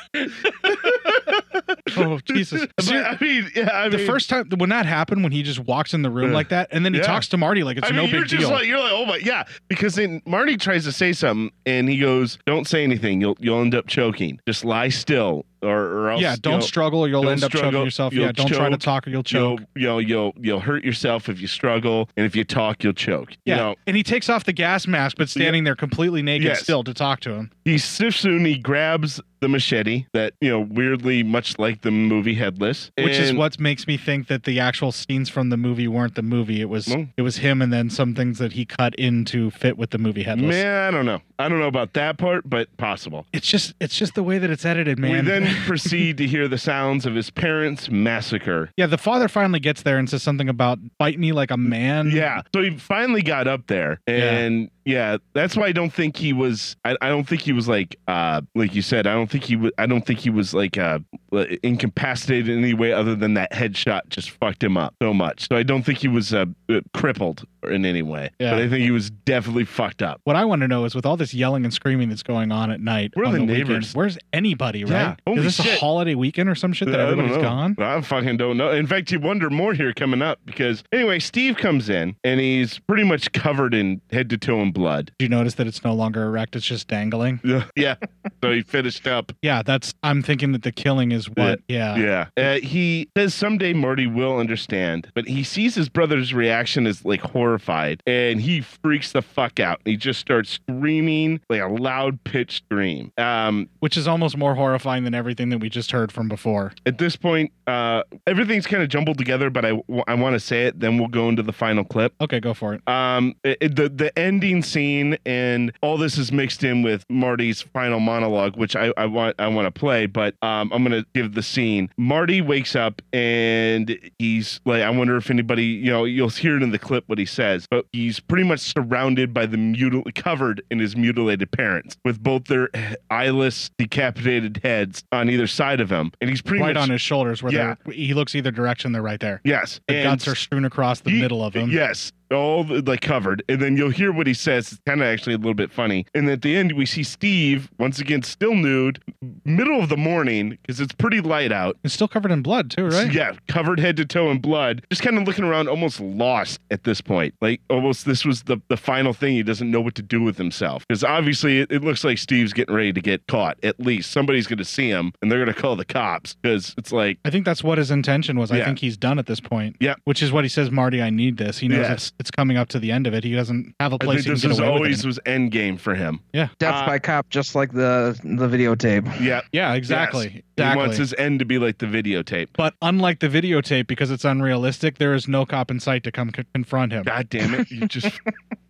oh Jesus!
[laughs] I mean, yeah, I
the
mean-
first time when that happened, when he just walks in the room like that, and then he
Yeah.
talks to Marty like it's
I mean,
no
you're
big
just
deal.
Like, you're like, oh my, yeah, because then Marty tries to say something, and he goes, "Don't say anything. You'll you'll end up choking. Just lie still, or, or else."
Yeah, don't
you'll-
struggle or you'll
don't
end up choking yourself. Yeah, don't try to talk or you'll choke.
You'll, you'll you'll you'll hurt yourself if you struggle, and if you talk, you'll choke.
yeah,
You know,
and he takes off the gas mask, but standing there completely naked
Yes.
still to talk to him.
he sniffs soon. He grabs the machete that you know, weirdly, much like the movie Headless,
Which is
and-
what makes me think that the actual scenes from the movie weren't the movie. It was it was him, and then some things that he cut in to fit with the movie headless.
Man, I don't know. I don't know about that part, but possible.
It's just it's just the way that it's edited, man.
We
[laughs]
then proceed to hear the sounds of his parents' massacre.
yeah, the father finally gets there and says something about "bite me like a man."
Yeah. So he finally got up there, and yeah, that's why I don't think he was. I, I don't think he was like, uh, like you said. I don't think he was. I don't think he was like uh, li- incapacitated in any way other than that headshot just fucked him up so much. So I don't think he was uh, uh, crippled in any way.
Yeah.
But I think he was definitely fucked up.
What I want to know is, with all this yelling and screaming that's going on at night,
Where are
on
the
weekend,
neighbors?
where's anybody? Right?
Yeah. Holy
is this
shit.
a holiday weekend or some shit that
I don't
everybody's
know.
gone?
I fucking don't know. In fact, you wonder more here coming up because anyway, Steve comes in and he's pretty much covered in head to toe in blood.
Do you notice that it's no longer erect? It's just dangling.
[laughs] Yeah. so he finished up.
Yeah, that's. I'm thinking that the killing is what. Yeah.
Yeah. Uh, he says someday Marty will understand, but he sees his brother's reaction as like horror horrified and he freaks the fuck out. He just starts screaming like a loud pitched scream. Um,
Which is almost more horrifying than everything that we just heard from before.
at this point, uh, everything's kind of jumbled together, but I, want to say it. Then we'll go into the final clip.
Okay, go for it.
Um, it- it- the the ending scene and all this is mixed in with Marty's final monologue, which I, I want I want to play, but um, I'm gonna give the scene. Marty wakes up and he's like, I wonder if anybody, you know, you'll hear it in the clip what he says, but he's pretty much surrounded by the mutil covered in his mutilated parents with both their eh, eyeless, decapitated heads on either side of him, and he's pretty
right
much
on his shoulders, where
Yeah.
they're he looks either direction. They're right there.
Yes,
the
and-
guts are strewn across the middle of him.
Yes, all the, like covered, and then you'll hear what he says. It's kind of actually a little bit funny. And at the end, we see Steve once again still nude, middle of the morning because it's pretty light out.
It's still covered in blood too, right?
Yeah, covered head to toe in blood. Just kind of looking around, almost lost at this point. Like almost this was the the final thing. He doesn't know what to do with himself because obviously it, it looks like Steve's getting ready to get caught. At least somebody's going to see him, and they're going to call the cops because it's like
I think that's what his intention was. I
Yeah.
think he's done at this point.
Yeah.
Which is what he says, Marty, I need this. He knows
Yes.
it's, it's coming up to the end of it. He doesn't have a
I think
place he can
this
get
is
away
always
with it.
was end game for him. Uh,
Yeah.
Death by cop, just like the the videotape.
Yeah.
Yeah, exactly.
Yes. He
Exactly.
wants his end to be like the videotape.
But unlike the videotape, because it's unrealistic, there is no cop in sight to come c- confront him.
God damn it! You just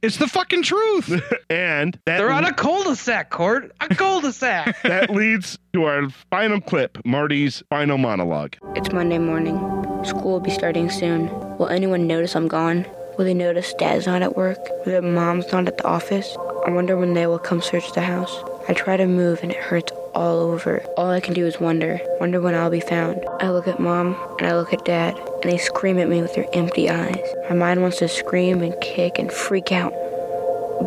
it's the fucking truth.
[laughs] and that
They're on a cul-de-sac, Court. A
[laughs]
cul-de-sac.
that leads to our final clip, Marty's final monologue.
It's Monday morning. School will be starting soon. Will anyone notice I'm gone? Will they notice Dad's not at work? Or that Mom's not at the office? I wonder when they will come search the house. I try to move and it hurts all over. All I can do is wonder. Wonder when I'll be found. I look at Mom and I look at Dad and they scream at me with their empty eyes. My mind wants to scream and kick and freak out,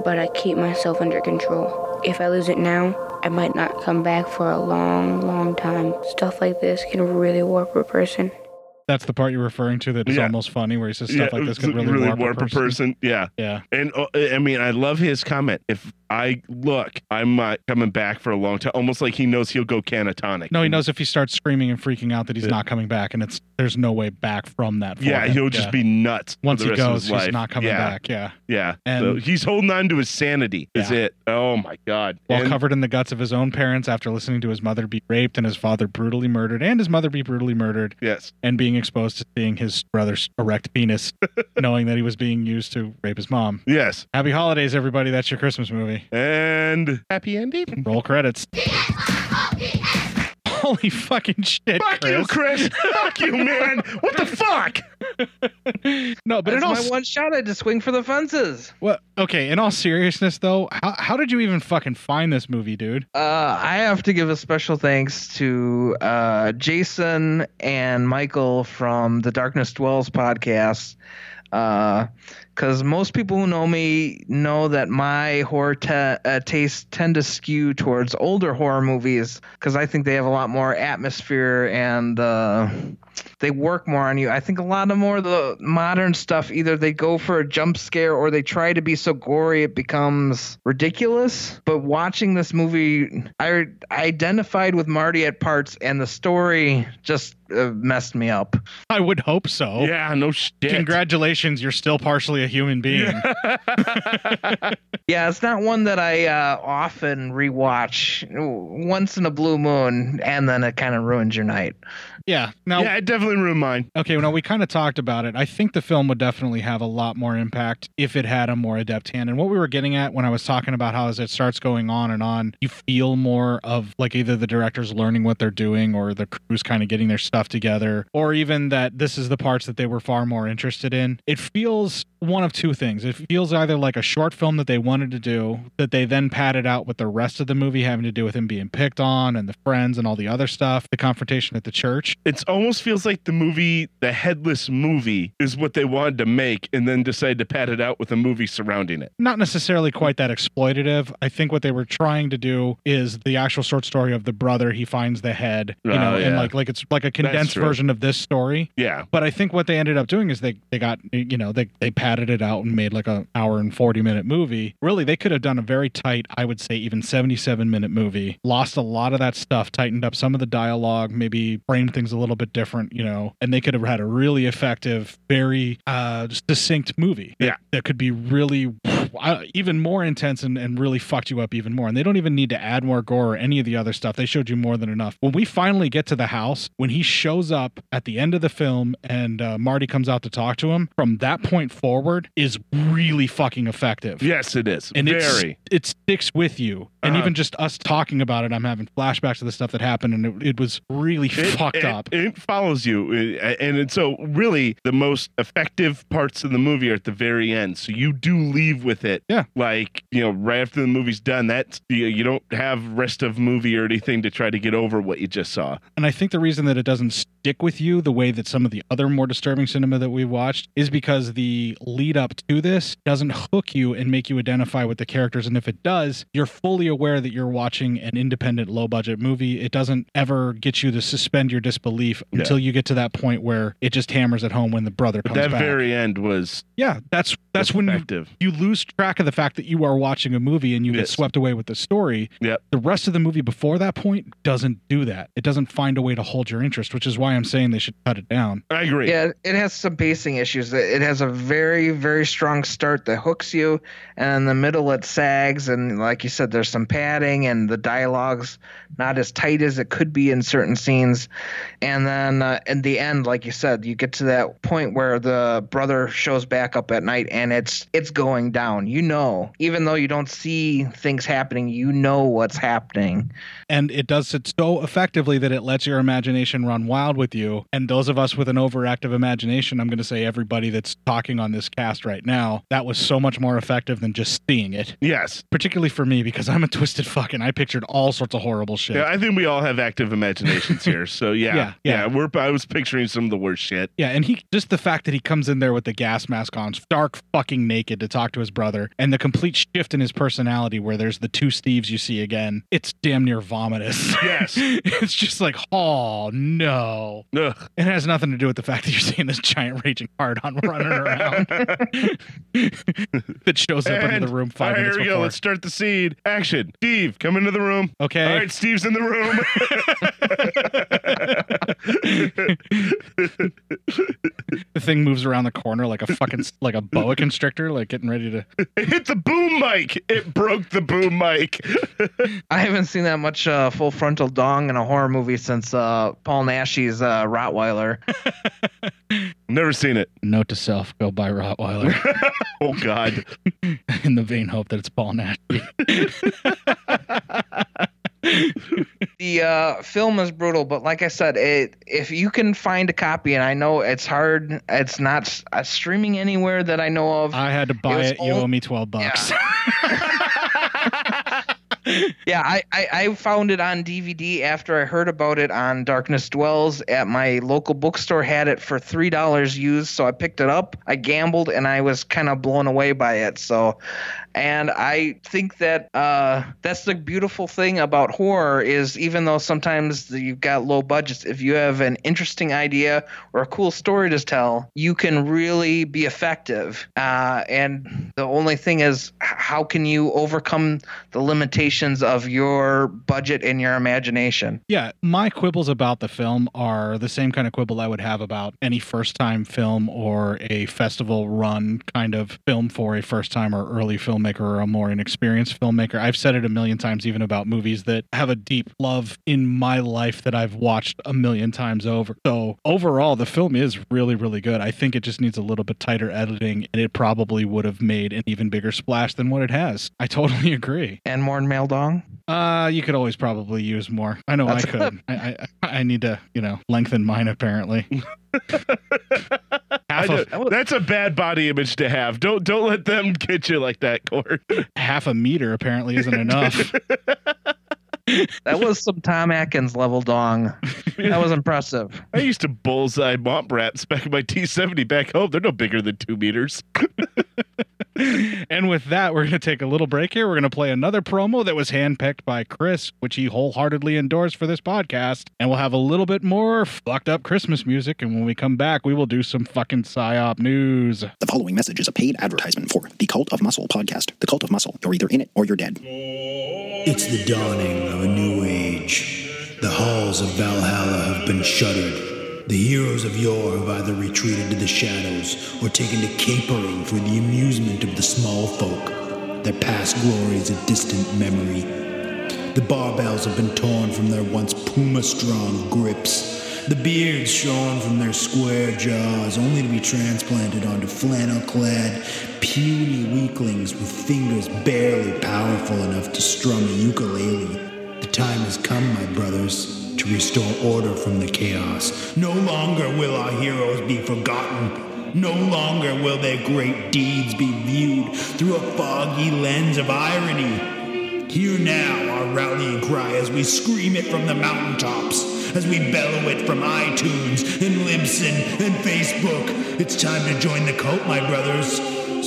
but I keep myself under control. If I lose it now, I might not come back for a long, long time. Stuff like this can really warp a person.
[laughs] That's the part you're referring to that is almost funny, where he says stuff like this
it's
could really, warp, a person.
Yeah.
Yeah.
And uh, I mean, I love his comment. If I look, I'm not coming back for a long time. Almost like he knows he'll go canatonic.
No, he knows if he starts screaming and freaking out that he's not coming back, and it's there's no way back from that. for
Yeah,
him.
he'll just
Yeah.
be nuts. for
Once
the
he
rest of
goes,
his
he's
life.
not coming
Yeah.
back. Yeah.
Yeah.
And-
so he's holding on to his sanity. Is
Yeah.
it? Oh my god.
While
And-
covered in the guts of his own parents after listening to his mother be raped and his father brutally murdered, and his mother be brutally murdered.
Yes.
And being exposed to seeing his brother's
[laughs]
erect penis, knowing that he was being used to rape his mom.
Yes.
Happy holidays, everybody. That's your Christmas movie.
And
happy ending. Roll credits. [laughs] Holy fucking shit.
Fuck you, Chris. [laughs]
[laughs]
Fuck you, man. What the [laughs] fuck?
No, but
That's
it all
my one shot. I had to swing for the fences.
Well, okay. In all seriousness, though, how, how did you even fucking find this movie, dude?
Uh, I have to give a special thanks to uh, Jason and Michael from the Darkness Dwells podcast. Because most people who know me know that my horror te- uh, tastes tend to skew towards older horror movies because I think they have a lot more atmosphere and uh, they work more on you. I think a lot of more of the modern stuff either they go for a jump scare or they try to be so gory it becomes ridiculous. But watching this movie, I I identified with Marty at parts, and the story just uh, messed me up.
I would hope so.
Yeah, no shit.
Congratulations, you're still partially a human being.
Yeah, it's not one that I uh, often rewatch. Once in a blue moon, and then it kind of ruins your night.
Yeah. Now,
yeah, it definitely ruined mine.
Okay, well, now we kind of talked about it. I think the film would definitely have a lot more impact if it had a more adept hand. And what we were getting at when I was talking about how as it starts going on and on, you feel more of like either the director's learning what they're doing or the crew's kind of getting their stuff together, or even that this is the parts that they were far more interested in. It feels one of two things. It feels either like a short film that they wanted to do that they then padded out with the rest of the movie having to do with him being picked on and the friends and all the other stuff, the confrontation at the church.
It almost feels like the movie, the headless movie, is what they wanted to make, and then decided to pad it out with a movie surrounding it.
not necessarily quite that exploitative. I think what they were trying to do is the actual short story of the brother. He finds the head, you
Oh,
know, and
yeah.
like like it's like a
That's
condensed
true.
version of this story.
Yeah.
But I think what they ended up doing is they they got you know they they padded padded it out and made like an hour and 40 minute movie. Really, they could have done a very tight, I would say even 77 minute movie, lost a lot of that stuff, tightened up some of the dialogue, maybe framed things a little bit different, you know, and they could have had a really effective, very uh, succinct movie. Yeah. That, that could be really uh, even more intense and, and really fucked you up even more. And they don't even need to add more gore or any of the other stuff. They showed you more than enough. When we finally get to the house, when he shows up at the end of the film and uh, Marty comes out to talk to him, from that point forward is really fucking effective.
Yes, it is.
And it's,
Very.
it sticks with you. And
Uh-huh.
even just us talking about it, I'm having flashbacks to the stuff that happened and it, it was really fucked
it,
up.
It follows you, uh, and it's so really the most effective parts of the movie are at the very end. So you do leave with it,
yeah.
Like you know, right after the movie's done, that's you, you don't have rest of movie or anything to try to get over what you just saw.
And I think the reason that it doesn't stick with you the way that some of the other more disturbing cinema that we've watched is because the lead up to this doesn't hook you and make you identify with the characters. And if it does, you're fully aware that you're watching an independent, low budget movie. It doesn't ever get you to suspend your disbelief
Yeah.
until you get to that point where it just hammers at home when the brother
But
comes
that
back.
very end was
yeah, that's that's when you,
Effective.
you lose track of the fact that you are watching a movie and you get
Yes.
swept away with the story.
Yep.
The rest of the movie before that point doesn't do that. It doesn't find a way to hold your interest, which is why I'm saying they should cut it down.
I agree.
Yeah, it has some pacing issues. It it has a very, very strong start that hooks you, and in the middle it sags. And like you said, there's some padding, and the dialogue's not as tight as it could be in certain scenes. And then uh, in the end, like you said, you get to that point where the brother shows back up at night, and it's it's going down. You know, even though you don't see things happening, you know what's happening.
And it does it so effectively that it lets your imagination run wild with you. And those of us with an overactive imagination, I'm going to say everybody that's talking on this cast right now, that was so much more effective than just seeing it.
Yes.
Particularly for me, because I'm a twisted fuck and I pictured all sorts of horrible shit.
Yeah, I think we all have active
[laughs]
imaginations here. So yeah,
Yeah, yeah.
We're I was picturing some of the worst shit.
Yeah, and he just the fact that he comes in there with the gas mask on, stark fucking naked to talk to his brother, and the complete shift in his personality where there's the two Steves you see again, it's damn near vomitous. [laughs]
Yes.
it's just like, oh no.
Ugh.
It has nothing to do with the fact that you're seeing this giant raging hard on running around
[laughs]
that shows up into
And-
the room five
all right,
minutes
here we
before.
go. Let's start the seed. Action. Steve, come into the room.
Okay.
All right, Steve's in the room.
The thing moves around the corner like a fucking like
[laughs]
a boa constrictor, like getting ready to
it hit the boom mic. It broke the boom
[laughs]
mic.
I haven't seen that much uh, full frontal dong in a horror movie since uh, Paul Nashi's uh,
[laughs]
Rottweiler.
Never seen it.
Note to self: Go buy Rottweiler.
[laughs] oh God!
[laughs] In the vain hope that it's Paul Nash.
the uh, film is brutal, but like I said, it if you can find a copy, and I know it's hard, it's not s- uh, streaming anywhere that I know of.
I had to buy
was
it. You
all-
owe me twelve bucks.
yeah, I, I, I found it on DVD after I heard about it on Darkness Dwells at my local bookstore. Had it for three dollars used, so I picked it up. I gambled, and I was kind of blown away by it. So, and I think that uh, that's the beautiful thing about horror is even though sometimes you've got low budgets, if you have an interesting idea or a cool story to tell, you can really be effective. Uh, and the only thing is, h- how can you overcome the limitations of your budget and your imagination?
Yeah, my quibbles about the film are the same kind of quibble I would have about any first time film or a festival run kind of film for a first time or early filmmaker or a more inexperienced filmmaker. I've said it a million times, even about movies that have a deep love in my life that I've watched a million times over. So overall, the film is really, really good. I think it just needs a little bit tighter editing and it probably would have made an even bigger splash than what it has. I totally [laughs] agree.
And more male dong?
Uh, you could always probably use more. I know
That's [laughs]
I could. I, I I need to, you know, lengthen mine apparently. [laughs]
I know- that's a bad body image to have. Don't don't let them [laughs] get you like that, Court.
Half a meter apparently isn't enough.
[laughs] That was some Tom Atkins level dong. That was impressive.
[laughs] I used to bullseye mop rats back in my T seventy back home. They're no bigger than two meters.
And with that, we're going to take a little break here. We're going to play another promo that was handpicked by Chris, which he wholeheartedly endorsed for this podcast. And we'll have a little bit more fucked up Christmas music. And when we come back, we will do some fucking PSYOP news. [laughs]
The following message is a paid advertisement for The Cult of Muscle podcast. The Cult of Muscle. You're either in it or you're dead.
It's the dawning of a new age. The halls of Valhalla have been shuttered. The heroes of yore have either retreated to the shadows or taken to capering for the amusement of the small folk. Their past glory is a distant memory. The barbells have been torn from their once puma strong grips. The beards shorn from their square jaws, only to be transplanted onto flannel clad, puny weaklings with fingers barely powerful enough to strum a ukulele. The time has come, my brothers, to restore order from the chaos. No longer will our heroes be forgotten. No longer will their great deeds be viewed through a foggy lens of irony. Hear now our rallying cry as we scream it from the mountaintops, as we bellow it from iTunes and Libsyn and Facebook. It's time to join the cult, my brothers.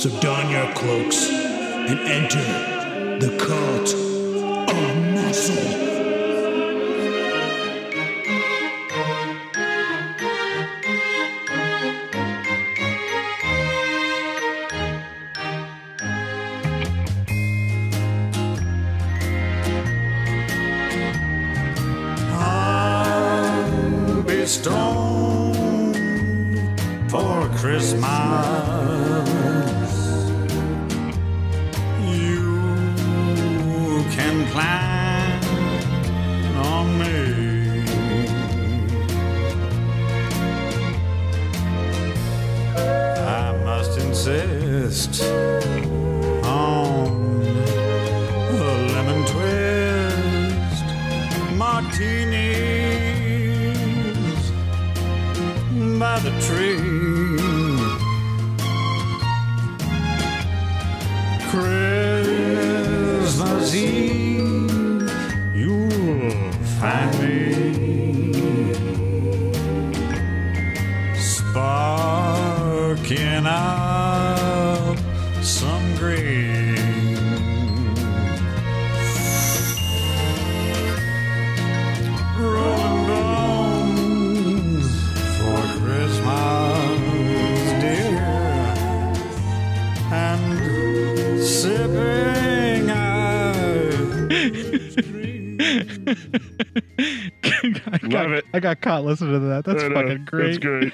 So don your cloaks and enter the cult of muscle.
I'll be stoned for Christmas. You can plan on me. I must insist on a lemon twist martinis by the tree. Christmas Eve, you'll find me sparking up some green. rolling bones for Christmas, dear, and sipping ice
Love it. I got caught listening to that. That's
I know.
fucking great.
That's great.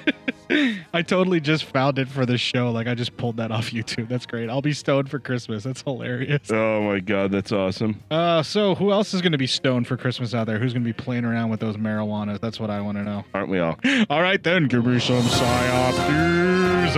[laughs] I totally just found it for the show. Like I just pulled that off [laughs] YouTube. That's great. I'll be stoned for Christmas. That's hilarious.
Oh my god, that's awesome.
Uh, so who else is going to be stoned for Christmas out there? Who's going to be playing around with those marijuanas? That's what I want to know.
Aren't we all?
All right, then, give me some psyop news.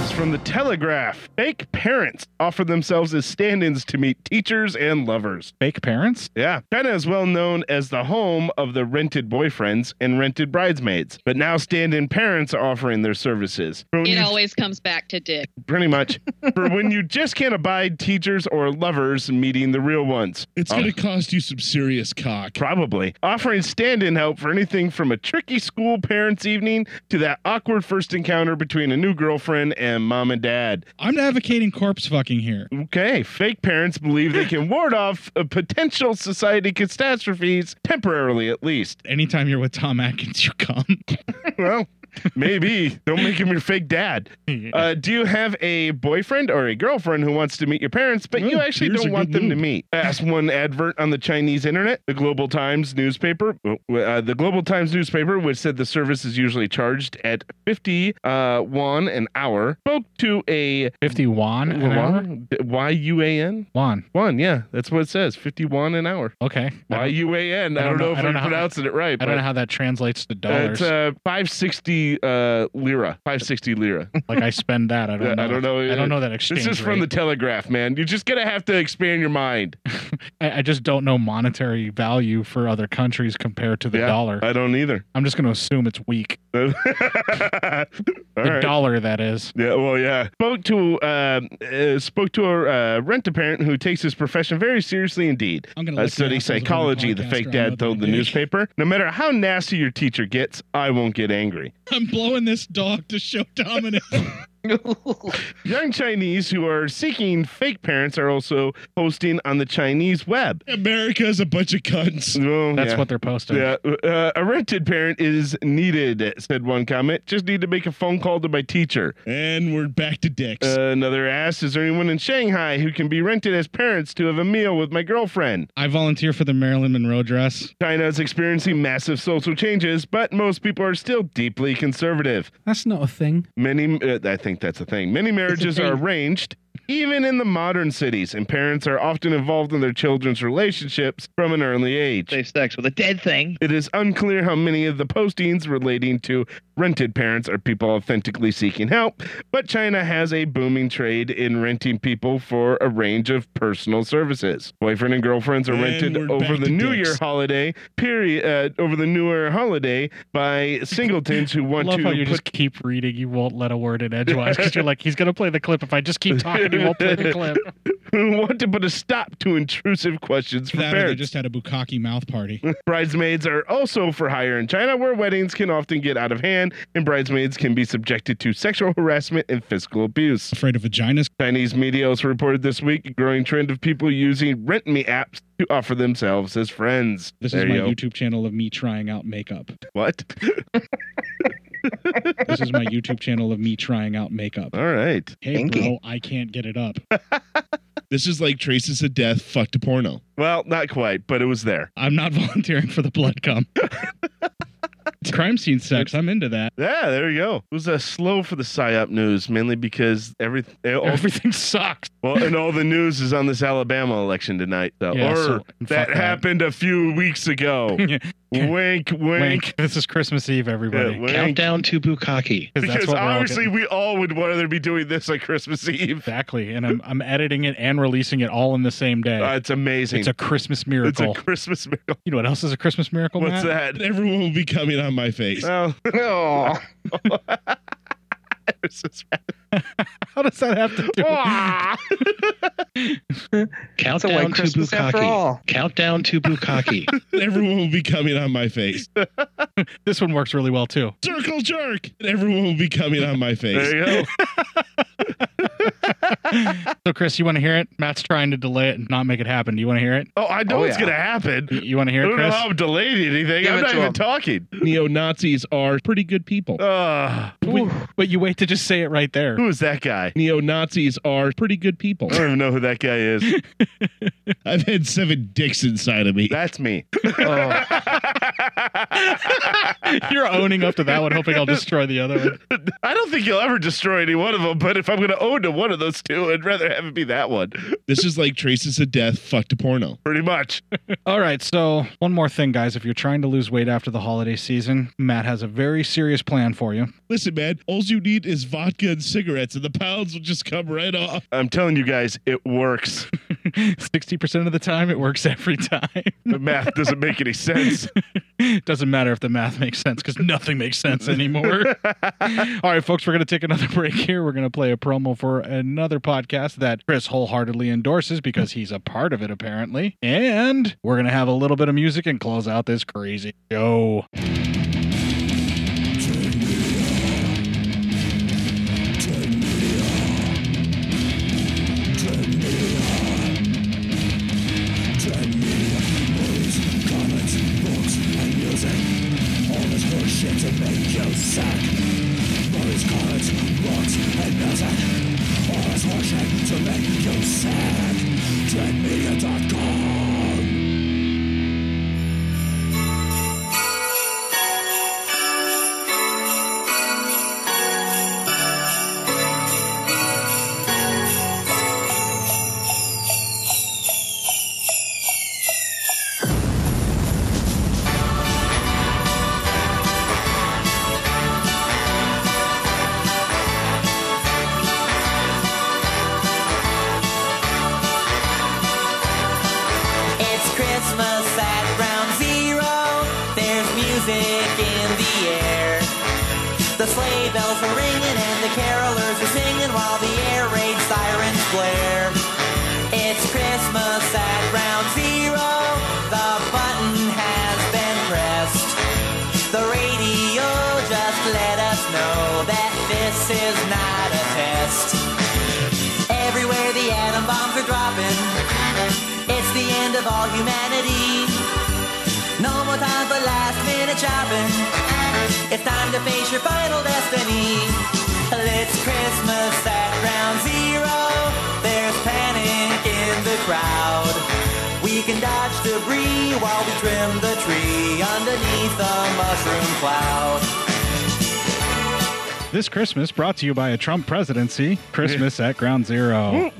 It's from the Telegraph. Fake parents offer themselves as stand ins to meet teachers and lovers.
Fake parents?
Yeah. China is well known as the home of the rented boyfriends and rented bridesmaids, but now stand in parents are offering their services. For when
It
you-
always comes back to dick.
pretty much. for when you just can't abide teachers or lovers meeting the real ones.
It's going to
Oh.
cost you some serious cock.
Probably. Offering stand in help for anything from a tricky school parents' evening to that awkward first encounter between a new girlfriend and mom and dad.
I'm advocating corpse fucking here.
Okay. Fake parents believe they can ward off uh, potential society catastrophes temporarily, at least.
Anytime you're with Tom Atkins, you come.
[laughs] well, maybe. Don't make him your fake
[laughs]
dad. Uh, do you have a boyfriend or a girlfriend who wants to meet your parents, but
Mm,
you actually
here's
don't
a
want
good
them to
move.
meet? Asked one advert on the Chinese internet, the Global Times newspaper. Uh, the Global Times newspaper, which said the service is usually charged at 50 uh, won an hour, spoke to a
50 won an hour?
Y U A N?
Won.
Won, yeah. That's what it says. 50 won an hour.
Okay.
Y U A N. I don't know if I'm
how-
pronouncing it right.
I don't
but-
know how that translates to dollars.
it's uh, 560 60 uh, lira, 560 lira.
[laughs] Like I spend that.
[laughs]
I don't know.
I don't know.
I don't know that exchange
This is from the
rate.
Telegraph, man. You're just gonna have to expand your mind.
I, I just don't know monetary value for other countries compared to the
Yeah,
dollar.
I don't either.
I'm just going to assume it's weak.
the right.
dollar, that is.
Yeah, well, yeah. Spoke to uh, uh, spoke to a uh, rent a parent who takes his profession very seriously indeed.
I'm gonna
uh,
look
study
your assholes up on the
psychology. The
podcast
fake
or I'm
dad told the newspaper, "No matter how nasty your teacher gets, I won't get angry."
[laughs] I'm blowing this dog to show
[laughs]
dominance.
Young Chinese who are seeking fake parents are also posting on the Chinese web.
America is a bunch of cunts.
That's what they're posting.
Oh, Yeah, uh, a rented parent is needed," said one comment. "Just need to make a phone call to my teacher."
And we're back to dicks.
Uh, another asked, "Is there anyone in Shanghai who can be rented as parents to have a meal with my girlfriend?"
I volunteer for the Marilyn Monroe dress.
China is experiencing massive social changes, but most people are still deeply conservative.
That's not a thing.
Many, uh, I think that's the thing. Many marriages are arranged, even in the modern cities, and parents are often involved in their children's relationships from an early age. They
sex with a dead thing.
It is unclear how many of the postings relating to rented parents are people authentically seeking help, but China has a booming trade in renting people for a range of personal services. Boyfriend and girlfriends are
And
rented
we're
over
back
the
to
New
dicks.
Year holiday period uh, over the New Year holiday by
[laughs]
singletons who
I
want
love
to
how you
put
just keep reading. You won't let a word in edgewise because you're like, he's going to play the clip. If I just keep talking, he won't play
[laughs]
the clip.
Who want to put a stop to intrusive questions for
That or they
parents.
just had a bukkake mouth party.
[laughs] Bridesmaids are also for hire in China, where weddings can often get out of hand and bridesmaids can be subjected to sexual harassment and physical abuse.
Afraid of vaginas?
Chinese media also reported this week a growing trend of people using rent me apps to offer themselves as friends.
This
is
is my YouTube channel of me trying out makeup.
What?
This
[laughs]
is my YouTube channel of me trying out makeup.
All right.
Hey,
Pinky.
bro, I can't get it up.
This is like traces of death fucked to porno.
Well, not quite, but it was there.
I'm not [laughs] volunteering for the blood
[laughs]
cum. It's crime scene sex. I'm into that.
Yeah, there you go. It was uh, slow for the PSYOP news, mainly because everything
everything sucks.
Well, and all the news is on this Alabama election tonight, though.
Yeah,
or
so- fuck
that
that.
happened a few weeks
[laughs]
ago.
Yeah.
[laughs] wink, wink.
Wink. This is Christmas Eve, everybody.
Yeah, wink.
Countdown to bukkake.
that's
Because
what we're all
obviously
getting.
we all would rather be doing this on Christmas [laughs] Eve.
Exactly. And I'm, I'm editing it and releasing it all in the same day.
Uh, it's amazing.
It's a Christmas miracle.
It's a Christmas [laughs] miracle.
you know what else is a Christmas miracle?
What's
Matt?
that?
Everyone will be coming on my face.
Oh. [laughs]
[laughs] How does that have to do? [laughs]
Countdown
white
to
Christmas after all.
bukkake. Countdown to bukkake.
[laughs] Everyone will be coming on my face.
[laughs] this one works really well too.
Circle jerk. Everyone will be coming
[laughs]
on my face.
There you go.
So, Chris, you want to hear it? Matt's trying to delay it and not make it happen. Do you want to hear it?
[laughs] Oh, I know it's gonna happen.
You, want to
I
hear it,
don't know
Chris?
how I'm delayed anything.
Give
I'm
it
not
to
even
him.
talking.
Neo Nazis are pretty good people.
Uh,
We- but you wait to just say it right there.
who is that guy?
Neo Nazis are pretty good people.
I don't even know who that guy is.
[laughs] I've had seven dicks inside of me. Oh.
That's
[laughs]
me.
[laughs] You're owning up to that one, hoping I'll destroy the other
[laughs]
one.
[laughs] I don't think you'll ever destroy any one of them, but if I'm going to own to one of those two, I'd rather have it be that one.
This is like traces of death fucked to porno.
Pretty much.
All right, so one more thing, guys. If you're trying to lose weight after the holiday season, Matt has a very serious plan for you. [laughs]
Listen, man, all you need is vodka and cigarettes, and the pounds will just come right off.
I'm telling you guys, it
[laughs]
works.
60% of the time, it works every time.
The math doesn't make
[laughs]
any sense.
Doesn't matter if the math makes sense because nothing makes
[laughs]
sense anymore. All right, folks, we're going to take another [laughs] break here. We're going to play a promo for another podcast that Chris wholeheartedly endorses because he's a part of it, apparently. And we're going to have a little bit of music and close out this crazy show.
Treadmedia.com
Treadmedia.com.
music in the air. The sleigh bells were ringing and the carolers were singing while the air raid sirens blare. It's Christmas at round zero. The button has been pressed. The radio just let us know that this is not a test. Everywhere the atom bombs are dropping. It's the end of all humanity. No more time for last minute shopping. It's time to face your final destiny. It's Christmas at ground zero. There's panic in the crowd. We can dodge debris while we trim the tree underneath the mushroom cloud.
This Christmas brought to you by a Trump presidency. Christmas at Ground Zero.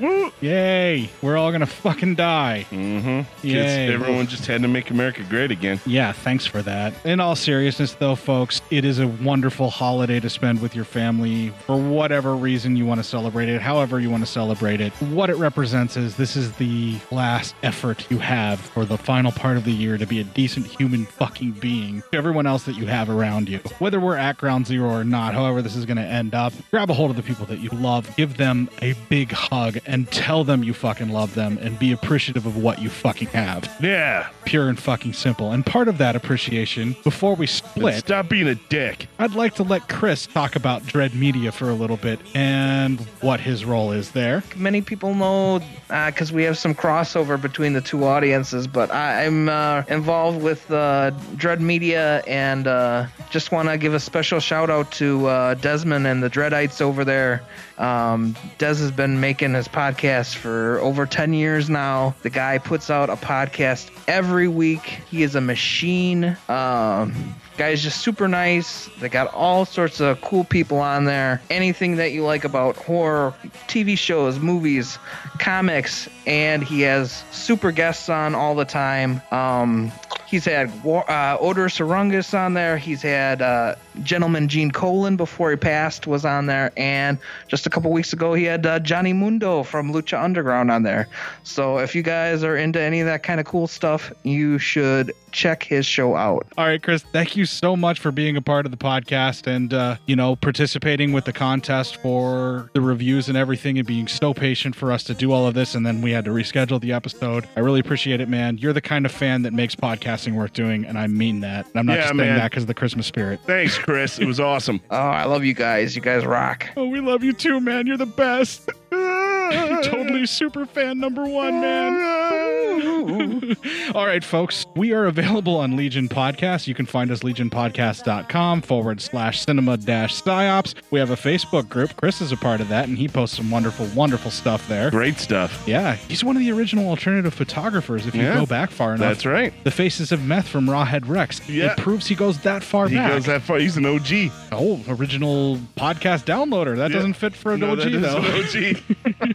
Yay! We're all gonna fucking die.
Mm-hmm.
Yay.
everyone just had to make America great again.
Yeah, thanks for that. In all seriousness, though, folks, it is a wonderful holiday to spend with your family for whatever reason you want to celebrate it, however you want to celebrate it. What it represents is this is the last effort you have for the final part of the year to be a decent human fucking being to everyone else that you have around you. Whether we're at ground zero or not, however, this is going to end up, grab a hold of the people that you love, give them a big hug, and tell them you fucking love them and be appreciative of what you fucking have.
Yeah.
Pure and fucking simple. And part of that appreciation, before we split.
Stop being a dick.
I'd like to let Chris talk about Dread Media for a little bit and what his role is there.
Many people know because we have some crossover between the two audiences, but I, I'm uh, involved with uh, Dread Media and uh, just want to give a special shout out to uh, Desmond and the Dreadites over there. Um, Des has been making his podcast for over 10 years now. The guy puts out a podcast every week, he is a machine. Um, Guy's just super nice. They got all sorts of cool people on there. Anything that you like about horror, TV shows, movies, comics, and he has super guests on all the time. Um, he's had Wa- uh, Odor Sarungus on there. He's had uh, Gentleman Gene Colan before he passed was on there, and just a couple weeks ago he had uh, Johnny Mundo from Lucha Underground on there. So if you guys are into any of that kind of cool stuff, you should check his show out.
All right, Chris, thank you so much for being a part of the podcast and, uh, you know, participating with the contest for the reviews and everything and being so patient for us to do all of this. And then we had to reschedule the episode. I really appreciate it, man. You're the kind of fan that makes podcasting worth doing. And I mean that. And I'm not
Yeah,
just saying
man.
that because of the Christmas spirit.
Thanks, Chris. It was awesome.
[laughs] Oh, I love you guys. You guys rock.
Oh, we love you too, man. You're the best. [laughs] totally super fan number one, man. All right, folks. We are available on Legion Podcast. You can find us legionpodcast.com forward slash cinema dash psyops. We have a Facebook group. Chris is a part of that, and he posts some wonderful, wonderful stuff
[laughs]
there.
Great stuff.
Yeah, he's one of the original alternative photographers. If you
Yeah.
go back far enough,
That's right.
The faces of meth from Rawhead Rex.
Yeah.
It proves he goes that far
He
back.
goes that far. He's an OG.
Oh, original podcast downloader. That doesn't fit for an
No,
OG
that is an
though. [laughs]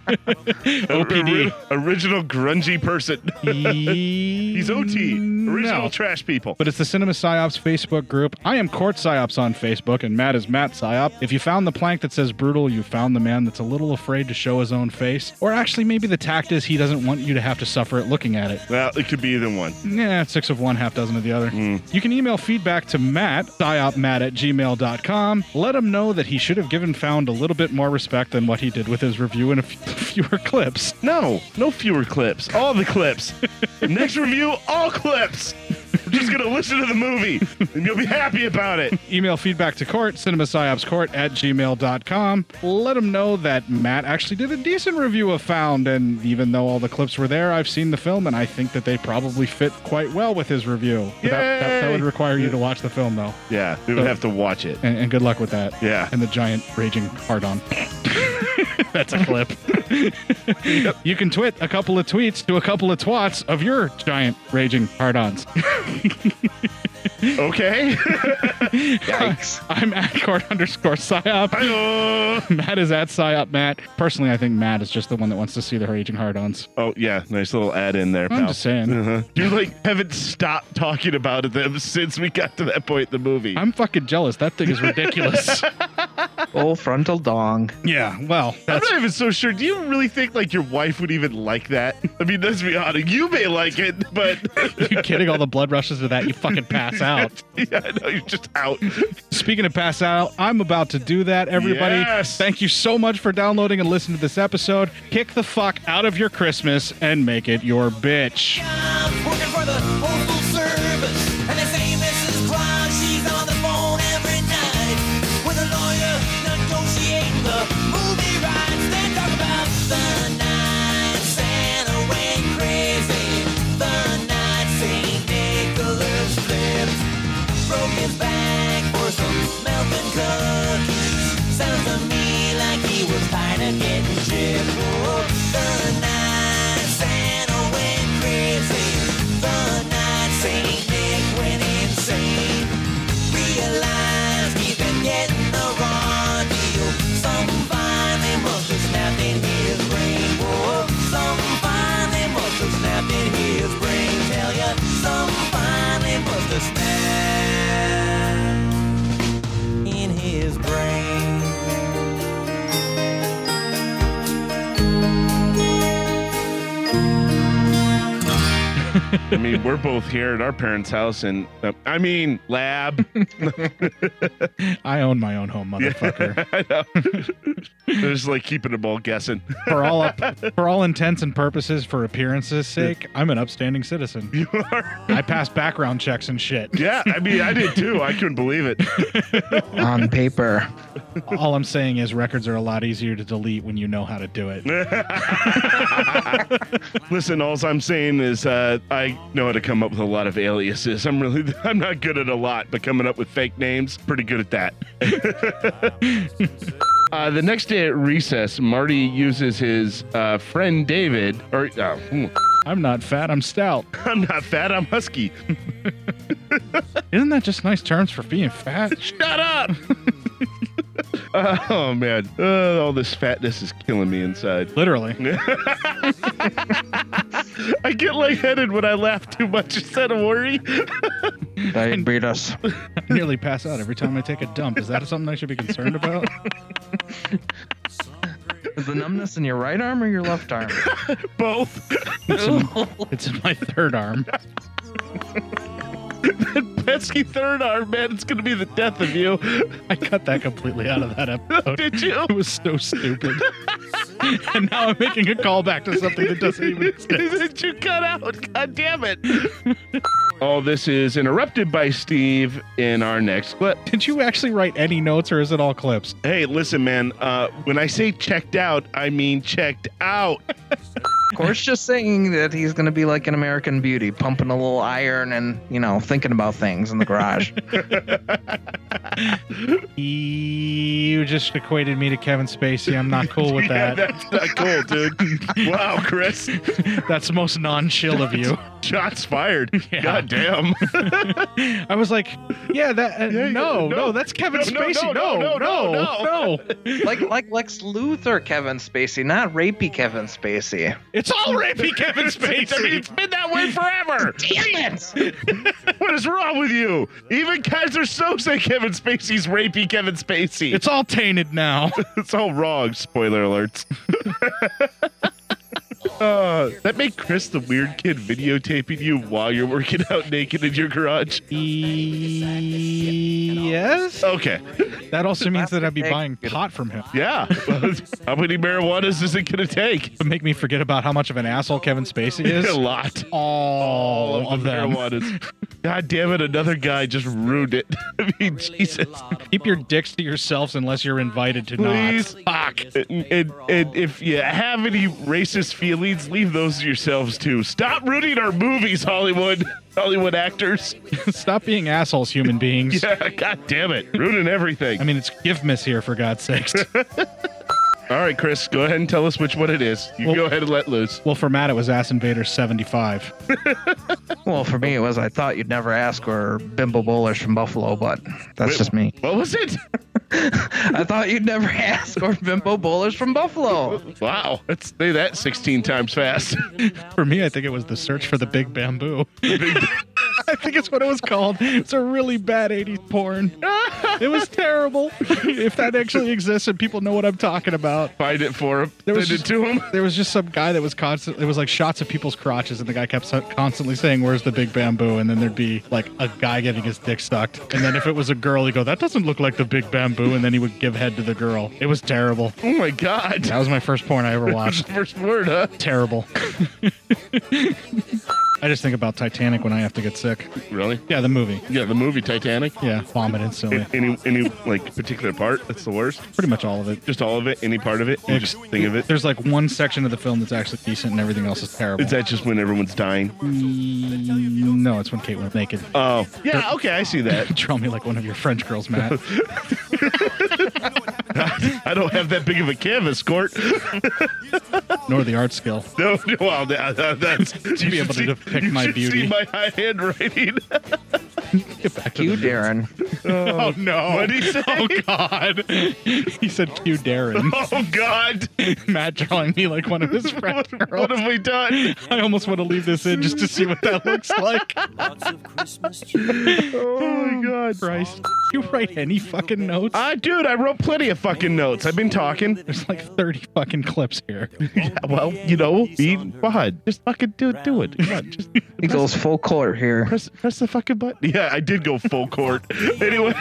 [laughs] OG. OPD. original grungy person. He's OT. Original
no.
trash people.
But it's the Cinema Psyops Facebook group. I am Court Psyops on Facebook, and Matt is Matt Psyop. If you found the plank that says brutal, you found the man that's a little afraid to show his own face. Or actually, maybe the tact is he doesn't want you to have to suffer it looking at it.
Well, it could be either one.
Yeah, six of one, half dozen of the other.
Hmm.
You can email feedback to Matt, psyopmatt at gmail.com. Let him know that he should have given Found a little bit more respect than what he did with his review in a few, [laughs] fewer clips.
No, no fewer clips. All the
[laughs]
clips. Next review, all clips. We're just going to listen to the movie, and you'll be happy about it.
Email feedback to court, cinemasciopscourt at gmail.com. Let him know that Matt actually did a decent review of Found, and even though all the clips were there, I've seen the film, and I think that they probably fit quite well with his review. But That, that, that
Yay!
would require you to watch the film, though.
Yeah, we would
So-
have to watch it.
Uh, And, and good luck with that.
Yeah.
And the giant raging hard on. [laughs] That's a clip. [laughs] You can twit a couple of tweets to a couple of twats of your giant raging hard [laughs] ons. [laughs]
okay.
I'm at court underscore psyop. [laughs] Matt is at psyop Matt. Personally, I think Matt is just the one that wants to see the raging hard ons.
Oh yeah, nice little ad in there.
I'm
Pal.
just saying.
Uh-huh. You like haven't stopped talking about it them since we got to that point in the movie. [laughs]
I'm fucking jealous. That thing is ridiculous.
Full frontal dong.
Yeah, well,
I'm not even so sure. Do you really think like your wife would even like that? I mean, let's be honest. You may like it, but
[laughs] you kidding? All the blood rushes to that, you fucking pass out.
[laughs] yeah, I know you're just out.
Speaking of pass out, I'm about to do that, everybody.
Yes.
Thank you so much for downloading and listening to this episode. Kick the fuck out of your Christmas and make it your bitch. [laughs]
working for the postal service. And they say Mrs. Claus, she's on the phone every night with a lawyer negotiating the movie rights. They talk about the night Santa went crazy, the night Saint Nicholas flipped, broke his back for some melting cookies. Sounds to me like he was tired of getting chipped. Oh, the night Santa went crazy. The night Saint Nick went insane. Realized he's been getting the raw deal. Some finally must have snapped in his brain. Whoa, some finally must have snapped in his brain. Tell ya, some finally must have snapped in his brain.
I mean, we're both here at our parents' house, and uh, I mean, lab.
I own my own home, [laughs] motherfucker.
[laughs] I know. [laughs] They're just like keeping them all guessing.
for all up, for all intents and purposes, for appearances' sake, I'm an upstanding citizen.
You are.
I pass background checks and shit.
Yeah, I mean, I did too. I couldn't believe it.
[laughs] On paper.
All I'm saying is records are a lot easier to delete when you know how to do it.
[laughs] Listen, all I'm saying is uh, I know how to come up with a lot of aliases. I'm really, [laughs] I'm not good at a lot, but coming up with fake names, pretty good at that. [laughs] Uh, the next day at recess, Marty uses his uh, friend David, or oh, hmm. [laughs]
I'm not fat, I'm stout.
I'm not fat, I'm husky.
[laughs] Isn't that just nice terms for being fat?
[laughs] Shut up! oh man, Uh, all this fatness is killing me inside.
Literally.
[laughs] I get lightheaded when I laugh too much. Is that a worry?
Diabetes.
I [laughs] nearly pass out every time I take a dump. Is that something I should be concerned
[laughs]
about?
Is the numbness in your right arm or your left arm?
[laughs] Both.
It's in, it's in my third arm.
that [laughs] pesky third arm, man, it's gonna be the death of you.
I cut that completely
[laughs]
out of that episode.
Did you?
It was so stupid. [laughs] and now I'm making a callback to something that
[laughs]
doesn't even exist.
Did you cut out? God damn it. All this is interrupted by Steve in our next clip.
Did you actually write any notes or is it all clips?
Hey, listen, man. Uh, when I say checked out, I mean checked out.
Of course, just saying that he's going to be like an American beauty, pumping a little iron and, you know, thinking about things in the garage.
[laughs] You just equated me to Kevin Spacey. I'm not cool [laughs] with
[laughs] yeah,
that.
that's not cool, dude. wow, Chris.
[laughs] That's the most non chill of you.
Shots
[laughs]
fired. God damn.
I was like, yeah, that. Uh,
Yeah,
no,
no.
no, that's Kevin
No, no,
Spacey. No, no, no, no,
like like Lex Luthor Kevin Spacey, not rapey Kevin Spacey.
It's all rapey [laughs] Kevin Spacey.
I mean, [laughs] it's been that way forever.
Damn it!
[laughs] What is wrong with you? Even Kaiser Soze Kevin Spacey's rapey Kevin Spacey.
It's all tainted now.
[laughs] It's all wrong. Spoiler alerts. uh, that made Chris the weird kid videotaping you while you're working out naked in your garage.
[laughs] yes.
Okay.
That also means that I'd be buying pot from him
Yeah. [laughs] How many marijuanas is it going to take?
to make me forget about how much of an asshole Kevin Spacey
[laughs] A
is.
lot.
All,
All
of
of the
them. [laughs]
marijuanas. God damn it. Another guy just ruined it. [laughs] I mean, Jesus.
Keep your dicks to yourselves unless you're invited to
Please,
not.
fuck. And, and, and if you have any racist feelings, leave those to yourselves too. Stop ruining our movies, Hollywood. [laughs] Hollywood actors.
[laughs] Stop being assholes, human
[laughs]
beings.
Yeah, God damn it. Ruining everything.
I mean, it's give miss here for God's
[laughs]
sakes.
All right, Chris, go ahead and tell us which one it is. You
Well-
go ahead and let loose.
well, for Matt, it was Ass Invader 75.
Well, for me it was I thought you'd never ask or Bimbo Bowlers from Buffalo, but that's
Wait.
just me.
What was it?
[laughs] I thought Uh, you'd never [laughs] ask or Bimbo Bowlers from Buffalo.
Wow. Let's say that 16 times fast.
For me, [laughs] I think it was the search for the big bamboo. I I think it's what it was called. It's a really bad 80s porn. It was terrible. [laughs] if that actually exists and people know what I'm talking about.
Find it for him. Send
[laughs]
it to him.
There was just some guy that was constant. It was like shots of people's crotches, and the guy kept so- constantly saying, "Where's the big bamboo?" And then there'd be like a guy getting his dick sucked, and then if it was a girl, he'd go, "That doesn't look like the big bamboo," and then he would give head to the girl. It was terrible.
Oh my god.
That was my first porn I ever
[laughs]
watched.
First word, huh?
Terrible. I just think about Titanic when I have to get sick.
Really?
Yeah, the movie.
Yeah, the movie Titanic.
Yeah, vomit instantly.
Any any like particular part that's the worst?
Pretty much all of it.
Just all of it. Any part of it. You just think of it.
There's like one section of the film that's actually decent, and everything else is terrible.
Is that just when everyone's dying?
Mm, no, it's when Kate went naked.
Oh, yeah. Okay, I see that.
[laughs] Draw me like one of your French
[laughs]
girls, Matt.
I don't have that big of a canvas, Court.
[laughs] Nor the art skill.
No, no, well, that, that- that's
[laughs] To be able to depict
you
my
should
beauty.
See my high handwriting.
you, Darren.
[laughs] Oh, no! What did he say?
[laughs] Oh God! [laughs] he said Q Darren.
[laughs] Oh God!
[laughs] Matt drawing me like one of
[laughs]
his friends.
What have we done?
I almost want to leave this in just to see what
[laughs]
that looks like.
oh my God,
Christ! You write any fucking notes?
Ah, dude, I wrote plenty of fucking notes. I've been talking.
There's like 30 fucking clips here.
well, you know, be fun. Just fucking do it. Do it. Come on, just
He goes full court here.
press press the fucking button. Yeah, I did go full [laughs] court. anyway,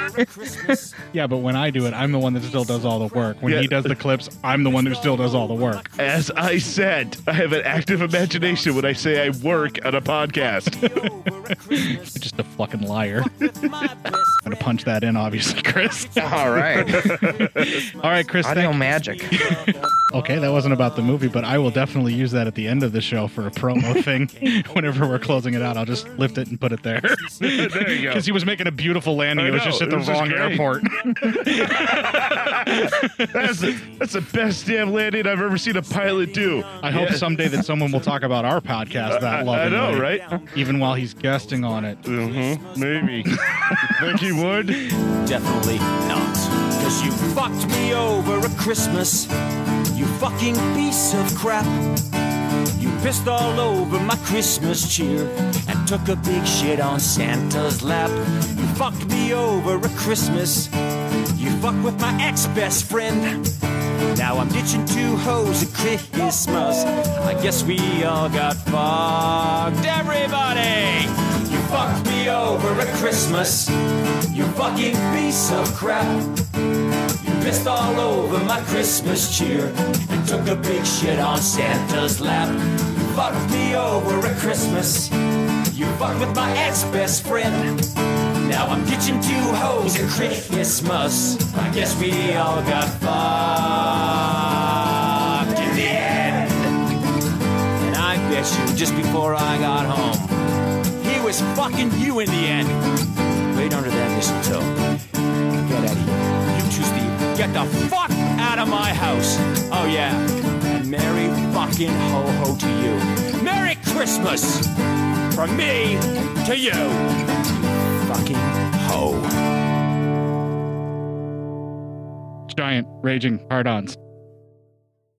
Yeah, but when I do it, I'm the one that still does all the work. When
Yeah.
he does the clips, I'm the one who still does all the work.
as I said, I have an active imagination when I say I work on a podcast. [laughs]
You're just a fucking liar. I'm [laughs] gonna punch that in, obviously, [laughs] Chris.
All right.
all right, Chris.
Audio
thank-
magic.
Okay, that wasn't about the movie, but I will definitely use that at the end of the show for a promo thing. [laughs] Whenever we're closing it out, I'll just lift it and put it there.
[laughs] [laughs] there you
[laughs]
go.
Because he was making a beautiful landing,
I
it was
know,
just at
it
the
was just
wrong
great.
airport.
That's the, that's the best damn landing I've ever seen a pilot do.
I hope
Yeah.
someday
[laughs]
that someone will talk about our podcast
I- I
that lovingly.
know, right?
Even while he's guesting on it.
Mm-hmm.
[laughs]
Maybe. Think he would?
Definitely not. Cause you fucked me over at Christmas. You fucking piece of crap. You pissed all over my Christmas cheer and took a big shit on Santa's lap. You fucked me over at Christmas. You fucked with my ex best friend. Now I'm ditching two hoes at Christmas. I guess we all got fucked. Everybody! You fucked me over at Christmas. You fucking piece of crap. You pissed all over my Christmas cheer and took a big shit on Santa's lap. You fucked me over at Christmas. You fucked with my ex best friend. Now I'm ditching two hoes at Christmas. I guess we all got fucked in the end. And I bet you just before I got home, he was fucking you in the end. Right under that mistletoe. Get out of here. You two, Steve. Get the fuck out of my house. Oh, yeah. And merry fucking ho ho to you. Merry Christmas from me to you. Fucking ho.
Giant raging hard ons.